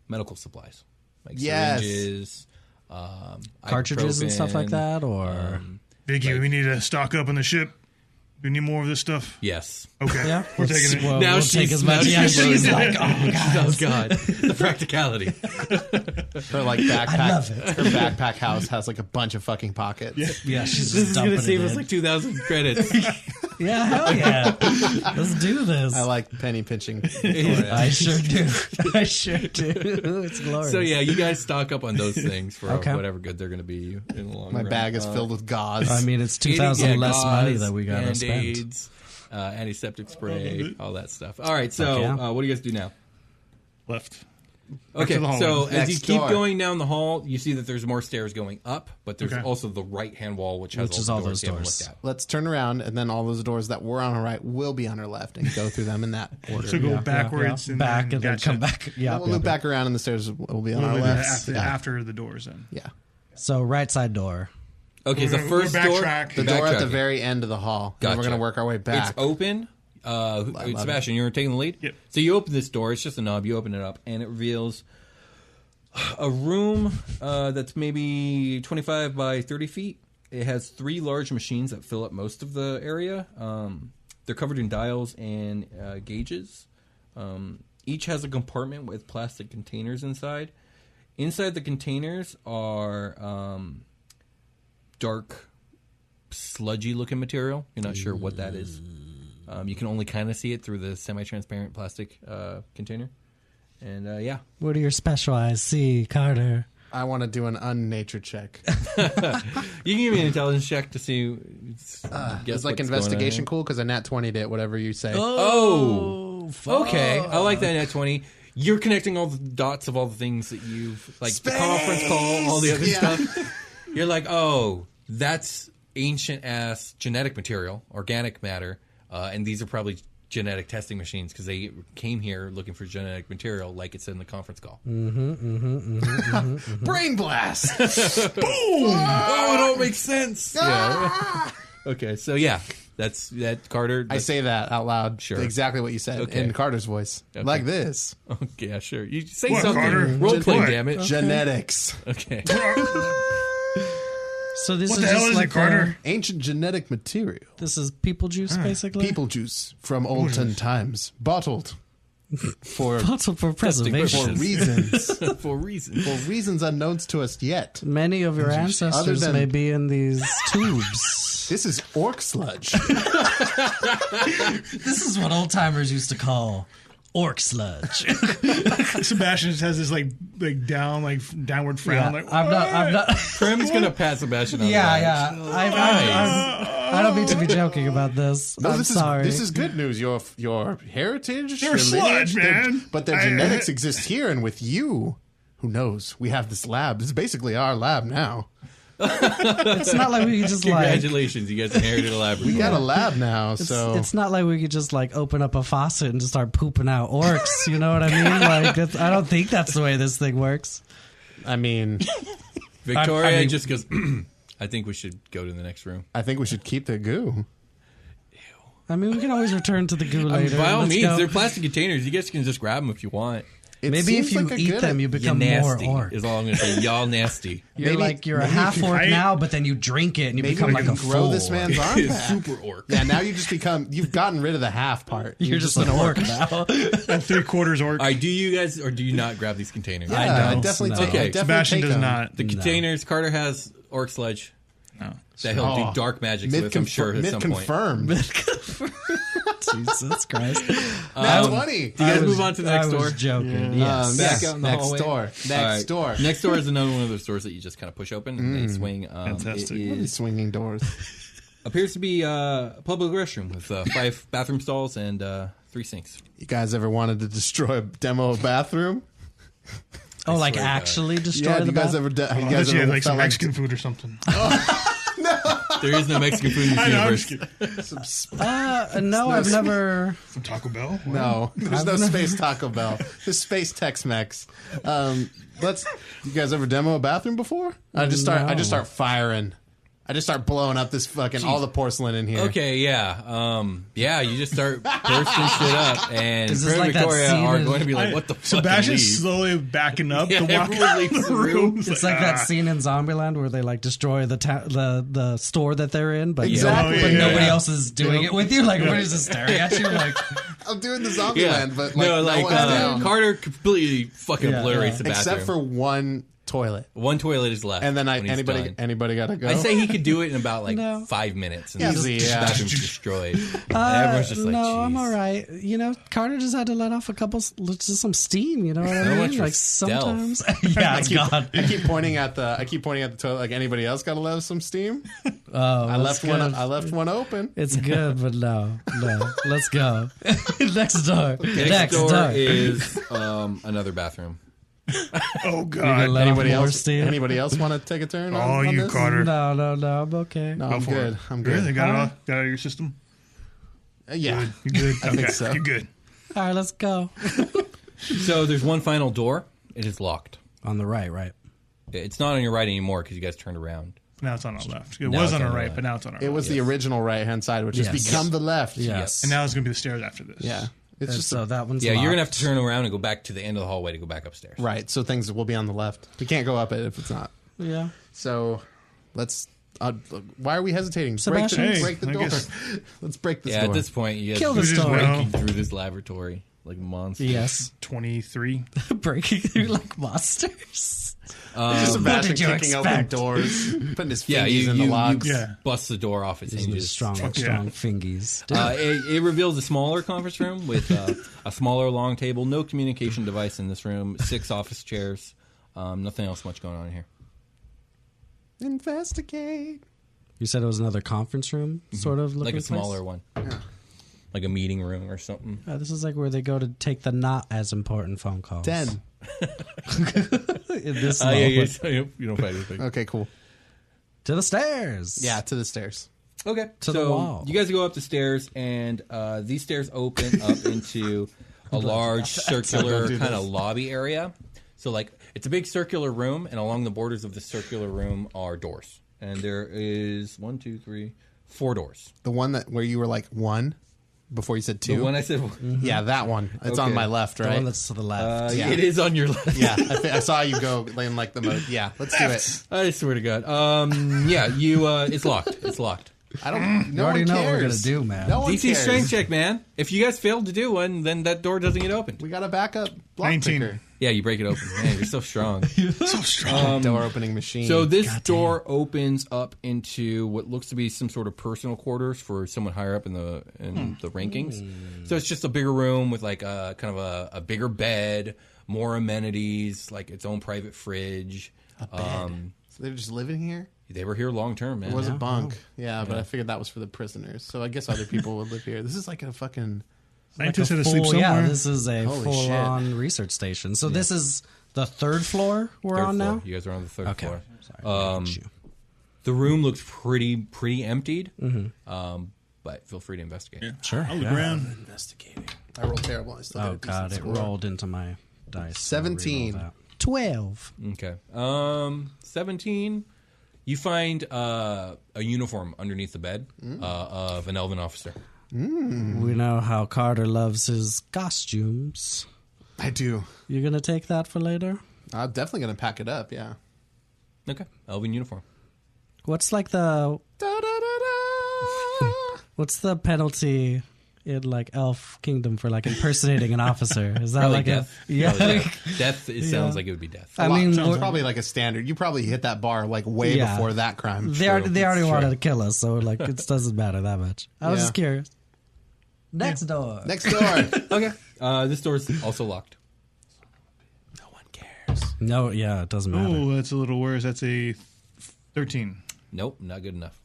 Speaker 3: medical supplies, like
Speaker 6: Yes.
Speaker 3: syringes, um,
Speaker 5: Cartridges and stuff like
Speaker 3: ibuprofen.
Speaker 5: that, or
Speaker 4: Biggie, we need to stock up on the ship. We need more of this stuff.
Speaker 3: Yes.
Speaker 4: Okay.
Speaker 5: yeah,
Speaker 4: We're taking it.
Speaker 5: Oh, Well,
Speaker 3: Now
Speaker 5: we'll
Speaker 3: she's-
Speaker 5: take as
Speaker 3: now
Speaker 5: much. Yeah,
Speaker 3: she's-
Speaker 5: she's like, oh god,
Speaker 3: Oh God, the practicality.
Speaker 6: Her like backpack.
Speaker 5: love it.
Speaker 6: Her backpack house has like a bunch of fucking pockets.
Speaker 5: oh, yeah,
Speaker 3: This
Speaker 5: she's just
Speaker 3: is
Speaker 5: dumping
Speaker 3: gonna save
Speaker 5: it
Speaker 3: us
Speaker 5: in.
Speaker 3: like two thousand credits.
Speaker 5: yeah, hell yeah, let's do this.
Speaker 6: I like penny pinching.
Speaker 5: I sure do. I sure do. It's glorious.
Speaker 3: so yeah, you guys stock up on those things for
Speaker 5: Okay.
Speaker 3: whatever good they're going to be you in the long
Speaker 6: My
Speaker 3: run.
Speaker 6: bag is filled with gauze.
Speaker 5: I mean, it's two thousand
Speaker 3: Yeah,
Speaker 5: less
Speaker 3: gauze,
Speaker 5: money that we gotta spend.
Speaker 3: Band-Aids, Uh, antiseptic spray, all that stuff. All right, so
Speaker 5: Fuck yeah.
Speaker 3: uh, what do you guys do now?
Speaker 4: Left.
Speaker 3: Okay,
Speaker 4: to the hallway.
Speaker 3: so as
Speaker 6: Next
Speaker 3: you keep
Speaker 6: door.
Speaker 3: going down the hall, you see that there's more stairs going up, but there's
Speaker 4: Okay.
Speaker 3: also the right-hand wall, which has
Speaker 5: Which is
Speaker 3: all,
Speaker 5: all
Speaker 3: the doors
Speaker 5: those
Speaker 3: you haven't
Speaker 5: doors.
Speaker 3: looked at.
Speaker 6: Let's turn around, and then all those doors that were on our right will be on our left, and go through them in that order.
Speaker 4: So go backwards
Speaker 5: Yeah,
Speaker 4: and
Speaker 5: back
Speaker 4: then,
Speaker 5: and then
Speaker 4: gotcha.
Speaker 5: come back. Yeah,
Speaker 6: we'll
Speaker 5: yeah,
Speaker 6: loop
Speaker 5: yeah.
Speaker 6: back around, and the stairs will be on
Speaker 4: We'll
Speaker 6: our
Speaker 4: do that
Speaker 6: left.
Speaker 4: After,
Speaker 6: yeah.
Speaker 4: after the doors, then.
Speaker 6: yeah.
Speaker 5: So right side door.
Speaker 3: Okay, the
Speaker 4: We're- we're
Speaker 3: first
Speaker 4: backtrack.
Speaker 3: door,
Speaker 6: The door at the
Speaker 3: backtracking.
Speaker 6: very end of the hall. and We're
Speaker 3: Gotcha.
Speaker 6: going to work our way back.
Speaker 3: It's open. Uh, who-
Speaker 6: love
Speaker 3: Sebastian, you're taking the lead.
Speaker 4: Yep.
Speaker 3: So you open this door. It's just a knob. You open it up, and it reveals a room uh, that's maybe 25 by 30 feet. It has three large machines that fill up most of the area. Um, they're covered in dials and uh, gauges. Um, each has a compartment with plastic containers inside. Inside the containers are um, dark, sludgy-looking material. You're not sure what that is. Um, you can only kind of see it through the semi-transparent plastic uh, container. And uh, yeah,
Speaker 5: What do your special eyes see, Carter?
Speaker 6: I want to do an unnature check.
Speaker 3: you can give me an intelligence check to see. uh, guess
Speaker 6: Ah, It's like
Speaker 3: what's going on
Speaker 6: investigation
Speaker 3: here.
Speaker 6: cool because I nat 20 it, whatever you say.
Speaker 3: Oh, okay. I like
Speaker 6: Oh,
Speaker 3: that at twenty. You're connecting all the dots of all the things that you've like the conference call, all the other stuff. You're like, oh, that's ancient ass genetic material, organic matter, uh, and these are probably genetic testing machines because they came here looking for genetic material, like it said in the conference call.
Speaker 6: Brain blast!
Speaker 3: Oh, it all makes sense. Yeah. okay, so yeah, that's that Carter.
Speaker 6: I
Speaker 3: that's-
Speaker 6: say that out loud.
Speaker 3: Sure.
Speaker 6: Exactly what you said
Speaker 3: Okay.
Speaker 6: in Carter's voice. Like this.
Speaker 3: Okay, yeah, sure. You say
Speaker 4: What,
Speaker 3: something.
Speaker 4: Carter?
Speaker 3: Role play,
Speaker 4: What?
Speaker 3: damn it.
Speaker 6: Genetics.
Speaker 3: Okay.
Speaker 5: So this
Speaker 4: What
Speaker 5: is
Speaker 4: the hell
Speaker 5: just
Speaker 4: is
Speaker 5: like
Speaker 4: it, Carter?
Speaker 6: Ancient genetic material.
Speaker 5: this is people juice, basically.
Speaker 6: People juice from olden times. Bottled. for
Speaker 5: Bottle for
Speaker 6: for
Speaker 5: preservation.
Speaker 6: reasons
Speaker 3: for reasons.
Speaker 6: for reasons unknowns to us yet.
Speaker 5: Many of your ancestors
Speaker 6: than-
Speaker 5: may be in these tubes.
Speaker 6: This is orc sludge.
Speaker 5: this is what old timers used to call orc sludge.
Speaker 4: Sebastian just has this like like down like f- downward frown. like
Speaker 5: I'm not. I'm not.
Speaker 3: Prim's gonna pass Sebastian. On
Speaker 5: Yeah,
Speaker 3: that.
Speaker 5: yeah. I, I, I'm, I don't mean to be joking about this.
Speaker 6: No,
Speaker 5: I'm
Speaker 6: this
Speaker 5: sorry.
Speaker 6: is this is good news. Your your heritage,
Speaker 4: They're
Speaker 6: your
Speaker 4: sludge,
Speaker 6: their-
Speaker 4: man.
Speaker 6: but their
Speaker 4: I-
Speaker 6: genetics exist here and with you. Who knows? We have this lab. This is basically our lab now.
Speaker 5: It's not like we could just like.
Speaker 3: Congratulations, you guys inherited a laboratory.
Speaker 6: We got a lab now, so
Speaker 5: It's not like we could just like open up a faucet and just start pooping out orcs. You know what I mean? Like, that's, I don't think that's the way this thing works.
Speaker 6: I mean,
Speaker 3: Victoria
Speaker 5: I- I mean-
Speaker 3: just goes. I think we should go to the next room.
Speaker 6: I think we should keep the goo.
Speaker 5: I mean, we can always return to the goo later.
Speaker 3: Um, By all
Speaker 5: Let's
Speaker 3: means,
Speaker 5: go.
Speaker 3: they're plastic containers. You guys can just grab them if you want.
Speaker 6: It
Speaker 5: maybe if
Speaker 6: seems
Speaker 5: you
Speaker 6: like a
Speaker 5: eat
Speaker 6: good-
Speaker 5: them, you become
Speaker 3: you
Speaker 5: more
Speaker 3: nasty.
Speaker 5: orc.
Speaker 3: Is all I'm gonna say. Y'all nasty.
Speaker 5: You're
Speaker 6: Maybe-
Speaker 5: like you're a
Speaker 6: maybe if
Speaker 5: half
Speaker 6: you-
Speaker 5: orc
Speaker 4: I-
Speaker 5: now, but then you drink it and you
Speaker 6: maybe
Speaker 5: become
Speaker 6: we
Speaker 5: like
Speaker 6: can
Speaker 5: a
Speaker 6: grow
Speaker 5: full
Speaker 6: this man's arm back.
Speaker 3: Super orc.
Speaker 6: Yeah, now you just become you've gotten rid of the half part.
Speaker 5: You're, just, an orc, now.
Speaker 4: I'm three quarters orc.
Speaker 3: All right, do you guys or do you not grab these containers?
Speaker 6: Yeah,
Speaker 5: know.
Speaker 6: I definitely
Speaker 5: No.
Speaker 6: take.
Speaker 3: Okay.
Speaker 6: I definitely
Speaker 4: Sebastian
Speaker 6: take
Speaker 4: does
Speaker 6: them.
Speaker 4: not.
Speaker 3: The containers. Carter has orc sludge. That he'll
Speaker 6: Oh.
Speaker 3: do dark magic
Speaker 6: Myth,
Speaker 3: with. I'm sure at
Speaker 6: myth
Speaker 3: some point.
Speaker 6: confirmed.
Speaker 5: Jesus Christ!
Speaker 6: Nat twenty.
Speaker 3: Um, You guys
Speaker 5: I was-
Speaker 3: move on to the next
Speaker 5: I
Speaker 3: door.
Speaker 5: was joking.
Speaker 6: Um,
Speaker 5: Yes.
Speaker 3: Back
Speaker 6: yes,
Speaker 3: out in the
Speaker 6: next
Speaker 3: hallway.
Speaker 6: door.
Speaker 3: All
Speaker 6: Next
Speaker 3: right.
Speaker 6: door.
Speaker 3: Next door is another one of those doors that you just kind of push open and they swing. Um, it
Speaker 4: Fantastic.
Speaker 3: is-
Speaker 6: These swinging doors.
Speaker 3: appears to be uh, a public restroom with uh, five bathroom stalls and uh, three sinks.
Speaker 6: You guys ever wanted to destroy a demo bathroom?
Speaker 5: oh,
Speaker 3: swear
Speaker 5: like
Speaker 3: to God.
Speaker 5: actually destroy
Speaker 6: Yeah, have
Speaker 5: the
Speaker 6: you guys
Speaker 5: bath-
Speaker 6: ever? De- have you
Speaker 4: I bet
Speaker 6: guys
Speaker 4: you
Speaker 6: ever
Speaker 4: had like
Speaker 6: felt
Speaker 4: some
Speaker 6: like
Speaker 4: Mexican food or something.
Speaker 3: There is no Mexican food in this
Speaker 4: I know, I'm
Speaker 3: universe.
Speaker 4: just kidding.
Speaker 5: Uh, no, I've never.
Speaker 4: Some Taco Bell.
Speaker 6: No, there's no space Taco Bell. There's space Tex Mex. Um, let's. You guys ever demo a bathroom before? I just start. I just
Speaker 5: No.
Speaker 6: start firing. I just start blowing up this fucking all the porcelain in here.
Speaker 3: Okay, yeah, um, yeah. You just start bursting shit up, and
Speaker 5: Is this
Speaker 3: Fred and
Speaker 5: like that
Speaker 3: Victoria
Speaker 5: scene
Speaker 3: are
Speaker 5: in-
Speaker 3: going to be like, "What the fuck?"
Speaker 4: Sebastian's
Speaker 3: and leave.
Speaker 4: slowly backing up
Speaker 3: Yeah,
Speaker 4: to walk
Speaker 3: everyone
Speaker 4: out of
Speaker 3: leaves
Speaker 4: the
Speaker 3: the
Speaker 4: room.
Speaker 3: room.
Speaker 5: It's like that
Speaker 4: "Ah."
Speaker 5: scene in Zombieland where they like destroy the ta- the the store that they're in, but
Speaker 6: Exactly.
Speaker 5: but
Speaker 4: Yeah.
Speaker 5: nobody else is doing it with you. Like everybody's just staring at you. Like
Speaker 6: I'm doing the zombie
Speaker 3: Yeah,
Speaker 6: land, but like,
Speaker 3: no, like
Speaker 6: one's
Speaker 3: uh,
Speaker 6: down.
Speaker 3: Carter completely fucking
Speaker 5: Yeah,
Speaker 3: obliterates
Speaker 5: yeah.
Speaker 3: the bathroom.
Speaker 6: except for one toilet,
Speaker 3: one toilet is left,
Speaker 6: and then I
Speaker 3: when he's
Speaker 6: anybody
Speaker 3: done.
Speaker 6: anybody gotta go.
Speaker 3: I say he could do it in about like
Speaker 5: No.
Speaker 3: five minutes, and
Speaker 6: Easy,
Speaker 3: the
Speaker 6: yeah.
Speaker 3: bathroom's destroyed. And
Speaker 5: uh,
Speaker 3: everyone's just like,
Speaker 5: no, I'm
Speaker 3: "Jeez."
Speaker 5: all right. You know, Carter just had to let off a couple, s- just some steam. You know what I
Speaker 3: So
Speaker 5: mean?
Speaker 3: much for
Speaker 5: like
Speaker 3: stealth.
Speaker 5: sometimes, yeah,
Speaker 6: I
Speaker 5: it's
Speaker 6: keep,
Speaker 5: gone.
Speaker 6: I keep pointing at the. I keep pointing at the toilet. Like anybody else gotta let some steam.
Speaker 5: Oh,
Speaker 6: I left
Speaker 5: good.
Speaker 6: one. I left one open.
Speaker 5: It's good, but no, no. Let's go next door.
Speaker 3: Next,
Speaker 5: Next,
Speaker 3: door,
Speaker 5: door.
Speaker 3: is um, another bathroom.
Speaker 4: Oh
Speaker 5: You're
Speaker 4: god.
Speaker 5: gonna let
Speaker 6: Anybody
Speaker 5: off more
Speaker 6: else?
Speaker 5: steam?
Speaker 6: Anybody else want to take a turn? on-
Speaker 4: Oh,
Speaker 6: on
Speaker 4: you
Speaker 6: this?
Speaker 4: Carter.
Speaker 5: No, no, no. I'm okay.
Speaker 6: No,
Speaker 4: Go
Speaker 6: I'm
Speaker 4: for
Speaker 6: good.
Speaker 4: it.
Speaker 6: I'm
Speaker 4: Really?
Speaker 6: good.
Speaker 4: Got it all got it out of your system?
Speaker 6: Uh, Yeah.
Speaker 4: You're good. I
Speaker 6: think so.
Speaker 4: You're good.
Speaker 5: All right, let's go.
Speaker 3: So there's one final door. It is locked.
Speaker 5: On the right, right.
Speaker 3: It's not on your right anymore because you guys turned around.
Speaker 4: Now it's on our left. It
Speaker 3: Now
Speaker 4: was
Speaker 3: it's
Speaker 4: on
Speaker 3: on
Speaker 4: our
Speaker 3: our
Speaker 4: right,
Speaker 3: left.
Speaker 4: but now it's on our
Speaker 6: It
Speaker 4: left.
Speaker 6: was the original right hand side, which has
Speaker 5: Yes.
Speaker 6: become the left.
Speaker 5: Yes.
Speaker 4: And now it's gonna be the stairs after this.
Speaker 6: Yeah. It's just
Speaker 5: so that one's
Speaker 3: Yeah, you're gonna
Speaker 5: locked.
Speaker 3: have to turn around and go back to the end of the hallway to go back upstairs.
Speaker 6: right. So things will be on the left. We can't go up it if it's not.
Speaker 5: Yeah.
Speaker 6: So let's. Uh, why are we hesitating? Break the,
Speaker 5: Sebastian?
Speaker 4: Hey,
Speaker 6: break the
Speaker 4: I
Speaker 6: door.
Speaker 4: guess-
Speaker 6: Let's break this
Speaker 3: Yeah,
Speaker 6: door.
Speaker 3: at this point, you guys
Speaker 5: Kill
Speaker 3: are
Speaker 5: the
Speaker 4: Which is
Speaker 5: story.
Speaker 4: well-
Speaker 3: breaking through this laboratory like monsters.
Speaker 5: Yes.
Speaker 4: Twenty three.
Speaker 5: Breaking through like monsters.
Speaker 6: Just Sebastian
Speaker 5: did you
Speaker 6: kicking open
Speaker 5: expect?
Speaker 6: doors, putting his fingers
Speaker 3: um, Yeah, you,
Speaker 6: in
Speaker 3: you,
Speaker 6: the
Speaker 3: you
Speaker 6: locks.
Speaker 4: Yeah.
Speaker 3: bust the door off its hinges.
Speaker 5: strong, strong fingies.
Speaker 3: Uh, it, it reveals a smaller conference room with uh, a smaller long table, no communication device in this room, six office chairs, um, nothing else much going on in here.
Speaker 6: Investigate.
Speaker 5: you said it was another conference room, sort of
Speaker 3: Mm-hmm. Like
Speaker 5: looking
Speaker 3: a
Speaker 5: place?
Speaker 3: smaller one, like a meeting room or something.
Speaker 5: Uh, this is like where they go to take the not as important phone calls.
Speaker 6: Ten.
Speaker 5: In this
Speaker 3: Oh yeah,
Speaker 5: moment.
Speaker 3: yeah, so you you don't find anything.
Speaker 6: Okay, cool.
Speaker 5: to the stairs.
Speaker 6: Yeah, to the stairs.
Speaker 3: Okay,
Speaker 5: To
Speaker 3: so
Speaker 5: the wall.
Speaker 3: you guys go up the stairs, and uh, these stairs open up into a large circular kind of lobby area. So, like, it's a big circular room, and along the borders of the circular room are doors, and there is one, two, three, four doors.
Speaker 6: The one that where you were like one before you said two.
Speaker 3: The one I said,
Speaker 6: yeah, that one. It's on
Speaker 3: Okay.
Speaker 6: my left,
Speaker 5: The
Speaker 6: right?
Speaker 5: one that's to the left.
Speaker 3: uh,
Speaker 6: Yeah.
Speaker 3: it is on your left.
Speaker 6: yeah, I, thi- I saw you go in like the mode. Yeah, let's do it.
Speaker 3: I swear to God. Um, yeah, you. Uh, it's locked. It's locked.
Speaker 6: I don't. No
Speaker 5: already
Speaker 6: one
Speaker 5: know what
Speaker 6: cares.
Speaker 5: we're gonna do, man.
Speaker 6: No one
Speaker 3: DC
Speaker 6: cares.
Speaker 3: strength check, man. If you guys fail to do one, then that door doesn't get opened.
Speaker 6: We got a backup block
Speaker 4: 19.
Speaker 6: picker.
Speaker 3: Yeah, you break it open. Man, you're so strong.
Speaker 4: So strong.
Speaker 6: door opening machine.
Speaker 3: Um, So this door opens up into what looks to be some sort of personal quarters for someone higher up in the in the rankings. So it's just a bigger room with like a kind of a, a bigger bed, more amenities, like its own private fridge. Um,
Speaker 6: So they're just living here.
Speaker 3: they were here long term, man.
Speaker 6: It was a
Speaker 5: Oh.
Speaker 6: bunk. Yeah, but I figured that was for the prisoners. So I guess other people would live here. This is like a fucking.
Speaker 4: Scientists had to
Speaker 5: full-
Speaker 4: sleep somewhere.
Speaker 5: Oh, Yeah, this is a
Speaker 6: Holy
Speaker 5: full
Speaker 6: shit.
Speaker 5: on research station. So this is the third floor we're
Speaker 3: Third
Speaker 5: on
Speaker 3: floor. Um,
Speaker 5: now.
Speaker 3: You guys are on the third
Speaker 5: Okay.
Speaker 3: floor.
Speaker 5: Sorry, I got you.
Speaker 3: The room looks pretty pretty emptied.
Speaker 5: Mm-hmm.
Speaker 3: Um, but feel free to investigate.
Speaker 5: Sure.
Speaker 4: I'll look
Speaker 5: yeah.
Speaker 4: around.
Speaker 5: Investigating.
Speaker 6: I rolled terrible. I still got
Speaker 5: Oh
Speaker 6: a decent
Speaker 5: god, it
Speaker 6: score.
Speaker 5: rolled into my dice. so I
Speaker 6: 17.
Speaker 5: re-rolled that. Twelve.
Speaker 3: Okay. Um, seventeen. You find uh, a uniform underneath the bed uh, of an elven officer.
Speaker 5: Mm-hmm. We know how Carter loves his costumes.
Speaker 6: I do.
Speaker 5: You're gonna take that for later.
Speaker 6: I'm definitely gonna pack it up. Yeah.
Speaker 3: Okay, elven uniform.
Speaker 5: What's like the what's the penalty in like Elf Kingdom for like impersonating an officer? Is that
Speaker 3: Probably
Speaker 5: like a
Speaker 3: death.
Speaker 5: yeah?
Speaker 3: Probably death. Death, It sounds
Speaker 5: Yeah.
Speaker 3: like it would be death.
Speaker 5: I
Speaker 6: Well,
Speaker 5: mean,
Speaker 6: sounds
Speaker 5: we're-
Speaker 6: probably like a standard. You probably hit that bar like way
Speaker 5: Yeah.
Speaker 6: before that crime.
Speaker 5: they already, they already
Speaker 3: It's true.
Speaker 5: wanted to kill us, so like it doesn't matter that much. I was
Speaker 6: Yeah.
Speaker 5: just curious. Next door.
Speaker 6: Next door.
Speaker 3: okay. Uh, this door's also locked.
Speaker 5: No, yeah, it doesn't matter.
Speaker 4: Oh, that's a little worse. That's a 13.
Speaker 3: Nope, not good enough.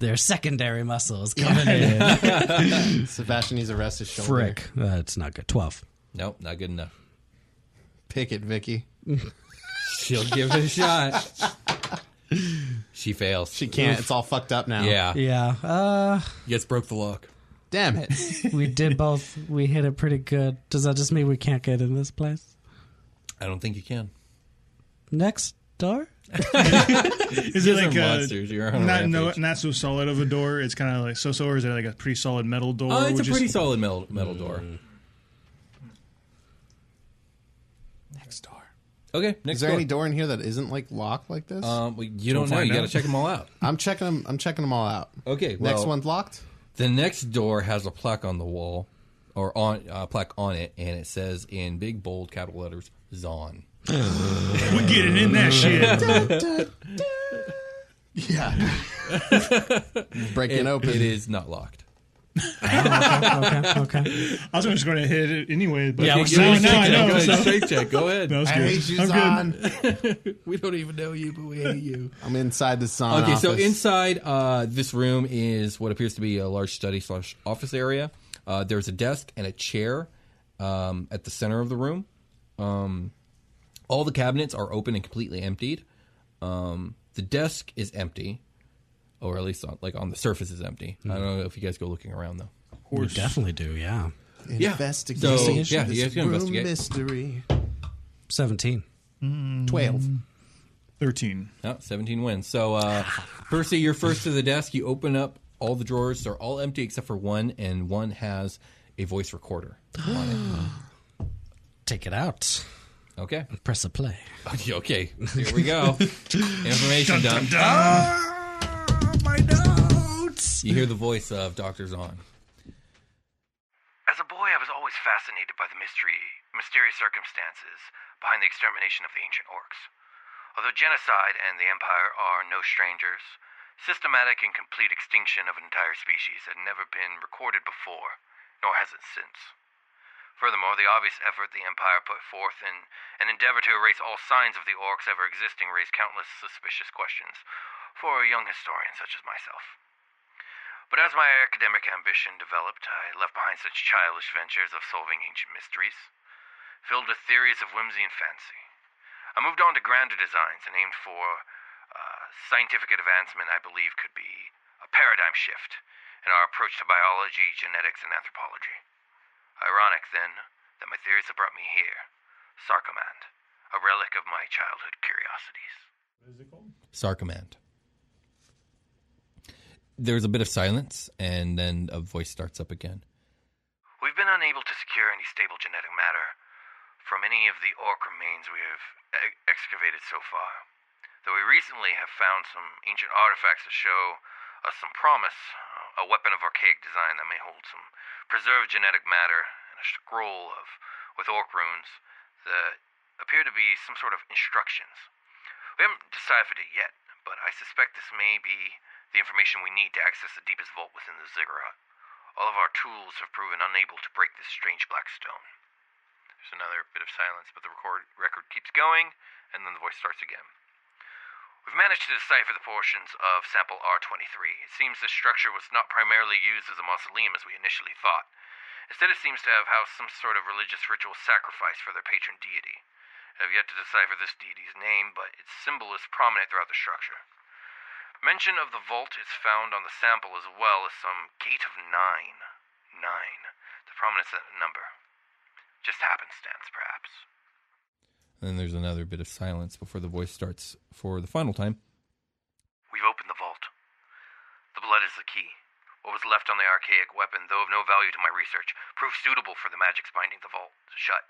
Speaker 5: Their secondary muscles coming in.
Speaker 6: Sebastian needs to rest his shoulder.
Speaker 5: Frick, uh, it's not good. Twelve.
Speaker 3: Nope, not good enough.
Speaker 6: Pick it, Vicky.
Speaker 3: She'll give it a shot. She fails.
Speaker 6: She can't. It's all fucked up now.
Speaker 3: Yeah.
Speaker 5: Yeah. Uh,
Speaker 3: Yes, broke the lock.
Speaker 6: Damn it.
Speaker 5: we did both. We hit it pretty good. Does that just mean we can't get in this place?
Speaker 3: I don't think you can.
Speaker 5: Next door.
Speaker 4: Is it
Speaker 3: guys
Speaker 4: like
Speaker 3: are
Speaker 4: a
Speaker 3: monsters. You're on a
Speaker 4: not no,
Speaker 3: rampage.
Speaker 4: not so solid of a door? It's kind of like so so, or is it like a pretty solid metal door?
Speaker 3: Oh, it's a
Speaker 4: which is-
Speaker 3: pretty solid metal, metal door.
Speaker 4: Mm.
Speaker 5: Next door.
Speaker 3: Okay, next
Speaker 6: Is there
Speaker 3: door.
Speaker 6: any door in here that isn't like locked like this?
Speaker 3: Um, well, you don't know.
Speaker 4: find
Speaker 3: You got to
Speaker 4: out.
Speaker 3: check them all out.
Speaker 6: I'm checking them. I'm checking them all out.
Speaker 3: Okay.
Speaker 6: Next
Speaker 3: well,
Speaker 6: one's locked.
Speaker 3: The next door has a plaque on the wall, or on a plaque on it, and it says in big bold capital letters "Zon."
Speaker 4: We getting in that shit.
Speaker 6: Yeah. Break it,
Speaker 3: It,
Speaker 6: open.
Speaker 3: it is not locked.
Speaker 5: Okay. Okay.
Speaker 4: I was just going to hit it anyway. But
Speaker 5: Yeah, we're
Speaker 4: No,
Speaker 5: still
Speaker 4: no, I know.
Speaker 3: Go
Speaker 4: so-
Speaker 3: ahead, straight check. Go ahead.
Speaker 4: that was
Speaker 6: I
Speaker 4: good.
Speaker 6: hate you,
Speaker 4: I'm good.
Speaker 6: Zahn.
Speaker 3: We don't even know you, but we hate you.
Speaker 6: I'm inside the Zahn
Speaker 3: Okay,
Speaker 6: office.
Speaker 3: so inside uh, this room is what appears to be a large study slash office area. Uh, there's a desk and a chair um, at the center of the room. Um, all the cabinets are open and completely emptied. Um, the desk is empty, or at least on, like on the surface is empty. I don't know if you guys go looking around though.
Speaker 5: We definitely do. Yeah.
Speaker 3: yeah.
Speaker 6: investigate.
Speaker 3: So,
Speaker 6: this
Speaker 3: yeah, you guys can
Speaker 6: room
Speaker 3: investigate.
Speaker 6: Mystery.
Speaker 5: Seventeen.
Speaker 6: Twelve.
Speaker 3: Mm.
Speaker 4: Thirteen.
Speaker 3: Oh, 17 wins. So, uh, Percy, you're first to the desk. You open up all the drawers. They're all empty except for one, and one has a voice recorder on it.
Speaker 5: Take it out.
Speaker 3: Okay.
Speaker 5: Press a play.
Speaker 3: Okay, Okay. Here we go. Information done.
Speaker 5: my notes.
Speaker 3: You hear the voice of Dr. Zahn.
Speaker 7: As a boy, I was always fascinated by the mystery, mysterious circumstances behind the extermination of the ancient orcs. Although genocide and the empire are no strangers, systematic and complete extinction of an entire species had never been recorded before, nor has it since. Furthermore, the obvious effort the empire put forth in an endeavor to erase all signs of the orcs ever existing raised countless suspicious questions for a young historian such as myself. But as my academic ambition developed, I left behind such childish ventures of solving ancient mysteries, filled with theories of whimsy and fancy. I moved on to grander designs and aimed for uh, scientific advancement I believe could be a paradigm shift in our approach to biology, genetics, and anthropology. Ironic, then, that my theories have brought me here, Sarcomand, a relic of my childhood curiosities.
Speaker 3: Sarcomand. There's a bit of silence, and then a voice starts up again.
Speaker 7: We've been unable to secure any stable genetic matter from any of the orc remains we have e- excavated so far, though we recently have found some ancient artifacts that show us some promise, uh, a weapon of archaic design that may hold some preserved genetic matter, and a scroll of with orc runes that appear to be some sort of instructions. We haven't deciphered it yet, but I suspect this may be the information we need to access the deepest vault within the ziggurat. All of our tools have proven unable to break this strange black stone. There's another bit of silence, but the record record keeps going, and then the voice starts again. We've managed to decipher the portions of sample R23. It seems this structure was not primarily used as a mausoleum as we initially thought. Instead, it seems to have housed some sort of religious ritual sacrifice for their patron deity. I have yet to decipher this deity's name, but its symbol is prominent throughout the structure. Mention of the vault is found on the sample as well as some gate of nine. Nine. The prominence of the number. Just happenstance, perhaps.
Speaker 3: And then there's another bit of silence before the voice starts for the final time.
Speaker 7: We've opened the vault. The blood is the key. What was left on the archaic weapon, though of no value to my research, proved suitable for the magics binding the vault shut.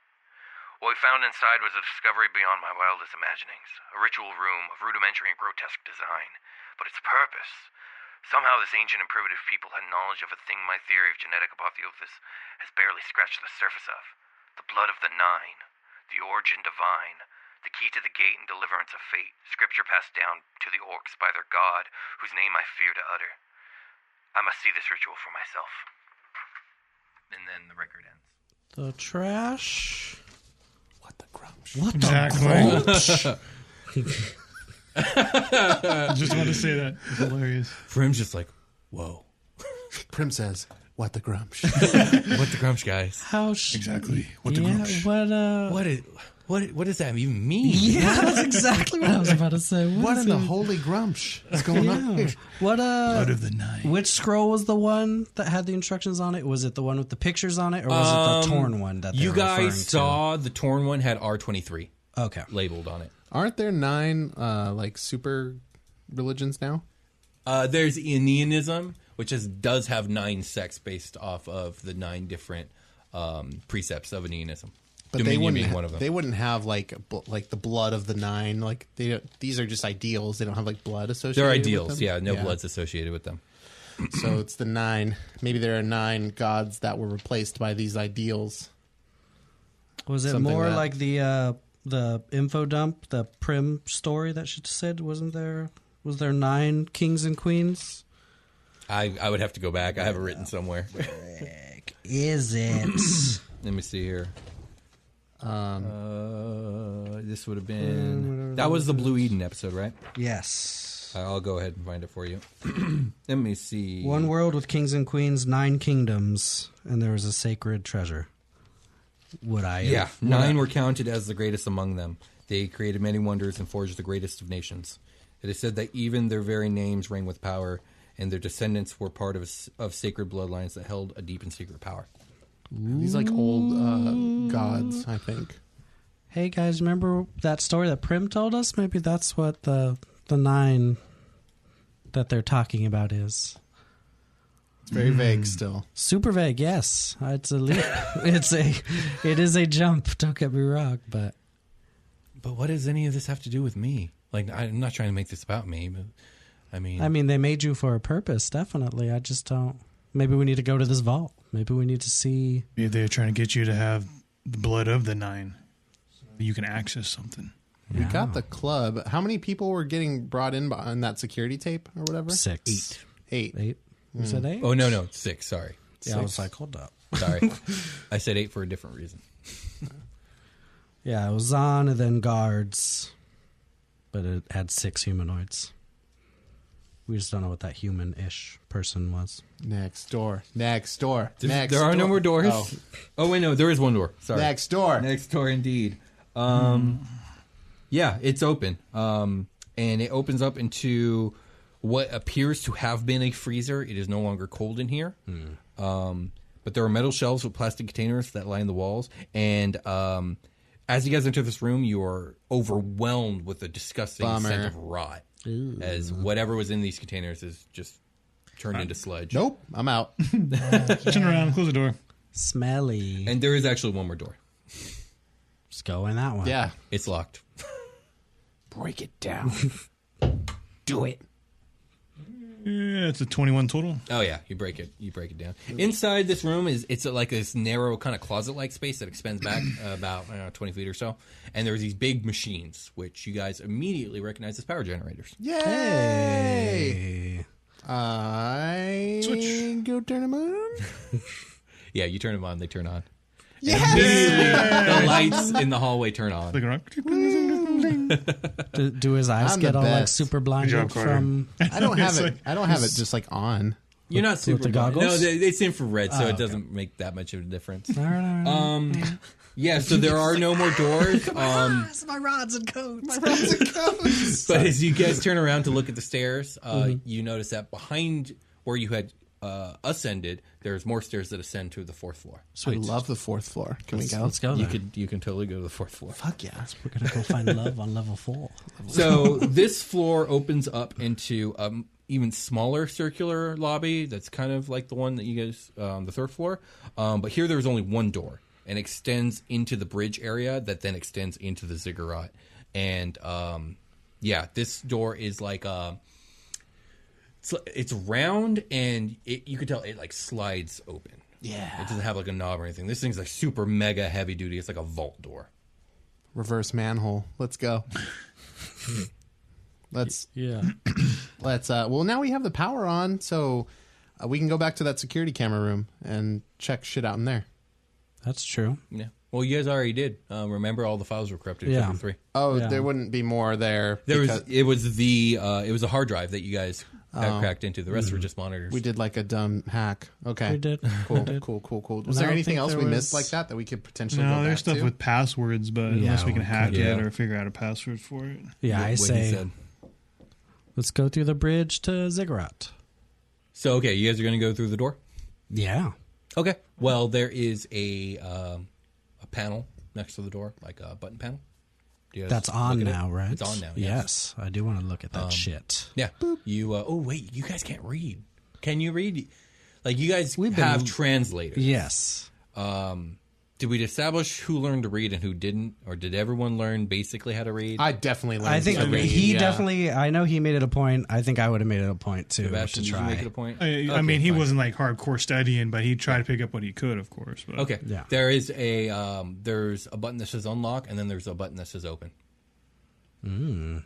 Speaker 7: What we found inside was a discovery beyond my wildest imaginings a ritual room of rudimentary and grotesque design. But its purpose. Somehow, this ancient and primitive people had knowledge of a thing my theory of genetic apotheosis has barely scratched the surface of the blood of the nine, the origin divine, the key to the gate and deliverance of fate, scripture passed down to the orcs by their god, whose name I fear to utter. I must see this ritual for myself. And then the record ends.
Speaker 5: The trash.
Speaker 6: What the grumsh?
Speaker 5: What
Speaker 4: Exactly.
Speaker 5: the grumsh?
Speaker 4: I just want to say that. It's hilarious.
Speaker 3: Prim's just like, whoa.
Speaker 6: Prim says, what the grumsh?
Speaker 3: What the grumps, guys?
Speaker 5: How sh-
Speaker 4: Exactly. What the
Speaker 5: Yeah,
Speaker 4: grumsh?
Speaker 5: what uh
Speaker 3: What is what what does that even mean?
Speaker 5: Yeah, that's exactly what I was about to say.
Speaker 6: What
Speaker 5: is
Speaker 6: in the
Speaker 5: it?
Speaker 6: holy grumsh is going on
Speaker 5: Yeah.
Speaker 6: here?
Speaker 5: What uh
Speaker 4: Out of the nine.
Speaker 5: which scroll was the one that had the instructions on it? Was it the one with the pictures on it or was it the
Speaker 3: Um,
Speaker 5: torn one that they
Speaker 3: You
Speaker 5: were referring
Speaker 3: guys
Speaker 5: to?
Speaker 3: saw the torn one had R twenty three
Speaker 5: Okay.
Speaker 3: labeled on it.
Speaker 6: Aren't there nine uh, like super religions now?
Speaker 3: Uh, there's Aeneanism, which is, does have nine sects based off of the nine different um, precepts of Aeneanism.
Speaker 6: But
Speaker 3: Dominion
Speaker 6: they wouldn't.
Speaker 3: being
Speaker 6: ha-
Speaker 3: one of them.
Speaker 6: They wouldn't have like a bl- like the blood of the nine. Like they don't, these are just ideals. They don't have like blood associated.
Speaker 3: They're
Speaker 6: with
Speaker 3: ideals,
Speaker 6: them.
Speaker 3: yeah. No blood's associated with them.
Speaker 6: So it's the nine. Maybe there are nine gods that were replaced by these ideals.
Speaker 5: Was it
Speaker 6: Something
Speaker 5: more
Speaker 6: that-
Speaker 5: like the uh the info dump, the prim story that she said wasn't there? Was there nine kings and queens?
Speaker 3: I, I would have to go back. I have it written somewhere.
Speaker 5: Is it?
Speaker 3: Let me see here. Um, uh, this would have been that was the Blue Eden episode, right?
Speaker 5: yes.
Speaker 3: I'll go ahead and find it for you. Let me see.
Speaker 5: One world with kings and queens, nine kingdoms, and there was a sacred treasure. Would I?
Speaker 3: Yeah, nine were counted as the greatest among them. They created many wonders and forged the greatest of nations. It is said that even their very names rang with power, and their descendants were part of s- of sacred bloodlines that held a deep and secret power.
Speaker 6: These like old
Speaker 3: Mm.
Speaker 6: uh, gods, I think.
Speaker 5: Hey guys, remember that story that Prim told us? Maybe that's what the the nine that they're talking about is.
Speaker 6: It's
Speaker 3: Mm.
Speaker 6: very vague still.
Speaker 5: Super vague. Yes, it's a leap. it's a it is a jump. Don't get me wrong, but
Speaker 3: But what does any of this have to do with me? Like, I'm not trying to make this about me, but I mean,
Speaker 5: I mean they made you for a purpose. Definitely. I just don't. Maybe we need to go to this vault. Maybe we need to see.
Speaker 4: Maybe they're trying to get you to have the blood of the nine. You can access something.
Speaker 6: We got the club. How many people were getting brought in by- on that security tape or whatever?
Speaker 5: Six.
Speaker 6: Eight.
Speaker 5: Eight. You said eight.
Speaker 3: oh no, no, six. Sorry,
Speaker 5: yeah. I was like, hold up.
Speaker 3: sorry. I said eight for a different reason.
Speaker 5: Yeah, it was on and then guards, but it had six humanoids. We just don't know what that human-ish person was.
Speaker 6: Next door. Next door.
Speaker 3: This-
Speaker 6: next
Speaker 3: there are no
Speaker 6: door.
Speaker 3: more doors.
Speaker 6: Oh.
Speaker 3: Oh. wait, no, there is one door. Sorry.
Speaker 6: Next door.
Speaker 3: Next door, indeed.
Speaker 6: Hmm.
Speaker 3: Um, Yeah, it's open, um, and it opens up into what appears to have been a freezer. It is no longer cold in here,
Speaker 6: Hmm.
Speaker 3: um, but there are metal shelves with plastic containers that line the walls. And um, as you guys enter this room, you are overwhelmed with a disgusting scent
Speaker 6: Bummer.
Speaker 3: of rot, as whatever was in these containers is just turned into sludge.
Speaker 6: Nope. I'm out.
Speaker 4: Turn around, close the door.
Speaker 5: Smelly.
Speaker 3: And there is actually one more door.
Speaker 5: Let's go in that one.
Speaker 6: Yeah.
Speaker 3: It's locked.
Speaker 6: Break it down. Do it.
Speaker 4: Yeah, it's a 21 total.
Speaker 3: Oh yeah, you break it. You break it down. Inside this room is it's like this narrow kind of closet-like space that extends back about I don't know, twenty feet or so, and there's these big machines which you guys immediately recognize as power generators.
Speaker 6: Yay! I
Speaker 4: Switch.
Speaker 6: go turn them on.
Speaker 3: Yeah, you turn them on, they turn on.
Speaker 6: Yes.
Speaker 3: The lights in the hallway turn on.
Speaker 4: Click around.
Speaker 5: Do, do his eyes
Speaker 6: I'm
Speaker 5: get
Speaker 6: the
Speaker 5: all like
Speaker 6: best.
Speaker 5: super blinded
Speaker 4: job, Carter.
Speaker 5: from?
Speaker 6: I don't have
Speaker 4: It's
Speaker 6: it.
Speaker 4: like-
Speaker 6: I don't have it just like on.
Speaker 3: You're not super
Speaker 5: the
Speaker 3: blind. No,
Speaker 5: goggles?
Speaker 3: they, it's infrared, so it doesn't make that much of a difference.
Speaker 5: All right, all right.
Speaker 3: Um, yeah, so there are no more doors. Um,
Speaker 5: Yes, my rods and coats.
Speaker 3: But as you guys turn around to look at the stairs, uh, you notice that behind where you had uh, ascended, there's more stairs that ascend to the fourth floor.
Speaker 6: I love the fourth floor. Can we go?
Speaker 5: Let's go.
Speaker 3: You
Speaker 5: There.
Speaker 3: could you can totally go to the fourth floor.
Speaker 6: Fuck yeah!
Speaker 5: We're gonna go find love on level four.
Speaker 3: So this floor opens up into an even smaller circular lobby that's kind of like the one that you guys, um, the third floor. Um, but here there's only one door and extends into the bridge area that then extends into the ziggurat. And um, yeah, this door is like uh, it's, it's round and it, you can tell it like slides open.
Speaker 5: Yeah.
Speaker 3: It doesn't have like a knob or anything. This thing's like super mega heavy duty. It's like a vault door.
Speaker 6: Reverse manhole. Let's go. let's
Speaker 5: Yeah.
Speaker 6: let's. Uh, well, now we have the power on, so uh, we can go back to that security camera room and check shit out in there.
Speaker 5: That's true.
Speaker 3: Yeah. Well, you guys already did. Uh, remember, all the files were corrupted. except
Speaker 5: Yeah.
Speaker 3: for three.
Speaker 6: Oh,
Speaker 5: Yeah.
Speaker 6: there wouldn't be more there.
Speaker 3: There was
Speaker 6: because
Speaker 3: it was the uh, it was a hard drive that you guys had
Speaker 5: Oh.
Speaker 3: cracked into. The
Speaker 5: Mm-hmm.
Speaker 3: rest were just monitors.
Speaker 6: we did like a dumb hack. Okay,
Speaker 5: We did.
Speaker 6: Cool, cool, cool, cool. Was
Speaker 5: I
Speaker 6: there
Speaker 5: don't
Speaker 6: anything
Speaker 5: think
Speaker 6: else
Speaker 5: there
Speaker 6: we
Speaker 5: was-
Speaker 6: missed like that that we could potentially?
Speaker 4: No,
Speaker 6: go
Speaker 4: there's
Speaker 6: back
Speaker 4: stuff
Speaker 6: to?
Speaker 4: with passwords, but unless we can
Speaker 5: we
Speaker 4: hack
Speaker 3: could-
Speaker 4: it
Speaker 3: Yeah.
Speaker 4: or figure out a password for it.
Speaker 5: Yeah, I
Speaker 3: what he
Speaker 5: say
Speaker 3: said.
Speaker 5: let's go through the bridge to Ziggurat.
Speaker 3: So okay, you guys are going to go through the door.
Speaker 5: Yeah.
Speaker 3: Okay. Well, there is a um, a panel next to the door, like a button panel. Do you guys
Speaker 5: That's
Speaker 3: look
Speaker 5: on
Speaker 3: at it?
Speaker 5: now, right?
Speaker 3: It's on now. Um, Yes.
Speaker 5: Yes, I do want to look at that shit.
Speaker 3: Yeah. You. Uh, oh wait, you guys can't read. Can you read? Like you guys
Speaker 5: We've been-
Speaker 3: have translators.
Speaker 5: Yes.
Speaker 3: Did we establish who learned to read and who didn't, or did everyone learn basically how to read?
Speaker 6: I definitely. Learned
Speaker 5: I think
Speaker 6: something.
Speaker 5: he
Speaker 6: Yeah.
Speaker 5: definitely. I know he made it a point. I think I would have made it a point too
Speaker 3: Sebastian,
Speaker 5: to
Speaker 3: did you
Speaker 5: try.
Speaker 3: make it a point?
Speaker 4: I, I
Speaker 3: Okay,
Speaker 4: mean, he
Speaker 3: fine.
Speaker 4: wasn't like hardcore studying, but he tried to pick up what he could, of course. But.
Speaker 3: Okay.
Speaker 5: Yeah.
Speaker 3: There is a um, there's a button that says unlock, and then there's a button that says open.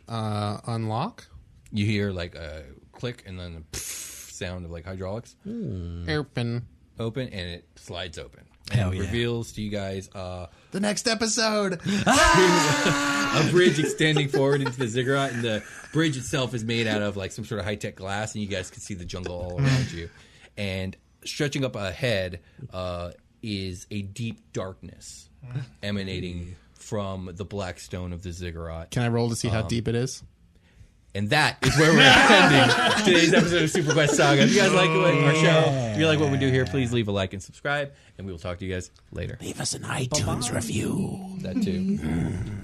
Speaker 6: uh, unlock.
Speaker 3: You hear like a click, and then a sound of like hydraulics
Speaker 6: Airpin.
Speaker 3: open, and it slides open. And
Speaker 5: Hell
Speaker 3: it
Speaker 5: yeah.
Speaker 3: reveals to you guys uh,
Speaker 6: The next episode.
Speaker 3: a bridge extending forward into the ziggurat, and the bridge itself is made out of like some sort of high tech glass, and you guys can see the jungle all around you. And stretching up ahead uh, is a deep darkness emanating from the black stone of the ziggurat.
Speaker 6: Can I roll to see how deep it is?
Speaker 3: And that is where we're ending today's episode of Super Quest Saga. If you guys like what- our show, if you like what we do here, please leave a like and subscribe, and we will talk to you guys later.
Speaker 5: Leave us an iTunes review.
Speaker 3: That too.